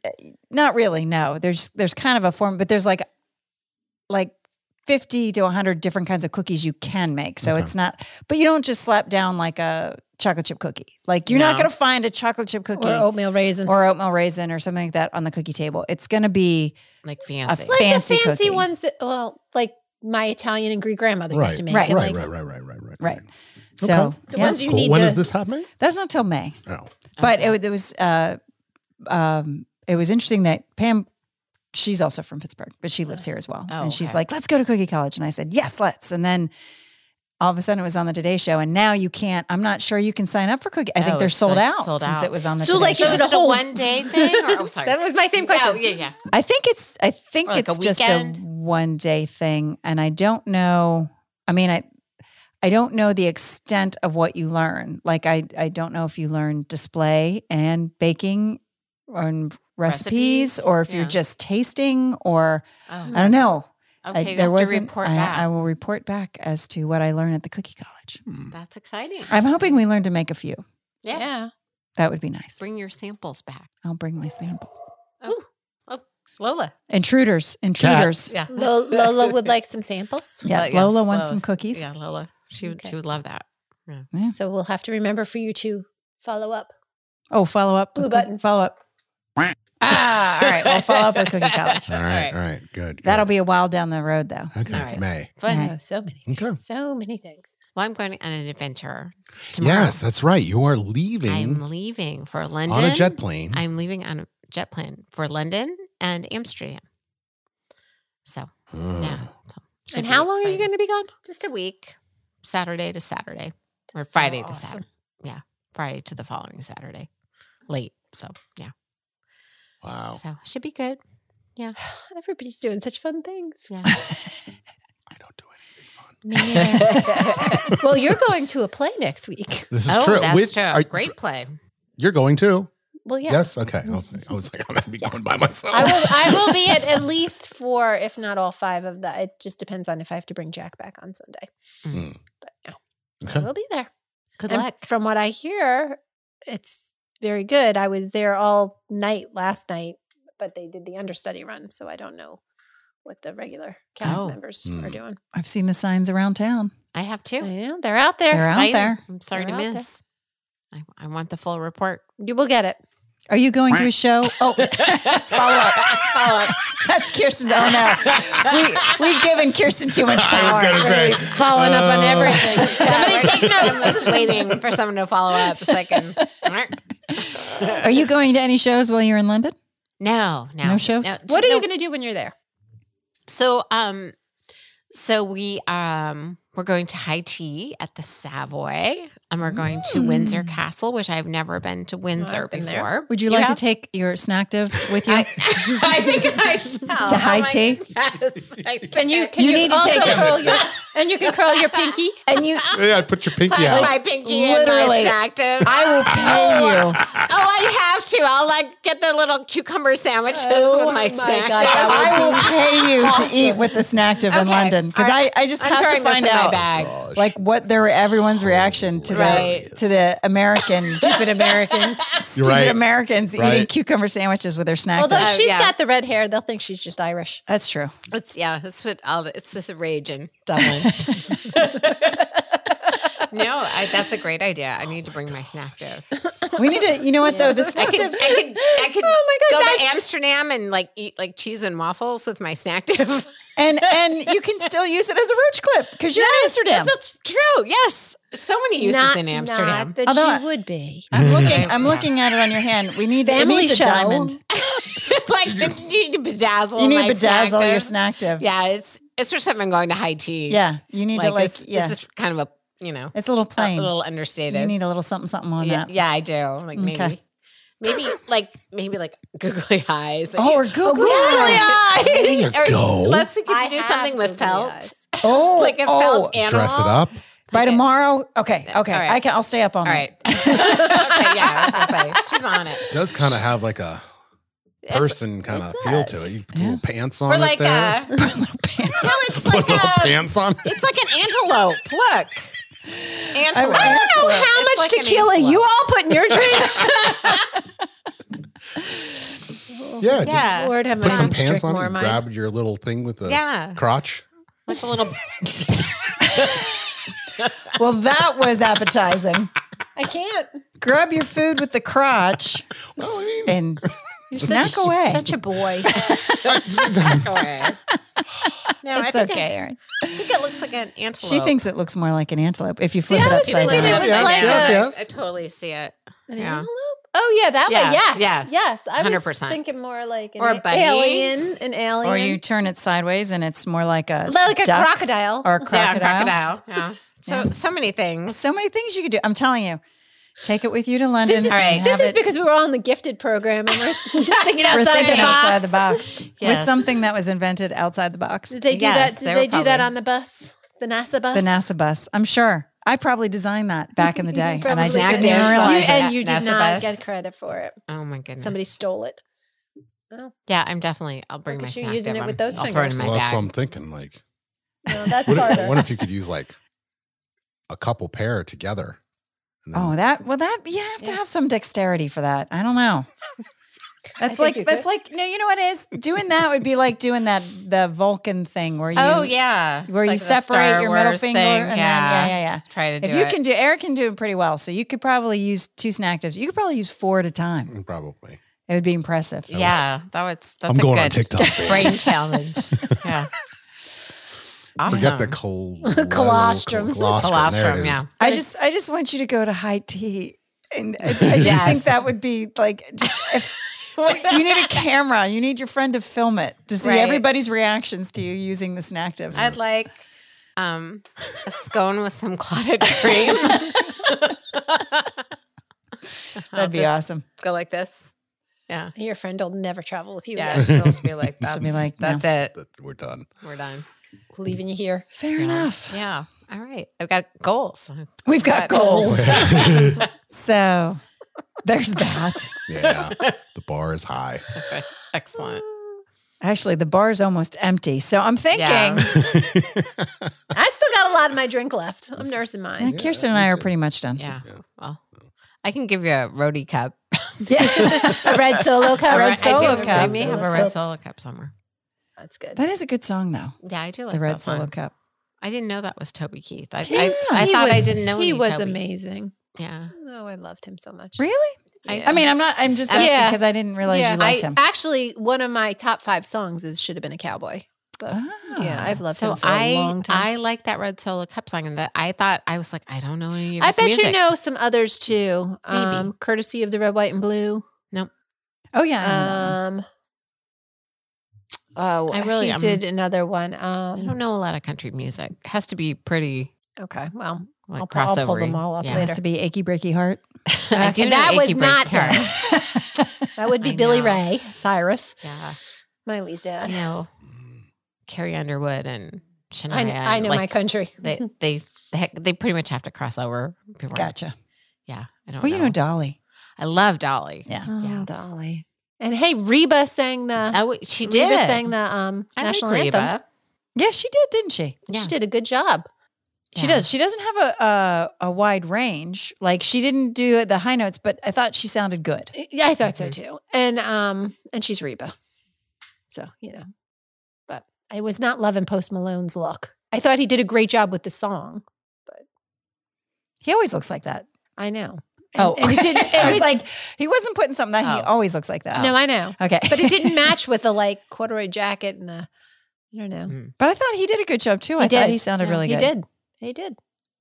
[SPEAKER 1] eh, not really no there's there's kind of a form but there's like like 50 to 100 different kinds of cookies you can make so
[SPEAKER 3] Okay.
[SPEAKER 1] it's not but you don't just slap down like a chocolate chip cookie like you're not
[SPEAKER 4] No.
[SPEAKER 1] going to find a chocolate chip cookie
[SPEAKER 2] or
[SPEAKER 1] or,
[SPEAKER 2] oatmeal raisin.
[SPEAKER 1] oatmeal raisin or something like that on the cookie table it's going to be
[SPEAKER 4] Like fancy.
[SPEAKER 1] A
[SPEAKER 2] like
[SPEAKER 1] fancy
[SPEAKER 2] the fancy
[SPEAKER 1] cookie.
[SPEAKER 2] ones that, well, like my Italian and Greek grandmother
[SPEAKER 3] Right.
[SPEAKER 2] used to make.
[SPEAKER 1] Right.
[SPEAKER 2] and
[SPEAKER 3] Right,
[SPEAKER 2] like,
[SPEAKER 3] right, right, right, right, right,
[SPEAKER 1] right so
[SPEAKER 2] The
[SPEAKER 1] yeah.
[SPEAKER 2] ones you
[SPEAKER 3] Cool.
[SPEAKER 2] need
[SPEAKER 3] When
[SPEAKER 2] to-
[SPEAKER 3] is this happening?
[SPEAKER 1] that's not till may
[SPEAKER 3] Oh,
[SPEAKER 1] but
[SPEAKER 4] Okay.
[SPEAKER 1] it, it was uh um it was interesting that pam she's also from pittsburgh but she lives here as well
[SPEAKER 4] Oh,
[SPEAKER 1] and she's
[SPEAKER 4] okay.
[SPEAKER 1] like let's go to cookie college and i said yes let's and then all of a sudden it was on the today show and now you can't i'm not sure you can sign up for cookie i think
[SPEAKER 4] Oh,
[SPEAKER 1] they're
[SPEAKER 4] it's,
[SPEAKER 1] sold
[SPEAKER 4] like,
[SPEAKER 1] out
[SPEAKER 4] sold
[SPEAKER 1] since
[SPEAKER 4] out.
[SPEAKER 1] it was on the
[SPEAKER 2] So,
[SPEAKER 1] today
[SPEAKER 2] like,
[SPEAKER 1] show
[SPEAKER 4] So
[SPEAKER 2] it
[SPEAKER 4] is
[SPEAKER 2] was a
[SPEAKER 4] it a
[SPEAKER 2] whole-
[SPEAKER 1] (laughs)
[SPEAKER 4] one day thing? Or, oh, sorry.
[SPEAKER 2] That was my same question.
[SPEAKER 4] Oh, yeah, yeah.
[SPEAKER 1] i think it's i think
[SPEAKER 4] Or like a
[SPEAKER 1] it's just a
[SPEAKER 4] weekend?
[SPEAKER 1] one day thing and i don't know i mean i I don't know the extent of what you learn. Like I, I don't know if you learn display and baking and recipes,
[SPEAKER 4] Recipes,
[SPEAKER 1] or if
[SPEAKER 4] yeah.
[SPEAKER 1] you're just tasting or
[SPEAKER 4] Oh.
[SPEAKER 1] I don't know. Um, I,
[SPEAKER 4] Okay, you
[SPEAKER 1] there
[SPEAKER 4] have to
[SPEAKER 1] wasn't-
[SPEAKER 4] report
[SPEAKER 1] I,
[SPEAKER 4] back.
[SPEAKER 1] I will report back as to what I learned at the cookie college.
[SPEAKER 3] Hmm.
[SPEAKER 4] That's exciting.
[SPEAKER 1] I'm hoping we learn to make a few.
[SPEAKER 4] Yeah.
[SPEAKER 1] That would be nice.
[SPEAKER 4] Bring your samples back.
[SPEAKER 1] I'll bring my samples.
[SPEAKER 4] Lola.
[SPEAKER 1] Intruders, intruders.
[SPEAKER 4] Yeah.
[SPEAKER 2] Lo- Lola
[SPEAKER 1] (laughs)
[SPEAKER 2] would like some samples.
[SPEAKER 1] Yeah,
[SPEAKER 4] Yes,
[SPEAKER 1] Lola wants some
[SPEAKER 4] Lola.
[SPEAKER 1] cookies.
[SPEAKER 4] Yeah, Lola. She, would
[SPEAKER 2] Okay.
[SPEAKER 4] she would love that.
[SPEAKER 2] So we'll have to remember for you to follow up.
[SPEAKER 1] Oh, follow up.
[SPEAKER 2] Blue
[SPEAKER 1] with
[SPEAKER 2] button.
[SPEAKER 1] Follow up. Ah, all right. We'll follow up with Cookie College.
[SPEAKER 3] All right, all right, good. good.
[SPEAKER 1] That'll be a while down the road, though.
[SPEAKER 3] okay.
[SPEAKER 4] all right.
[SPEAKER 3] May.
[SPEAKER 2] But
[SPEAKER 1] Right.
[SPEAKER 2] no, so many,
[SPEAKER 3] Okay.
[SPEAKER 2] so many things.
[SPEAKER 4] Well, I'm going on an adventure tomorrow.
[SPEAKER 3] Yes, that's right. You are leaving
[SPEAKER 4] I'm leaving for London.
[SPEAKER 3] on a jet plane.
[SPEAKER 4] I'm leaving on a jet plane for London and Amsterdam. So
[SPEAKER 3] Oh.
[SPEAKER 4] yeah. So,
[SPEAKER 2] and
[SPEAKER 4] super
[SPEAKER 2] how long are you
[SPEAKER 4] excited.
[SPEAKER 2] going to be gone?
[SPEAKER 4] Just a week, Saturday to Saturday, or Friday to
[SPEAKER 2] awesome.
[SPEAKER 4] Saturday. Yeah, Friday to the following Saturday, late. So yeah,
[SPEAKER 3] Wow.
[SPEAKER 4] so should be good.
[SPEAKER 2] (sighs) Everybody's doing such fun things.
[SPEAKER 3] (laughs)
[SPEAKER 4] Yeah.
[SPEAKER 3] I don't do anything fun.
[SPEAKER 2] well, you're going to a play next week.
[SPEAKER 3] (laughs)
[SPEAKER 2] (laughs)
[SPEAKER 3] This is
[SPEAKER 4] oh,
[SPEAKER 3] true.
[SPEAKER 4] that's
[SPEAKER 3] With-
[SPEAKER 4] true.
[SPEAKER 3] are-
[SPEAKER 4] Great play.
[SPEAKER 3] You're going too.
[SPEAKER 2] Well, yeah.
[SPEAKER 3] Yes. Okay. I was- I was like, I'm gonna be going by myself.
[SPEAKER 2] I will. I will be
[SPEAKER 3] (laughs)
[SPEAKER 2] at at least four, if not all five of the. It just depends on if I have to bring Jack back on Sunday.
[SPEAKER 3] Mm.
[SPEAKER 2] But no,
[SPEAKER 3] Okay.
[SPEAKER 2] we'll be there.
[SPEAKER 4] Good
[SPEAKER 2] And
[SPEAKER 4] luck.
[SPEAKER 2] from what I hear, it's very good. I was there all night last night, but they did the understudy run, so I don't know what the regular cast
[SPEAKER 4] Oh.
[SPEAKER 2] members are
[SPEAKER 3] Mm.
[SPEAKER 2] doing.
[SPEAKER 1] I've seen the signs around town.
[SPEAKER 4] I have two.
[SPEAKER 2] Yeah, they're out there.
[SPEAKER 1] They're out
[SPEAKER 4] Exciting.
[SPEAKER 1] there.
[SPEAKER 4] I'm sorry
[SPEAKER 2] They're out
[SPEAKER 4] to
[SPEAKER 2] there.
[SPEAKER 4] miss. I, I want the full report.
[SPEAKER 2] You will get it.
[SPEAKER 1] Are you going to a show? Oh, (laughs) follow up. Follow up. That's Kirsten's. Oh
[SPEAKER 3] Hmm.
[SPEAKER 1] no, we we've given Kirsten too much power.
[SPEAKER 3] (laughs) I was gonna say.
[SPEAKER 4] Following up on
[SPEAKER 3] Oh.
[SPEAKER 2] (laughs)
[SPEAKER 4] everything. Somebody
[SPEAKER 2] Right.
[SPEAKER 4] take notes. I'm (laughs) waiting for someone to follow up so I can.
[SPEAKER 1] Are you going to any shows while you're in London?
[SPEAKER 4] No, no,
[SPEAKER 1] No shows?
[SPEAKER 2] What are
[SPEAKER 4] no.
[SPEAKER 2] you going to do when you're there?
[SPEAKER 4] So um so we um we're going to high tea at the Savoy and we're going to
[SPEAKER 1] Mm.
[SPEAKER 4] Windsor Castle, which I've never been to Windsor
[SPEAKER 2] I've been there.
[SPEAKER 4] before.
[SPEAKER 1] Would you, like
[SPEAKER 4] have?
[SPEAKER 1] to take your snack div with you?
[SPEAKER 4] (laughs) I think I shall.
[SPEAKER 1] To high tea?
[SPEAKER 4] Yes, (laughs) I
[SPEAKER 2] Can you can
[SPEAKER 1] You
[SPEAKER 2] you,
[SPEAKER 1] need to
[SPEAKER 2] also
[SPEAKER 1] take it.
[SPEAKER 2] curl your and you can curl your pinky?
[SPEAKER 1] and
[SPEAKER 2] (laughs)
[SPEAKER 1] you,
[SPEAKER 3] (laughs) Yeah, put your pinky
[SPEAKER 4] Push
[SPEAKER 3] out.
[SPEAKER 4] my pinky
[SPEAKER 1] Literally.
[SPEAKER 4] in my
[SPEAKER 1] (laughs)
[SPEAKER 4] active. Oh, (laughs)
[SPEAKER 1] I will pay you.
[SPEAKER 4] I have to. I'll like get the little cucumber sandwiches
[SPEAKER 1] Oh
[SPEAKER 4] with my, snack. (laughs)
[SPEAKER 1] I will pay you to eat with the snack div in
[SPEAKER 4] Okay.
[SPEAKER 1] London because
[SPEAKER 4] All right.
[SPEAKER 1] I, I just
[SPEAKER 4] I'm
[SPEAKER 1] have to
[SPEAKER 4] throwing
[SPEAKER 1] find
[SPEAKER 4] this in my
[SPEAKER 1] out
[SPEAKER 4] bag.
[SPEAKER 1] like what their everyone's
[SPEAKER 3] Oh,
[SPEAKER 1] reaction to the
[SPEAKER 4] Right.
[SPEAKER 1] to the American
[SPEAKER 2] Stupid Americans.
[SPEAKER 1] stupid
[SPEAKER 3] right.
[SPEAKER 1] Americans eating
[SPEAKER 3] Right.
[SPEAKER 1] cucumber sandwiches with their snack.
[SPEAKER 2] Although
[SPEAKER 1] div.
[SPEAKER 2] she's
[SPEAKER 4] yeah.
[SPEAKER 2] got the red hair, they'll think she's just Irish.
[SPEAKER 1] that's true.
[SPEAKER 4] It's yeah, that's what all the, it's this rage and Dublin. (laughs) no, I, that's a great idea. I
[SPEAKER 1] Oh
[SPEAKER 4] need to bring my snack div.
[SPEAKER 1] (laughs) We need to. You know what though? This
[SPEAKER 4] I could, I could, I could
[SPEAKER 1] Oh
[SPEAKER 2] God,
[SPEAKER 4] go to Amsterdam and like eat like cheese and waffles with my snack div.
[SPEAKER 1] and and you can still use it as a roach clip because you're in Amsterdam.
[SPEAKER 4] (laughs) That's true. Yes, so many uses in Amsterdam.
[SPEAKER 2] that
[SPEAKER 1] Although
[SPEAKER 2] she
[SPEAKER 1] I-
[SPEAKER 2] would be.
[SPEAKER 1] I'm looking. I'm looking at it on your hand. We need it
[SPEAKER 2] Family
[SPEAKER 1] needs a
[SPEAKER 2] show.
[SPEAKER 1] diamond.
[SPEAKER 4] (laughs) like
[SPEAKER 1] (laughs)
[SPEAKER 4] you need to bedazzle.
[SPEAKER 1] You need
[SPEAKER 4] my
[SPEAKER 1] to bedazzle
[SPEAKER 4] snack
[SPEAKER 1] your
[SPEAKER 4] div.
[SPEAKER 1] snack div.
[SPEAKER 4] Yeah, it's especially if I'm going to high tea.
[SPEAKER 1] Yeah. You need to like.
[SPEAKER 4] this,
[SPEAKER 1] yeah.
[SPEAKER 4] this is kind of a you know
[SPEAKER 1] it's a little
[SPEAKER 4] a
[SPEAKER 1] plain.
[SPEAKER 4] little understated.
[SPEAKER 1] you need a little something something on
[SPEAKER 4] yeah,
[SPEAKER 1] that.
[SPEAKER 4] yeah, I do. Like maybe,
[SPEAKER 1] Okay.
[SPEAKER 4] maybe like maybe like (laughs) googly eyes.
[SPEAKER 1] Oh,
[SPEAKER 4] (laughs)
[SPEAKER 1] or googly eyes.
[SPEAKER 4] googly eyes.
[SPEAKER 3] There you go.
[SPEAKER 4] Let's see, can
[SPEAKER 2] I
[SPEAKER 4] we do
[SPEAKER 2] have
[SPEAKER 4] something with
[SPEAKER 2] googly
[SPEAKER 4] felt,
[SPEAKER 2] eyes.
[SPEAKER 1] Oh,
[SPEAKER 4] like a
[SPEAKER 1] oh.
[SPEAKER 4] felt animal.
[SPEAKER 3] Dress it up.
[SPEAKER 1] By
[SPEAKER 4] Okay.
[SPEAKER 1] tomorrow, okay, okay,
[SPEAKER 4] All right.
[SPEAKER 1] I can. I'll stay up all
[SPEAKER 4] All
[SPEAKER 1] night.
[SPEAKER 4] right.
[SPEAKER 1] (laughs)
[SPEAKER 4] (laughs) okay, yeah, I was gonna say she's on it.
[SPEAKER 3] Does kind of have like a
[SPEAKER 4] It's-
[SPEAKER 3] person kind of feel to it. You put little pants on
[SPEAKER 4] Or
[SPEAKER 3] it
[SPEAKER 4] like
[SPEAKER 3] there.
[SPEAKER 4] a no, it's
[SPEAKER 3] (laughs)
[SPEAKER 4] like uh,
[SPEAKER 3] put little
[SPEAKER 4] a
[SPEAKER 3] pants on.
[SPEAKER 4] it's like an antelope. Look, antelope.
[SPEAKER 1] I don't know
[SPEAKER 4] Antelope.
[SPEAKER 2] How
[SPEAKER 4] It's
[SPEAKER 2] much
[SPEAKER 4] like an
[SPEAKER 2] tequila
[SPEAKER 4] antelope.
[SPEAKER 2] you all put in your drinks?
[SPEAKER 3] Yeah, just
[SPEAKER 4] Yeah,
[SPEAKER 2] Lord have
[SPEAKER 3] put
[SPEAKER 2] mercy.
[SPEAKER 3] some
[SPEAKER 2] Drink
[SPEAKER 3] pants on
[SPEAKER 2] more
[SPEAKER 3] and
[SPEAKER 2] of mine.
[SPEAKER 3] grab your little thing with the
[SPEAKER 4] Yeah. (laughs)
[SPEAKER 3] crotch.
[SPEAKER 4] like
[SPEAKER 3] (laughs)
[SPEAKER 4] a little.
[SPEAKER 1] Well, that was appetizing.
[SPEAKER 2] I can't.
[SPEAKER 1] Grab your food with the crotch
[SPEAKER 4] Oh,
[SPEAKER 3] Well, I mean,
[SPEAKER 1] and snack away.
[SPEAKER 2] Such a boy.
[SPEAKER 4] (laughs) Okay. No,
[SPEAKER 1] it's
[SPEAKER 4] I think
[SPEAKER 1] okay, Erin.
[SPEAKER 4] It, I think it looks like an antelope.
[SPEAKER 1] She thinks it looks more like an antelope if you flip
[SPEAKER 2] I
[SPEAKER 1] it
[SPEAKER 2] was
[SPEAKER 1] upside
[SPEAKER 2] thinking it
[SPEAKER 1] down.
[SPEAKER 2] was
[SPEAKER 3] Yes,
[SPEAKER 2] like
[SPEAKER 3] yes,
[SPEAKER 2] a,
[SPEAKER 3] yes.
[SPEAKER 4] I totally see it.
[SPEAKER 2] an
[SPEAKER 4] Yeah.
[SPEAKER 2] antelope. Oh yeah, that
[SPEAKER 4] Yeah,
[SPEAKER 2] one. Yes,
[SPEAKER 4] yes,
[SPEAKER 2] yes, I was
[SPEAKER 4] 100%.
[SPEAKER 2] thinking more like an
[SPEAKER 4] Or a
[SPEAKER 2] a-
[SPEAKER 4] bunny.
[SPEAKER 2] alien, an alien,
[SPEAKER 1] Or you turn it sideways and it's more like a
[SPEAKER 2] like a
[SPEAKER 1] duck
[SPEAKER 2] crocodile.
[SPEAKER 1] or a crocodile.
[SPEAKER 4] Yeah, crocodile. Yeah. So so many things. (laughs)
[SPEAKER 1] So many things you could do. I'm telling you, take it with you to London.
[SPEAKER 4] is-
[SPEAKER 1] and
[SPEAKER 2] this
[SPEAKER 1] have
[SPEAKER 2] is
[SPEAKER 1] it-
[SPEAKER 2] because we were all in the gifted program and we're thinking
[SPEAKER 1] we're
[SPEAKER 2] outside
[SPEAKER 1] thinking
[SPEAKER 2] the box.
[SPEAKER 1] outside the
[SPEAKER 4] (laughs)
[SPEAKER 1] box with
[SPEAKER 4] Yes.
[SPEAKER 1] something that was invented outside the box.
[SPEAKER 2] Did they do
[SPEAKER 4] Yes,
[SPEAKER 2] that?
[SPEAKER 4] they
[SPEAKER 2] Did
[SPEAKER 4] were
[SPEAKER 2] they do that
[SPEAKER 4] probably-
[SPEAKER 2] on the bus? The NASA bus.
[SPEAKER 1] The NASA bus. I'm sure. I probably designed that back in the
[SPEAKER 2] (laughs)
[SPEAKER 1] day, and I
[SPEAKER 2] Probably
[SPEAKER 1] just
[SPEAKER 4] did.
[SPEAKER 1] didn't
[SPEAKER 4] You-
[SPEAKER 1] even
[SPEAKER 2] You,
[SPEAKER 1] realize it.
[SPEAKER 2] and you
[SPEAKER 4] NASA
[SPEAKER 2] did not
[SPEAKER 4] bus.
[SPEAKER 2] get credit for it.
[SPEAKER 4] Oh my goodness.
[SPEAKER 2] Somebody stole it.
[SPEAKER 4] yeah, I'm definitely. I'll bring
[SPEAKER 2] Look
[SPEAKER 4] my
[SPEAKER 2] at you
[SPEAKER 4] snack
[SPEAKER 2] using
[SPEAKER 4] dip.
[SPEAKER 2] it with those
[SPEAKER 4] I'll throw it in
[SPEAKER 2] fingers.
[SPEAKER 4] my
[SPEAKER 3] well, that's
[SPEAKER 4] bag.
[SPEAKER 3] what I'm thinking. Like,
[SPEAKER 2] No, that's
[SPEAKER 3] what if,
[SPEAKER 2] harder.
[SPEAKER 3] what if you could use like a couple pair together? And then-
[SPEAKER 1] Oh, that well, that you have to
[SPEAKER 2] Yeah.
[SPEAKER 1] have some dexterity for that. I don't
[SPEAKER 2] (laughs)
[SPEAKER 1] know. That's
[SPEAKER 2] think
[SPEAKER 1] like
[SPEAKER 2] you
[SPEAKER 1] that's
[SPEAKER 2] could.
[SPEAKER 1] like no, you know what it is doing that would be like doing that the Vulcan thing where you
[SPEAKER 4] Oh yeah,
[SPEAKER 1] where
[SPEAKER 4] Like
[SPEAKER 1] you
[SPEAKER 4] the
[SPEAKER 1] separate
[SPEAKER 4] Star
[SPEAKER 1] your middle
[SPEAKER 4] Wars
[SPEAKER 1] finger
[SPEAKER 4] thing,
[SPEAKER 1] and then yeah yeah yeah.
[SPEAKER 4] Try to do
[SPEAKER 1] If you
[SPEAKER 4] it.
[SPEAKER 1] can do, Eric can do it pretty well. So you could probably use two snack tips. You could probably use four at a time.
[SPEAKER 3] Probably.
[SPEAKER 1] It would be impressive.
[SPEAKER 4] Yeah, that was that's
[SPEAKER 5] I'm
[SPEAKER 4] a
[SPEAKER 5] going
[SPEAKER 4] good
[SPEAKER 5] on TikTok. (laughs)
[SPEAKER 4] brain challenge. Yeah. Awesome.
[SPEAKER 3] Forget the
[SPEAKER 4] (laughs)
[SPEAKER 3] col-
[SPEAKER 2] Colostrum.
[SPEAKER 3] Colostrum. There it
[SPEAKER 4] colostrum.
[SPEAKER 3] is.
[SPEAKER 4] Yeah.
[SPEAKER 1] I just I just want you to go to high tea. And
[SPEAKER 4] (laughs)
[SPEAKER 1] I, I just
[SPEAKER 4] Yes.
[SPEAKER 1] think that would be like just-
[SPEAKER 4] (laughs)
[SPEAKER 1] if- you need a camera. You need your friend to film it to see
[SPEAKER 4] Right.
[SPEAKER 1] everybody's reactions to you using this inactive.
[SPEAKER 4] I'd like um, a scone with some clotted (laughs) cream.
[SPEAKER 1] That'd be awesome.
[SPEAKER 4] Go like this. Yeah.
[SPEAKER 2] Your friend will never travel with you.
[SPEAKER 4] Yeah.
[SPEAKER 2] again. (laughs)
[SPEAKER 4] She'll just be like, that's,
[SPEAKER 1] She'll be like,
[SPEAKER 4] that's it.
[SPEAKER 3] That- We're done. (laughs)
[SPEAKER 4] We're done.
[SPEAKER 2] Leaving you here.
[SPEAKER 1] Fair enough.
[SPEAKER 4] Yeah. All right. I've got goals. (laughs)
[SPEAKER 1] We've got
[SPEAKER 4] Got goals.
[SPEAKER 1] goals.
[SPEAKER 4] (laughs)
[SPEAKER 1] so there's that.
[SPEAKER 3] Yeah. the bar is high.
[SPEAKER 4] Okay. Excellent.
[SPEAKER 1] Actually, the bar is almost empty. So I'm thinking
[SPEAKER 4] Yeah.
[SPEAKER 2] I still got a lot of my drink left. I'm nursing mine.
[SPEAKER 1] eh, Kirsten and
[SPEAKER 3] me
[SPEAKER 1] I are
[SPEAKER 3] too.
[SPEAKER 1] pretty much (laughs) done.
[SPEAKER 4] Yeah. Well, I can give you a roadie cup.
[SPEAKER 2] (laughs) a red solo cup.
[SPEAKER 4] A
[SPEAKER 1] red
[SPEAKER 4] ro-
[SPEAKER 1] solo
[SPEAKER 4] I, do,
[SPEAKER 1] cup.
[SPEAKER 4] I may have a red solo cup somewhere.
[SPEAKER 2] That's good.
[SPEAKER 1] That is a good song though.
[SPEAKER 4] Yeah, I do like
[SPEAKER 1] the Red
[SPEAKER 4] that song.
[SPEAKER 1] Solo Cup.
[SPEAKER 4] I didn't know that was Toby Keith. I,
[SPEAKER 1] Yeah.
[SPEAKER 4] I, I
[SPEAKER 2] He
[SPEAKER 4] thought I
[SPEAKER 2] was-
[SPEAKER 4] didn't know
[SPEAKER 2] he
[SPEAKER 4] any
[SPEAKER 2] was
[SPEAKER 4] Toby.
[SPEAKER 2] amazing.
[SPEAKER 4] Yeah.
[SPEAKER 2] Oh, I loved him so much.
[SPEAKER 1] Really?
[SPEAKER 4] I-
[SPEAKER 1] I mean, I'm not I'm just asking
[SPEAKER 2] Yeah.
[SPEAKER 1] because I didn't realize you liked
[SPEAKER 2] I,
[SPEAKER 1] him.
[SPEAKER 2] actually one of my top five songs is "Should Have Been a Cowboy." Yeah,
[SPEAKER 1] Ah.
[SPEAKER 2] I've loved
[SPEAKER 4] So
[SPEAKER 2] him for a
[SPEAKER 4] I
[SPEAKER 2] long time.
[SPEAKER 4] I like that red solo cup song, and that I thought I was like, I don't know any of
[SPEAKER 2] I
[SPEAKER 4] his
[SPEAKER 2] bet
[SPEAKER 4] music.
[SPEAKER 2] you know some others too.
[SPEAKER 4] Maybe.
[SPEAKER 2] Um, courtesy of the red, white, and blue.
[SPEAKER 1] Oh yeah. I know that one.
[SPEAKER 2] Um, oh,
[SPEAKER 4] I
[SPEAKER 2] I
[SPEAKER 4] really-
[SPEAKER 2] really he
[SPEAKER 4] I'm-
[SPEAKER 2] did another one.
[SPEAKER 4] I don't
[SPEAKER 2] Um,
[SPEAKER 4] know a lot of country music. It has to be pretty
[SPEAKER 2] okay, well,
[SPEAKER 4] like
[SPEAKER 2] I'll pu- I'll
[SPEAKER 4] crossover.
[SPEAKER 2] pull them all up
[SPEAKER 1] It has to be achy breaky heart.
[SPEAKER 4] (laughs) I do
[SPEAKER 2] Okay, (laughs)
[SPEAKER 4] know
[SPEAKER 2] that
[SPEAKER 4] Achy
[SPEAKER 2] was
[SPEAKER 4] Breaky
[SPEAKER 2] not her.
[SPEAKER 4] Heart.
[SPEAKER 2] that would be
[SPEAKER 4] (laughs) I
[SPEAKER 2] Billy
[SPEAKER 4] know.
[SPEAKER 2] Ray Cyrus, (laughs)
[SPEAKER 4] Yeah,
[SPEAKER 2] Miley's
[SPEAKER 4] I
[SPEAKER 2] dad.
[SPEAKER 4] know Carrie Underwood and Shania.
[SPEAKER 2] I, kn- I
[SPEAKER 4] and,
[SPEAKER 2] know my
[SPEAKER 4] like,
[SPEAKER 2] country. (laughs)
[SPEAKER 4] They they they, heck, they pretty much have to cross over. People are-
[SPEAKER 1] Gotcha.
[SPEAKER 4] Yeah, I don't.
[SPEAKER 1] Well, you know
[SPEAKER 4] know
[SPEAKER 1] Dolly.
[SPEAKER 4] I love Dolly.
[SPEAKER 1] Yeah.
[SPEAKER 2] Oh,
[SPEAKER 4] Yeah.
[SPEAKER 2] Dolly. And hey, Reba sang the.
[SPEAKER 4] I w- she
[SPEAKER 2] Reba
[SPEAKER 4] did.
[SPEAKER 2] sang the um,
[SPEAKER 4] I
[SPEAKER 2] national
[SPEAKER 4] like Reba.
[SPEAKER 2] anthem.
[SPEAKER 1] Yeah, she did, didn't she?
[SPEAKER 4] Yeah.
[SPEAKER 2] She did a good job.
[SPEAKER 1] She
[SPEAKER 4] Yeah.
[SPEAKER 1] does. She doesn't have a, a a wide range. Like she didn't do the high notes, but I thought she sounded good.
[SPEAKER 2] Yeah, I thought so too. And um, and she's Reba, so you know. But I was not loving Post Malone's look. I thought he did a great job with the song.
[SPEAKER 1] He always looks like that.
[SPEAKER 2] I know. And-
[SPEAKER 1] Oh,
[SPEAKER 2] and it (laughs) didn't.
[SPEAKER 1] (laughs)
[SPEAKER 2] It
[SPEAKER 1] I was
[SPEAKER 2] was like,
[SPEAKER 1] like, he wasn't putting something that he
[SPEAKER 4] Oh.
[SPEAKER 1] always looks like that.
[SPEAKER 2] no, I know,
[SPEAKER 1] okay,
[SPEAKER 2] but
[SPEAKER 1] (laughs)
[SPEAKER 2] it didn't match with the like corduroy jacket and the. I don't know.
[SPEAKER 1] But I thought he did a good job too.
[SPEAKER 2] He
[SPEAKER 1] I thought
[SPEAKER 2] did.
[SPEAKER 1] he sounded
[SPEAKER 2] Yeah,
[SPEAKER 1] really
[SPEAKER 2] he
[SPEAKER 1] good.
[SPEAKER 2] did. He did.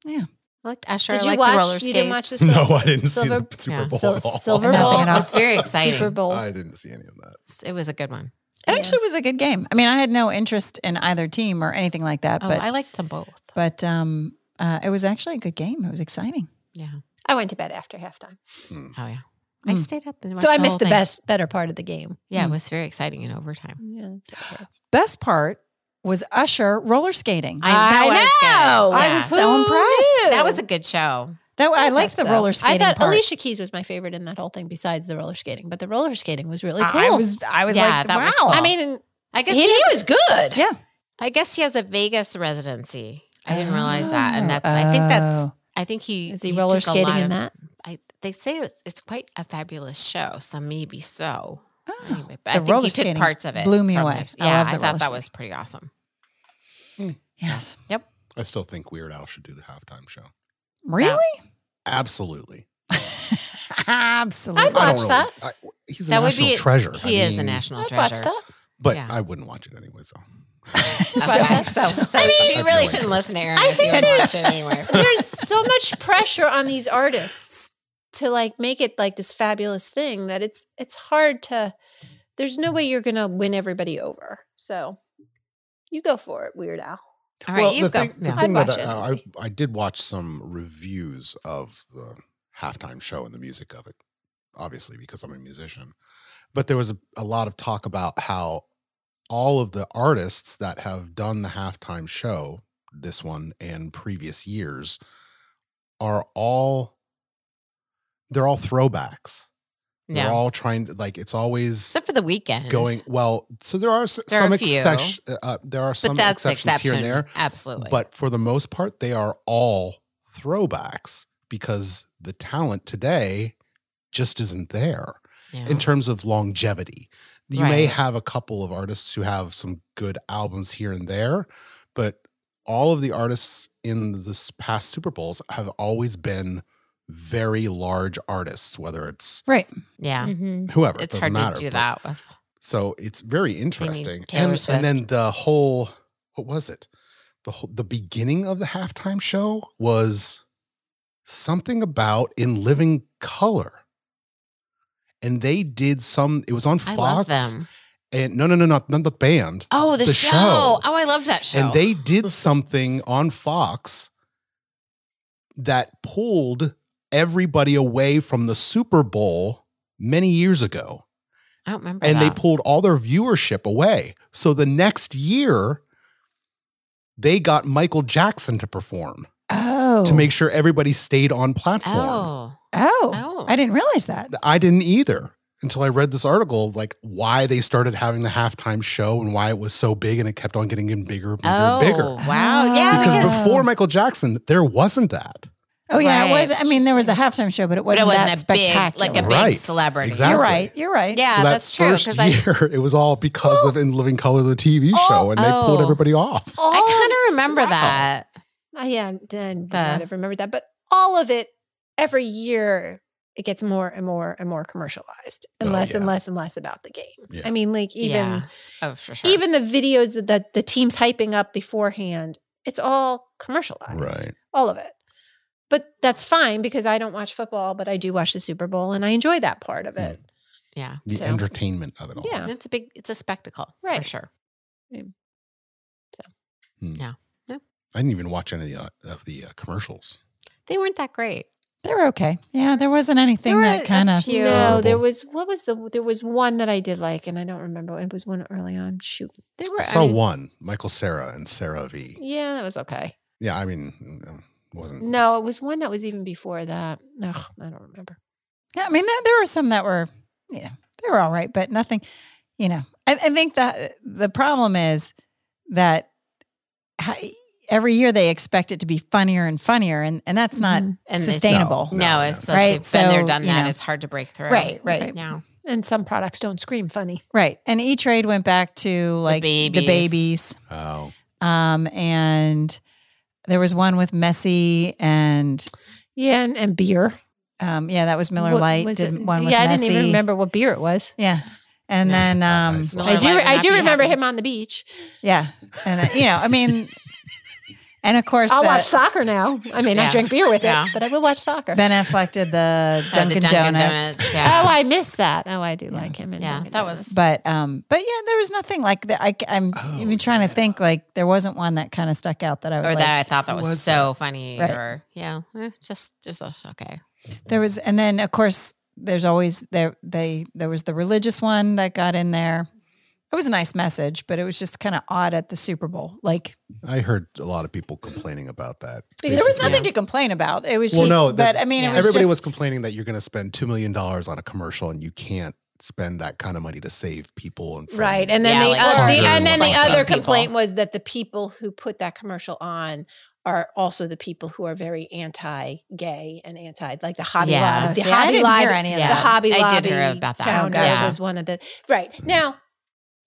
[SPEAKER 4] I liked Usher.
[SPEAKER 2] did
[SPEAKER 4] I
[SPEAKER 2] you
[SPEAKER 4] liked the
[SPEAKER 2] watch?
[SPEAKER 4] roller
[SPEAKER 2] you
[SPEAKER 4] skates.
[SPEAKER 2] didn't watch
[SPEAKER 5] (laughs)
[SPEAKER 2] this?
[SPEAKER 5] no, I didn't
[SPEAKER 2] Silver-
[SPEAKER 5] see the Super
[SPEAKER 4] yeah.
[SPEAKER 5] Bowl.
[SPEAKER 2] Sil-
[SPEAKER 5] at
[SPEAKER 2] (laughs)
[SPEAKER 5] all.
[SPEAKER 2] Silver
[SPEAKER 1] Nothing
[SPEAKER 2] Bowl.
[SPEAKER 1] at all.
[SPEAKER 4] It's very exciting.
[SPEAKER 2] (laughs) Super Bowl.
[SPEAKER 3] I didn't see any of that.
[SPEAKER 4] It was a good one.
[SPEAKER 1] It
[SPEAKER 2] Yeah.
[SPEAKER 1] actually was a good game. I mean, I had no interest in either team or anything like that,
[SPEAKER 4] Oh,
[SPEAKER 1] but
[SPEAKER 4] I liked them both.
[SPEAKER 1] but um, uh, it was actually a good game. It was exciting.
[SPEAKER 4] Yeah.
[SPEAKER 2] I went to bed after halftime,
[SPEAKER 4] Oh yeah. I
[SPEAKER 1] Mm.
[SPEAKER 4] stayed up and
[SPEAKER 2] Hmm.
[SPEAKER 4] watched
[SPEAKER 2] so I
[SPEAKER 4] the
[SPEAKER 2] missed
[SPEAKER 4] whole
[SPEAKER 2] the
[SPEAKER 4] thing.
[SPEAKER 2] best, Hmm. better part of the game.
[SPEAKER 4] Yeah, it was very exciting in overtime.
[SPEAKER 2] Yeah, that's okay.
[SPEAKER 1] Best part was Usher roller skating.
[SPEAKER 4] I, that
[SPEAKER 2] I
[SPEAKER 4] was
[SPEAKER 2] know.
[SPEAKER 4] Good.
[SPEAKER 1] I
[SPEAKER 4] Yeah.
[SPEAKER 1] was so impressed.
[SPEAKER 4] That was a good show.
[SPEAKER 1] That I liked the
[SPEAKER 2] thought so.
[SPEAKER 1] roller skating.
[SPEAKER 2] I thought
[SPEAKER 1] part.
[SPEAKER 2] Alicia Keys was my favorite in that whole thing, besides the roller skating. But the roller skating was really cool.
[SPEAKER 1] I was I was
[SPEAKER 4] Yeah,
[SPEAKER 1] like,
[SPEAKER 4] that
[SPEAKER 1] wow.
[SPEAKER 4] was cool.
[SPEAKER 2] I mean,
[SPEAKER 4] I guess
[SPEAKER 2] he,
[SPEAKER 4] he,
[SPEAKER 2] he
[SPEAKER 4] has,
[SPEAKER 2] was good.
[SPEAKER 1] Yeah.
[SPEAKER 4] I guess he has a Vegas residency. I didn't realize that, and that's. I think
[SPEAKER 1] Oh.
[SPEAKER 4] that's. I think he
[SPEAKER 2] Is he,
[SPEAKER 4] took
[SPEAKER 2] roller
[SPEAKER 4] a
[SPEAKER 2] skating
[SPEAKER 4] lot
[SPEAKER 2] in
[SPEAKER 4] of-
[SPEAKER 2] that?
[SPEAKER 4] I, they say it's, it's quite a fabulous show, so maybe so.
[SPEAKER 1] Oh.
[SPEAKER 4] Anyway, but
[SPEAKER 1] The
[SPEAKER 4] I think
[SPEAKER 1] roller
[SPEAKER 4] he took
[SPEAKER 1] skating
[SPEAKER 4] parts of it.
[SPEAKER 1] blew me
[SPEAKER 4] from
[SPEAKER 1] away.
[SPEAKER 4] it.
[SPEAKER 1] I
[SPEAKER 4] Yeah,
[SPEAKER 1] love
[SPEAKER 4] I,
[SPEAKER 1] the roller
[SPEAKER 4] thought that
[SPEAKER 1] skating.
[SPEAKER 4] was pretty awesome.
[SPEAKER 1] Yes.
[SPEAKER 3] I still think Weird Al should do the halftime show.
[SPEAKER 1] Really?
[SPEAKER 3] Absolutely.
[SPEAKER 1] (laughs) Absolutely.
[SPEAKER 2] I'd watch
[SPEAKER 3] really-
[SPEAKER 2] that.
[SPEAKER 3] I, he's a
[SPEAKER 4] That would
[SPEAKER 3] national
[SPEAKER 4] be
[SPEAKER 3] treasure. I
[SPEAKER 4] He is a
[SPEAKER 3] mean,
[SPEAKER 4] national
[SPEAKER 2] I'd watch
[SPEAKER 4] treasure.
[SPEAKER 2] that.
[SPEAKER 3] But
[SPEAKER 4] yeah.
[SPEAKER 3] I wouldn't watch it anyway. So
[SPEAKER 1] Oh.
[SPEAKER 4] So, (laughs) so, so
[SPEAKER 2] I mean-
[SPEAKER 4] you really shouldn't listen to Aaron.
[SPEAKER 2] I
[SPEAKER 4] if you
[SPEAKER 2] think
[SPEAKER 4] watch
[SPEAKER 2] there's-
[SPEAKER 4] it anyway.
[SPEAKER 2] There's
[SPEAKER 4] (laughs)
[SPEAKER 2] so much pressure on these artists to like make it like this fabulous thing that it's it's hard to. There's no way you're gonna win everybody over. So you go for it, Weird Al.
[SPEAKER 4] All right, you
[SPEAKER 3] the
[SPEAKER 4] go.
[SPEAKER 3] thing, the
[SPEAKER 4] Yeah.
[SPEAKER 3] thing
[SPEAKER 2] I'd
[SPEAKER 3] that
[SPEAKER 2] watch
[SPEAKER 3] I,
[SPEAKER 2] it.
[SPEAKER 3] I, I did watch some reviews of the halftime show and the music of it, obviously because I'm a musician. But there was a, a lot of talk about how all of the artists that have done the halftime show, this one and previous years, are all they're all throwbacks. They're
[SPEAKER 4] Yeah.
[SPEAKER 3] all trying to like it's always
[SPEAKER 4] Except for the weekend.
[SPEAKER 3] going well. So there are s-
[SPEAKER 4] There are
[SPEAKER 3] some
[SPEAKER 4] a few.
[SPEAKER 3] exceptions. Uh, there are some
[SPEAKER 4] but that's the
[SPEAKER 3] exceptions
[SPEAKER 4] exception.
[SPEAKER 3] here and there,
[SPEAKER 4] Absolutely.
[SPEAKER 3] but for the most part, they are all throwbacks because the talent today just isn't there
[SPEAKER 4] Yeah.
[SPEAKER 3] in terms of longevity. You may
[SPEAKER 4] Right.
[SPEAKER 3] have a couple of artists who have some good albums here and there, but all of the artists in this past Super Bowls have always been very large artists, whether it's
[SPEAKER 1] Right.
[SPEAKER 4] Yeah.
[SPEAKER 2] Mm-hmm.
[SPEAKER 3] whoever.
[SPEAKER 4] It's
[SPEAKER 3] it
[SPEAKER 4] hard
[SPEAKER 3] doesn't matter.
[SPEAKER 4] to do
[SPEAKER 3] but-
[SPEAKER 4] that with.
[SPEAKER 3] So it's very interesting.
[SPEAKER 4] Taylor
[SPEAKER 3] And,
[SPEAKER 4] Swift.
[SPEAKER 3] and then the whole what was it? The whole, the beginning of the halftime show was something about in living color. And they did some it was on
[SPEAKER 4] I
[SPEAKER 3] Fox
[SPEAKER 4] love them.
[SPEAKER 3] and no no no not not the band.
[SPEAKER 4] Oh, the,
[SPEAKER 3] The
[SPEAKER 4] show.
[SPEAKER 3] show.
[SPEAKER 4] Oh, I love that show.
[SPEAKER 3] And they
[SPEAKER 4] (laughs)
[SPEAKER 3] did something on Fox that pulled everybody away from the Super Bowl many years ago
[SPEAKER 4] I don't remember.
[SPEAKER 3] and they
[SPEAKER 4] that.
[SPEAKER 3] pulled all their viewership away. So the next year, they got Michael Jackson to perform
[SPEAKER 1] (laughs) Oh.
[SPEAKER 3] to make sure everybody stayed on platform.
[SPEAKER 4] Oh,
[SPEAKER 1] Oh.
[SPEAKER 4] Oh.
[SPEAKER 1] I didn't realize that.
[SPEAKER 3] I didn't either until I read this article, like why they started having the halftime show and why it was so big and it kept on getting even bigger and bigger
[SPEAKER 4] oh,
[SPEAKER 3] and bigger.
[SPEAKER 4] wow, yeah,
[SPEAKER 3] Because
[SPEAKER 4] because,
[SPEAKER 1] because-
[SPEAKER 3] before Michael Jackson, there wasn't that.
[SPEAKER 1] Oh yeah, it
[SPEAKER 4] Right.
[SPEAKER 1] was. I mean, there was a halftime show, but it
[SPEAKER 4] but
[SPEAKER 1] wasn't,
[SPEAKER 4] it wasn't
[SPEAKER 1] that
[SPEAKER 4] a big,
[SPEAKER 1] spectacular.
[SPEAKER 4] like a big
[SPEAKER 3] Right.
[SPEAKER 4] celebrity.
[SPEAKER 3] Exactly.
[SPEAKER 1] You're right. You're right.
[SPEAKER 4] Yeah,
[SPEAKER 3] so that
[SPEAKER 4] that's true.
[SPEAKER 3] first
[SPEAKER 4] Because I,
[SPEAKER 3] year, (laughs) it was all because of In Living Color, the TV show, and they pulled
[SPEAKER 4] oh.
[SPEAKER 3] everybody off.
[SPEAKER 4] I kind of remember that.
[SPEAKER 2] I Ah, yeah, and then
[SPEAKER 4] The-
[SPEAKER 2] I've remembered that. But all of it, every year, it gets more and more and more commercialized, and
[SPEAKER 3] Oh,
[SPEAKER 2] less and
[SPEAKER 3] yeah.
[SPEAKER 2] less and less about the game.
[SPEAKER 3] Yeah.
[SPEAKER 2] I mean, like even
[SPEAKER 4] yeah. Oh, for sure.
[SPEAKER 2] even the videos that the, the team's hyping up beforehand, it's all commercialized, All of it. But that's fine because I don't watch football, but I do watch the Super Bowl, and I enjoy that part of
[SPEAKER 3] Mm.
[SPEAKER 2] it.
[SPEAKER 4] yeah,
[SPEAKER 3] The
[SPEAKER 2] So-
[SPEAKER 3] entertainment of it all.
[SPEAKER 2] Yeah.
[SPEAKER 4] And it's a big, it's a spectacle, For
[SPEAKER 2] Right.
[SPEAKER 4] sure.
[SPEAKER 3] I didn't even watch any of the, uh, of the uh, commercials.
[SPEAKER 4] They weren't that great.
[SPEAKER 1] They were okay. Yeah, there wasn't anything
[SPEAKER 4] There were
[SPEAKER 1] that
[SPEAKER 4] a
[SPEAKER 1] kind of.
[SPEAKER 4] few.
[SPEAKER 2] No,
[SPEAKER 3] Horrible.
[SPEAKER 2] there was what was the there was one that I did like, and I don't remember. It was one early on. Shoot,
[SPEAKER 4] They were.
[SPEAKER 3] I
[SPEAKER 4] I
[SPEAKER 3] saw
[SPEAKER 4] mean,
[SPEAKER 3] one, Michael Sarah and Sarah V.
[SPEAKER 2] yeah, that was okay.
[SPEAKER 3] Yeah, I mean, mm, wasn't
[SPEAKER 2] No, it was one that was even before that. Ugh, I don't remember.
[SPEAKER 1] Yeah, I mean, there, there were some that were, you know, they were all right, but nothing. You know, I, I think that the problem is that ha- every year they expect it to be funnier and funnier, and and that's not
[SPEAKER 4] and they-
[SPEAKER 1] sustainable.
[SPEAKER 4] no,
[SPEAKER 3] No,
[SPEAKER 4] it's
[SPEAKER 3] no.
[SPEAKER 4] like
[SPEAKER 1] Right,
[SPEAKER 4] they've been there,
[SPEAKER 1] so,
[SPEAKER 4] done
[SPEAKER 1] you
[SPEAKER 4] that.
[SPEAKER 1] know.
[SPEAKER 4] It's hard to break through.
[SPEAKER 1] Right, right,
[SPEAKER 4] Now,
[SPEAKER 2] And some products don't scream funny.
[SPEAKER 1] right. And E Trade went back to like
[SPEAKER 4] babies.
[SPEAKER 1] babies.
[SPEAKER 3] Oh,
[SPEAKER 1] Um, and there was one with Messi and
[SPEAKER 2] Yeah, and, and beer.
[SPEAKER 1] um, yeah, that was Miller
[SPEAKER 2] What
[SPEAKER 1] Lite.
[SPEAKER 2] was
[SPEAKER 1] did
[SPEAKER 2] it?
[SPEAKER 1] one with
[SPEAKER 2] yeah, I
[SPEAKER 1] Messi.
[SPEAKER 2] didn't even remember what beer it was.
[SPEAKER 1] Yeah, and
[SPEAKER 4] No.
[SPEAKER 1] then um,
[SPEAKER 3] Nice.
[SPEAKER 4] Miller
[SPEAKER 2] I do.
[SPEAKER 4] Lite
[SPEAKER 2] re-
[SPEAKER 4] would
[SPEAKER 2] I
[SPEAKER 4] not
[SPEAKER 2] do
[SPEAKER 4] be
[SPEAKER 2] remember
[SPEAKER 4] happy.
[SPEAKER 2] him on the beach.
[SPEAKER 1] yeah, and uh, you know, I mean, and of course,
[SPEAKER 2] I'll
[SPEAKER 1] the-
[SPEAKER 2] watch soccer now. I may
[SPEAKER 4] Yeah.
[SPEAKER 2] not drink beer with
[SPEAKER 4] Yeah.
[SPEAKER 2] it, but I will watch soccer.
[SPEAKER 1] Ben Affleck did the
[SPEAKER 4] Oh, the
[SPEAKER 1] Dunkin', Donuts.
[SPEAKER 4] yeah.
[SPEAKER 2] Oh, I missed that. Oh, I do
[SPEAKER 1] Yeah.
[SPEAKER 2] like him. in
[SPEAKER 4] Yeah,
[SPEAKER 2] Dunkin'
[SPEAKER 4] that
[SPEAKER 2] Donuts.
[SPEAKER 4] was-
[SPEAKER 1] But um, but yeah, there was nothing like that. I, am
[SPEAKER 3] Oh,
[SPEAKER 1] even trying
[SPEAKER 3] yeah.
[SPEAKER 1] to think like there wasn't one that kind of stuck out that I was
[SPEAKER 4] or
[SPEAKER 1] like,
[SPEAKER 4] that I thought that
[SPEAKER 3] Who
[SPEAKER 4] was,
[SPEAKER 3] was
[SPEAKER 4] so funny,
[SPEAKER 1] Right.
[SPEAKER 4] or yeah, eh, just just us, okay.
[SPEAKER 1] there was. And then of course there's always there they there was the religious one that got in there. It was a nice message, but it was just kind of odd at the Super Bowl. Like
[SPEAKER 3] I heard a lot of people complaining about that.
[SPEAKER 1] there was
[SPEAKER 3] Basically,
[SPEAKER 1] nothing to complain about. It was
[SPEAKER 3] Well,
[SPEAKER 1] just,
[SPEAKER 3] no, the-
[SPEAKER 1] but I mean,
[SPEAKER 4] yeah.
[SPEAKER 1] it was
[SPEAKER 3] Everybody
[SPEAKER 1] just,
[SPEAKER 3] was complaining that you're going to spend two million dollars on a commercial and you can't spend that kind of money to save people and from-
[SPEAKER 2] Right, and then
[SPEAKER 4] Yeah,
[SPEAKER 2] the,
[SPEAKER 4] like
[SPEAKER 2] oth-
[SPEAKER 3] harder
[SPEAKER 2] the and then the
[SPEAKER 3] ones.
[SPEAKER 2] other
[SPEAKER 4] People.
[SPEAKER 2] complaint was that the people who put that commercial on are also the people who are very anti-gay and anti, like the Hobby
[SPEAKER 4] Yeah.
[SPEAKER 2] Lobby. The
[SPEAKER 1] See, I
[SPEAKER 2] Hobby
[SPEAKER 1] didn't
[SPEAKER 2] Lobby,
[SPEAKER 1] hear any of
[SPEAKER 2] the
[SPEAKER 4] Yeah.
[SPEAKER 1] that.
[SPEAKER 2] Hobby
[SPEAKER 4] I did
[SPEAKER 2] Lobby
[SPEAKER 4] hear about that.
[SPEAKER 2] founder
[SPEAKER 4] Okay.
[SPEAKER 2] was one of the right now.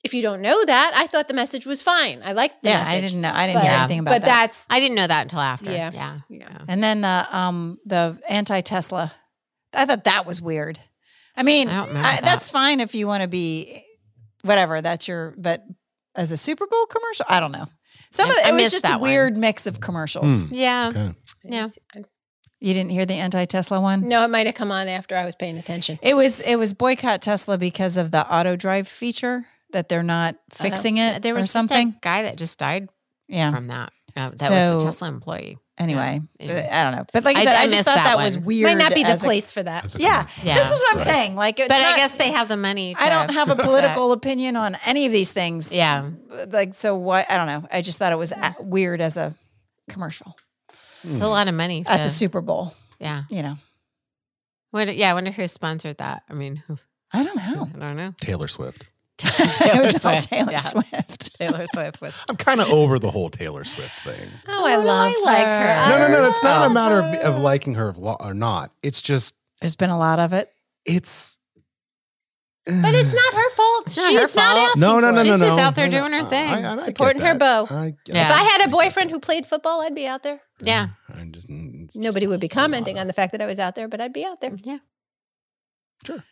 [SPEAKER 2] If you don't know that, I thought the message was fine. I liked the
[SPEAKER 1] yeah,
[SPEAKER 2] message,
[SPEAKER 1] I didn't know. I didn't hear
[SPEAKER 2] But-
[SPEAKER 1] anything about
[SPEAKER 2] but
[SPEAKER 1] that.
[SPEAKER 2] that's
[SPEAKER 4] I didn't know that until after. Yeah,
[SPEAKER 2] Yeah.
[SPEAKER 4] yeah.
[SPEAKER 2] yeah.
[SPEAKER 1] And then the um the anti Tesla, I thought that was weird. I mean,
[SPEAKER 4] I don't remember
[SPEAKER 1] I,
[SPEAKER 4] that.
[SPEAKER 1] that's fine if you want to be whatever. That's your but as a Super Bowl commercial, I don't know. Some
[SPEAKER 4] I-
[SPEAKER 1] of it,
[SPEAKER 4] I
[SPEAKER 1] it was
[SPEAKER 4] missed
[SPEAKER 1] just a
[SPEAKER 4] that one.
[SPEAKER 1] weird mix of commercials.
[SPEAKER 3] Hmm.
[SPEAKER 4] Yeah.
[SPEAKER 3] Okay.
[SPEAKER 4] Yeah.
[SPEAKER 1] You didn't hear the anti Tesla one.
[SPEAKER 2] No, it might have come on after I was paying attention.
[SPEAKER 1] It was it was boycott Tesla because of the auto drive feature that they're not fixing it
[SPEAKER 4] There was
[SPEAKER 1] or
[SPEAKER 4] just that
[SPEAKER 1] something.
[SPEAKER 4] guy that just died
[SPEAKER 1] yeah.
[SPEAKER 4] from that. Uh, that was a
[SPEAKER 1] So-
[SPEAKER 4] Tesla employee.
[SPEAKER 1] Anyway,
[SPEAKER 4] Yeah.
[SPEAKER 1] but I don't know. But like I
[SPEAKER 4] I-
[SPEAKER 1] said,
[SPEAKER 4] I
[SPEAKER 1] I, just
[SPEAKER 4] missed
[SPEAKER 1] thought
[SPEAKER 4] that
[SPEAKER 1] that, was
[SPEAKER 4] one.
[SPEAKER 1] weird.
[SPEAKER 2] Might not be the
[SPEAKER 1] as a-
[SPEAKER 2] place for
[SPEAKER 4] (laughs)
[SPEAKER 2] that.
[SPEAKER 3] That's a
[SPEAKER 1] yeah,
[SPEAKER 3] commercial.
[SPEAKER 4] Yeah.
[SPEAKER 1] this is what I'm
[SPEAKER 3] Right.
[SPEAKER 1] saying. Like, it's
[SPEAKER 4] but I
[SPEAKER 1] not-
[SPEAKER 4] guess they have the money.
[SPEAKER 1] I don't
[SPEAKER 4] to- (laughs)
[SPEAKER 1] have a
[SPEAKER 4] that.
[SPEAKER 1] political opinion on any of these things.
[SPEAKER 4] Yeah.
[SPEAKER 1] Like, so why? I don't know. I just thought it was a- weird as a commercial
[SPEAKER 3] Hmm.
[SPEAKER 4] It's a lot of money.
[SPEAKER 1] at
[SPEAKER 4] to-
[SPEAKER 1] the Super Bowl,
[SPEAKER 4] yeah.
[SPEAKER 1] you know.
[SPEAKER 4] What, yeah. I wonder who sponsored that. I mean, (laughs) who,
[SPEAKER 1] I don't
[SPEAKER 4] I
[SPEAKER 1] know.
[SPEAKER 4] don't know.
[SPEAKER 3] Taylor Swift.
[SPEAKER 1] (laughs) it was all Taylor
[SPEAKER 4] Yeah.
[SPEAKER 1] Swift.
[SPEAKER 4] Taylor Swift was.
[SPEAKER 3] I'm kind of over the whole Taylor Swift thing.
[SPEAKER 2] Oh, I love
[SPEAKER 4] like
[SPEAKER 2] her.
[SPEAKER 4] her.
[SPEAKER 3] No, no, no. It's not
[SPEAKER 4] Oh.
[SPEAKER 3] a matter of, of liking her or not. It's just
[SPEAKER 1] There's been a lot of it.
[SPEAKER 3] it's.
[SPEAKER 2] But it's not her fault.
[SPEAKER 4] It's not
[SPEAKER 2] She's
[SPEAKER 4] her
[SPEAKER 2] not
[SPEAKER 4] fault.
[SPEAKER 2] asking
[SPEAKER 3] No, no,
[SPEAKER 2] for
[SPEAKER 3] no,
[SPEAKER 2] it.
[SPEAKER 3] no,
[SPEAKER 4] She's
[SPEAKER 3] no.
[SPEAKER 4] just out there
[SPEAKER 3] No, no.
[SPEAKER 4] doing her
[SPEAKER 3] I-
[SPEAKER 4] thing.
[SPEAKER 3] I- I get
[SPEAKER 2] Supporting her
[SPEAKER 3] that.
[SPEAKER 2] bow.
[SPEAKER 3] I-
[SPEAKER 4] Yeah.
[SPEAKER 2] If I had a boyfriend who played football, I'd be out there.
[SPEAKER 4] Yeah.
[SPEAKER 3] I just it's just
[SPEAKER 2] Nobody would be
[SPEAKER 3] a whole lot
[SPEAKER 2] commenting
[SPEAKER 3] of-
[SPEAKER 2] on the fact that I was out there, but I'd be out there.
[SPEAKER 4] Yeah,
[SPEAKER 1] Sure.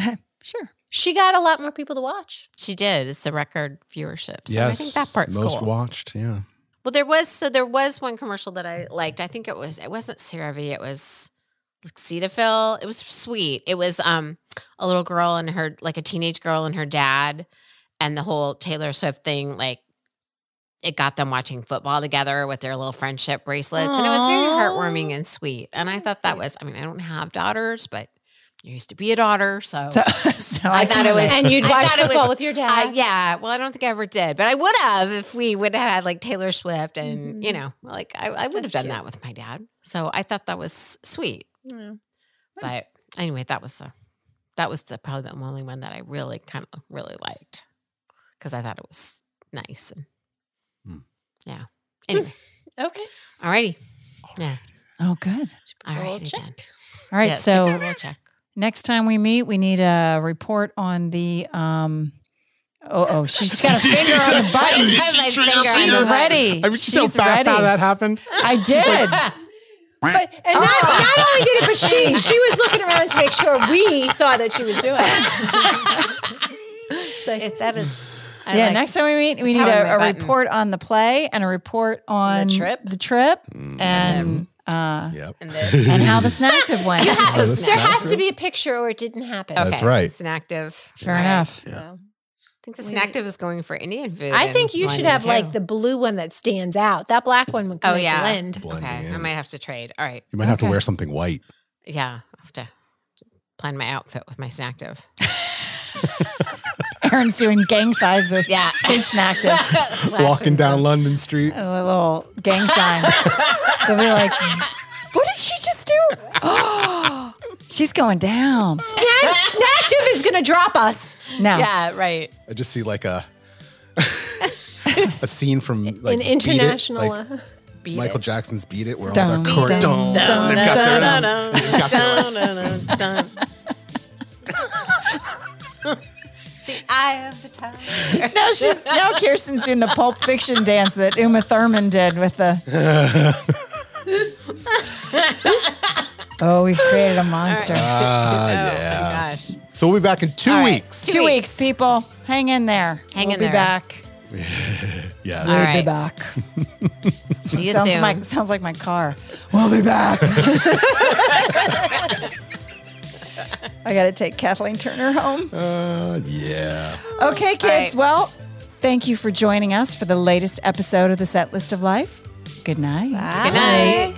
[SPEAKER 4] Mm-hmm.
[SPEAKER 2] She got a lot more people to watch.
[SPEAKER 4] she did. It's the record viewership. So
[SPEAKER 3] yes,
[SPEAKER 4] I think that part's
[SPEAKER 3] most
[SPEAKER 4] cool.
[SPEAKER 3] watched. Yeah,
[SPEAKER 4] Well, there was so there was one commercial that I liked. I think it was it wasn't CeraVe. It was Cetaphil. It was sweet. It was um a little girl and her like a teenage girl and her dad, and the whole Taylor Swift thing. Like it got them watching football together with their little friendship bracelets, and it was very
[SPEAKER 2] Aw.
[SPEAKER 4] heartwarming and sweet. And I thought that
[SPEAKER 2] sweet.
[SPEAKER 4] was. I mean, I don't have daughters, but you used to be a daughter, so.
[SPEAKER 1] So, (laughs) so
[SPEAKER 4] I thought it was-
[SPEAKER 2] And you'd
[SPEAKER 4] I
[SPEAKER 2] watch
[SPEAKER 4] thought it was-
[SPEAKER 2] football with your
[SPEAKER 4] Uh,
[SPEAKER 2] dad.
[SPEAKER 4] yeah. Well, I don't think I ever did, but I would have if we would have had like Taylor Swift and, you
[SPEAKER 2] Mhm.
[SPEAKER 4] know, like I, I would have
[SPEAKER 2] That's
[SPEAKER 4] done
[SPEAKER 2] cute.
[SPEAKER 4] that with my dad. So I thought that was sweet.
[SPEAKER 2] yeah.
[SPEAKER 4] But anyway, that was the, that was the, probably the only one that I really kind of really liked because I thought it was nice. And
[SPEAKER 3] Hmm.
[SPEAKER 4] yeah.
[SPEAKER 2] (laughs)
[SPEAKER 4] Anyway.
[SPEAKER 2] Okay.
[SPEAKER 4] Alrighty. Yeah.
[SPEAKER 1] oh, good.
[SPEAKER 4] All right.
[SPEAKER 2] Bowl check.
[SPEAKER 4] again.
[SPEAKER 1] All right.
[SPEAKER 4] Yeah,
[SPEAKER 1] so
[SPEAKER 2] (laughs)
[SPEAKER 4] Super Bowl check.
[SPEAKER 1] next time we meet, we need a report on the. Um, oh, oh, she's
[SPEAKER 4] (laughs)
[SPEAKER 1] got a finger on the
[SPEAKER 4] I
[SPEAKER 1] button.
[SPEAKER 4] have my
[SPEAKER 3] She triggered
[SPEAKER 4] finger on
[SPEAKER 1] She's
[SPEAKER 4] the
[SPEAKER 2] Uh-huh.
[SPEAKER 4] button.
[SPEAKER 1] ready.
[SPEAKER 3] I mean,
[SPEAKER 1] she's
[SPEAKER 3] she's so fast how
[SPEAKER 1] ready.
[SPEAKER 3] that happened.
[SPEAKER 1] I did.
[SPEAKER 2] But and not, not only did it, but she she was looking around to make sure we saw that she was doing. it. She's like,
[SPEAKER 4] It- that is. I
[SPEAKER 1] yeah,
[SPEAKER 4] like-
[SPEAKER 1] next time we meet, we need
[SPEAKER 4] Power my
[SPEAKER 1] a, a
[SPEAKER 4] button.
[SPEAKER 1] report on the play and a report on
[SPEAKER 2] trip.
[SPEAKER 1] the trip,
[SPEAKER 3] Mm.
[SPEAKER 1] and uh,
[SPEAKER 3] Yep.
[SPEAKER 4] And the-
[SPEAKER 1] and how the snack dip
[SPEAKER 4] (laughs)
[SPEAKER 1] went.
[SPEAKER 2] "Yeah,
[SPEAKER 3] that's
[SPEAKER 2] there
[SPEAKER 3] not
[SPEAKER 2] has to
[SPEAKER 3] true.
[SPEAKER 2] be a picture, or it didn't happen.
[SPEAKER 3] That's right.
[SPEAKER 4] Snactive.
[SPEAKER 1] Fair
[SPEAKER 4] All right.
[SPEAKER 1] enough.
[SPEAKER 3] Yeah.
[SPEAKER 2] So,
[SPEAKER 4] I think the
[SPEAKER 2] We-
[SPEAKER 4] snack is going for Indian food.
[SPEAKER 2] I
[SPEAKER 4] in
[SPEAKER 2] think you should
[SPEAKER 4] London,
[SPEAKER 2] have like
[SPEAKER 4] too.
[SPEAKER 2] the blue one that stands out. That black one would
[SPEAKER 4] Oh,
[SPEAKER 2] kind of
[SPEAKER 4] yeah.
[SPEAKER 2] blend.
[SPEAKER 3] Blending
[SPEAKER 4] Okay, I
[SPEAKER 3] in.
[SPEAKER 4] might have to trade. All right.
[SPEAKER 3] you might have to
[SPEAKER 1] Okay.
[SPEAKER 3] wear something white.
[SPEAKER 4] Yeah, I have to plan my outfit with my snack div.
[SPEAKER 1] Aaron's doing gang size with
[SPEAKER 4] (laughs) Yeah.
[SPEAKER 1] his snack dip.
[SPEAKER 3] Walking down London Street.
[SPEAKER 1] A little gang sign. They'll be like, "What did she just do? Oh, (gasps) she's going
[SPEAKER 4] (laughs)
[SPEAKER 1] down."
[SPEAKER 2] Snack, Snacktive is going to drop us
[SPEAKER 1] No,
[SPEAKER 4] Yeah, right.
[SPEAKER 3] I just see like a a scene from like
[SPEAKER 2] in
[SPEAKER 3] Beat It,
[SPEAKER 2] international.
[SPEAKER 3] like
[SPEAKER 2] uh,
[SPEAKER 4] Beat
[SPEAKER 3] Michael
[SPEAKER 4] it.
[SPEAKER 3] Jackson's "Beat It," where all
[SPEAKER 1] Dun,
[SPEAKER 3] the chorus.
[SPEAKER 1] dun,
[SPEAKER 3] Dun,
[SPEAKER 1] dun,
[SPEAKER 3] dun, they've
[SPEAKER 1] dun,
[SPEAKER 3] got their-
[SPEAKER 1] dun,
[SPEAKER 3] (laughs) they've got their-
[SPEAKER 4] Eye of the tiger.
[SPEAKER 1] now she's now Kirsten's doing the Pulp Fiction dance that Uma Thurman did with the. oh, we've created a monster.
[SPEAKER 3] Ah,
[SPEAKER 4] Oh
[SPEAKER 3] yeah.
[SPEAKER 4] my gosh.
[SPEAKER 3] So we'll be back in two
[SPEAKER 4] All right.
[SPEAKER 3] weeks.
[SPEAKER 4] Two
[SPEAKER 1] Two
[SPEAKER 4] weeks.
[SPEAKER 1] weeks. people. Hang in there.
[SPEAKER 4] Hang
[SPEAKER 1] we'll
[SPEAKER 4] in
[SPEAKER 1] be
[SPEAKER 4] there.
[SPEAKER 1] back.
[SPEAKER 3] Yes.
[SPEAKER 4] All
[SPEAKER 1] We'll
[SPEAKER 4] right.
[SPEAKER 1] be back.
[SPEAKER 4] See you
[SPEAKER 1] sounds
[SPEAKER 4] soon.
[SPEAKER 1] like sounds like my car. We'll be back. I got to take Kathleen Turner home.
[SPEAKER 3] Uh, (laughs) yeah.
[SPEAKER 1] Okay, kids.
[SPEAKER 4] right.
[SPEAKER 1] Well, thank you for joining us for the latest episode of the Set List of Life. Good night.
[SPEAKER 4] Good night.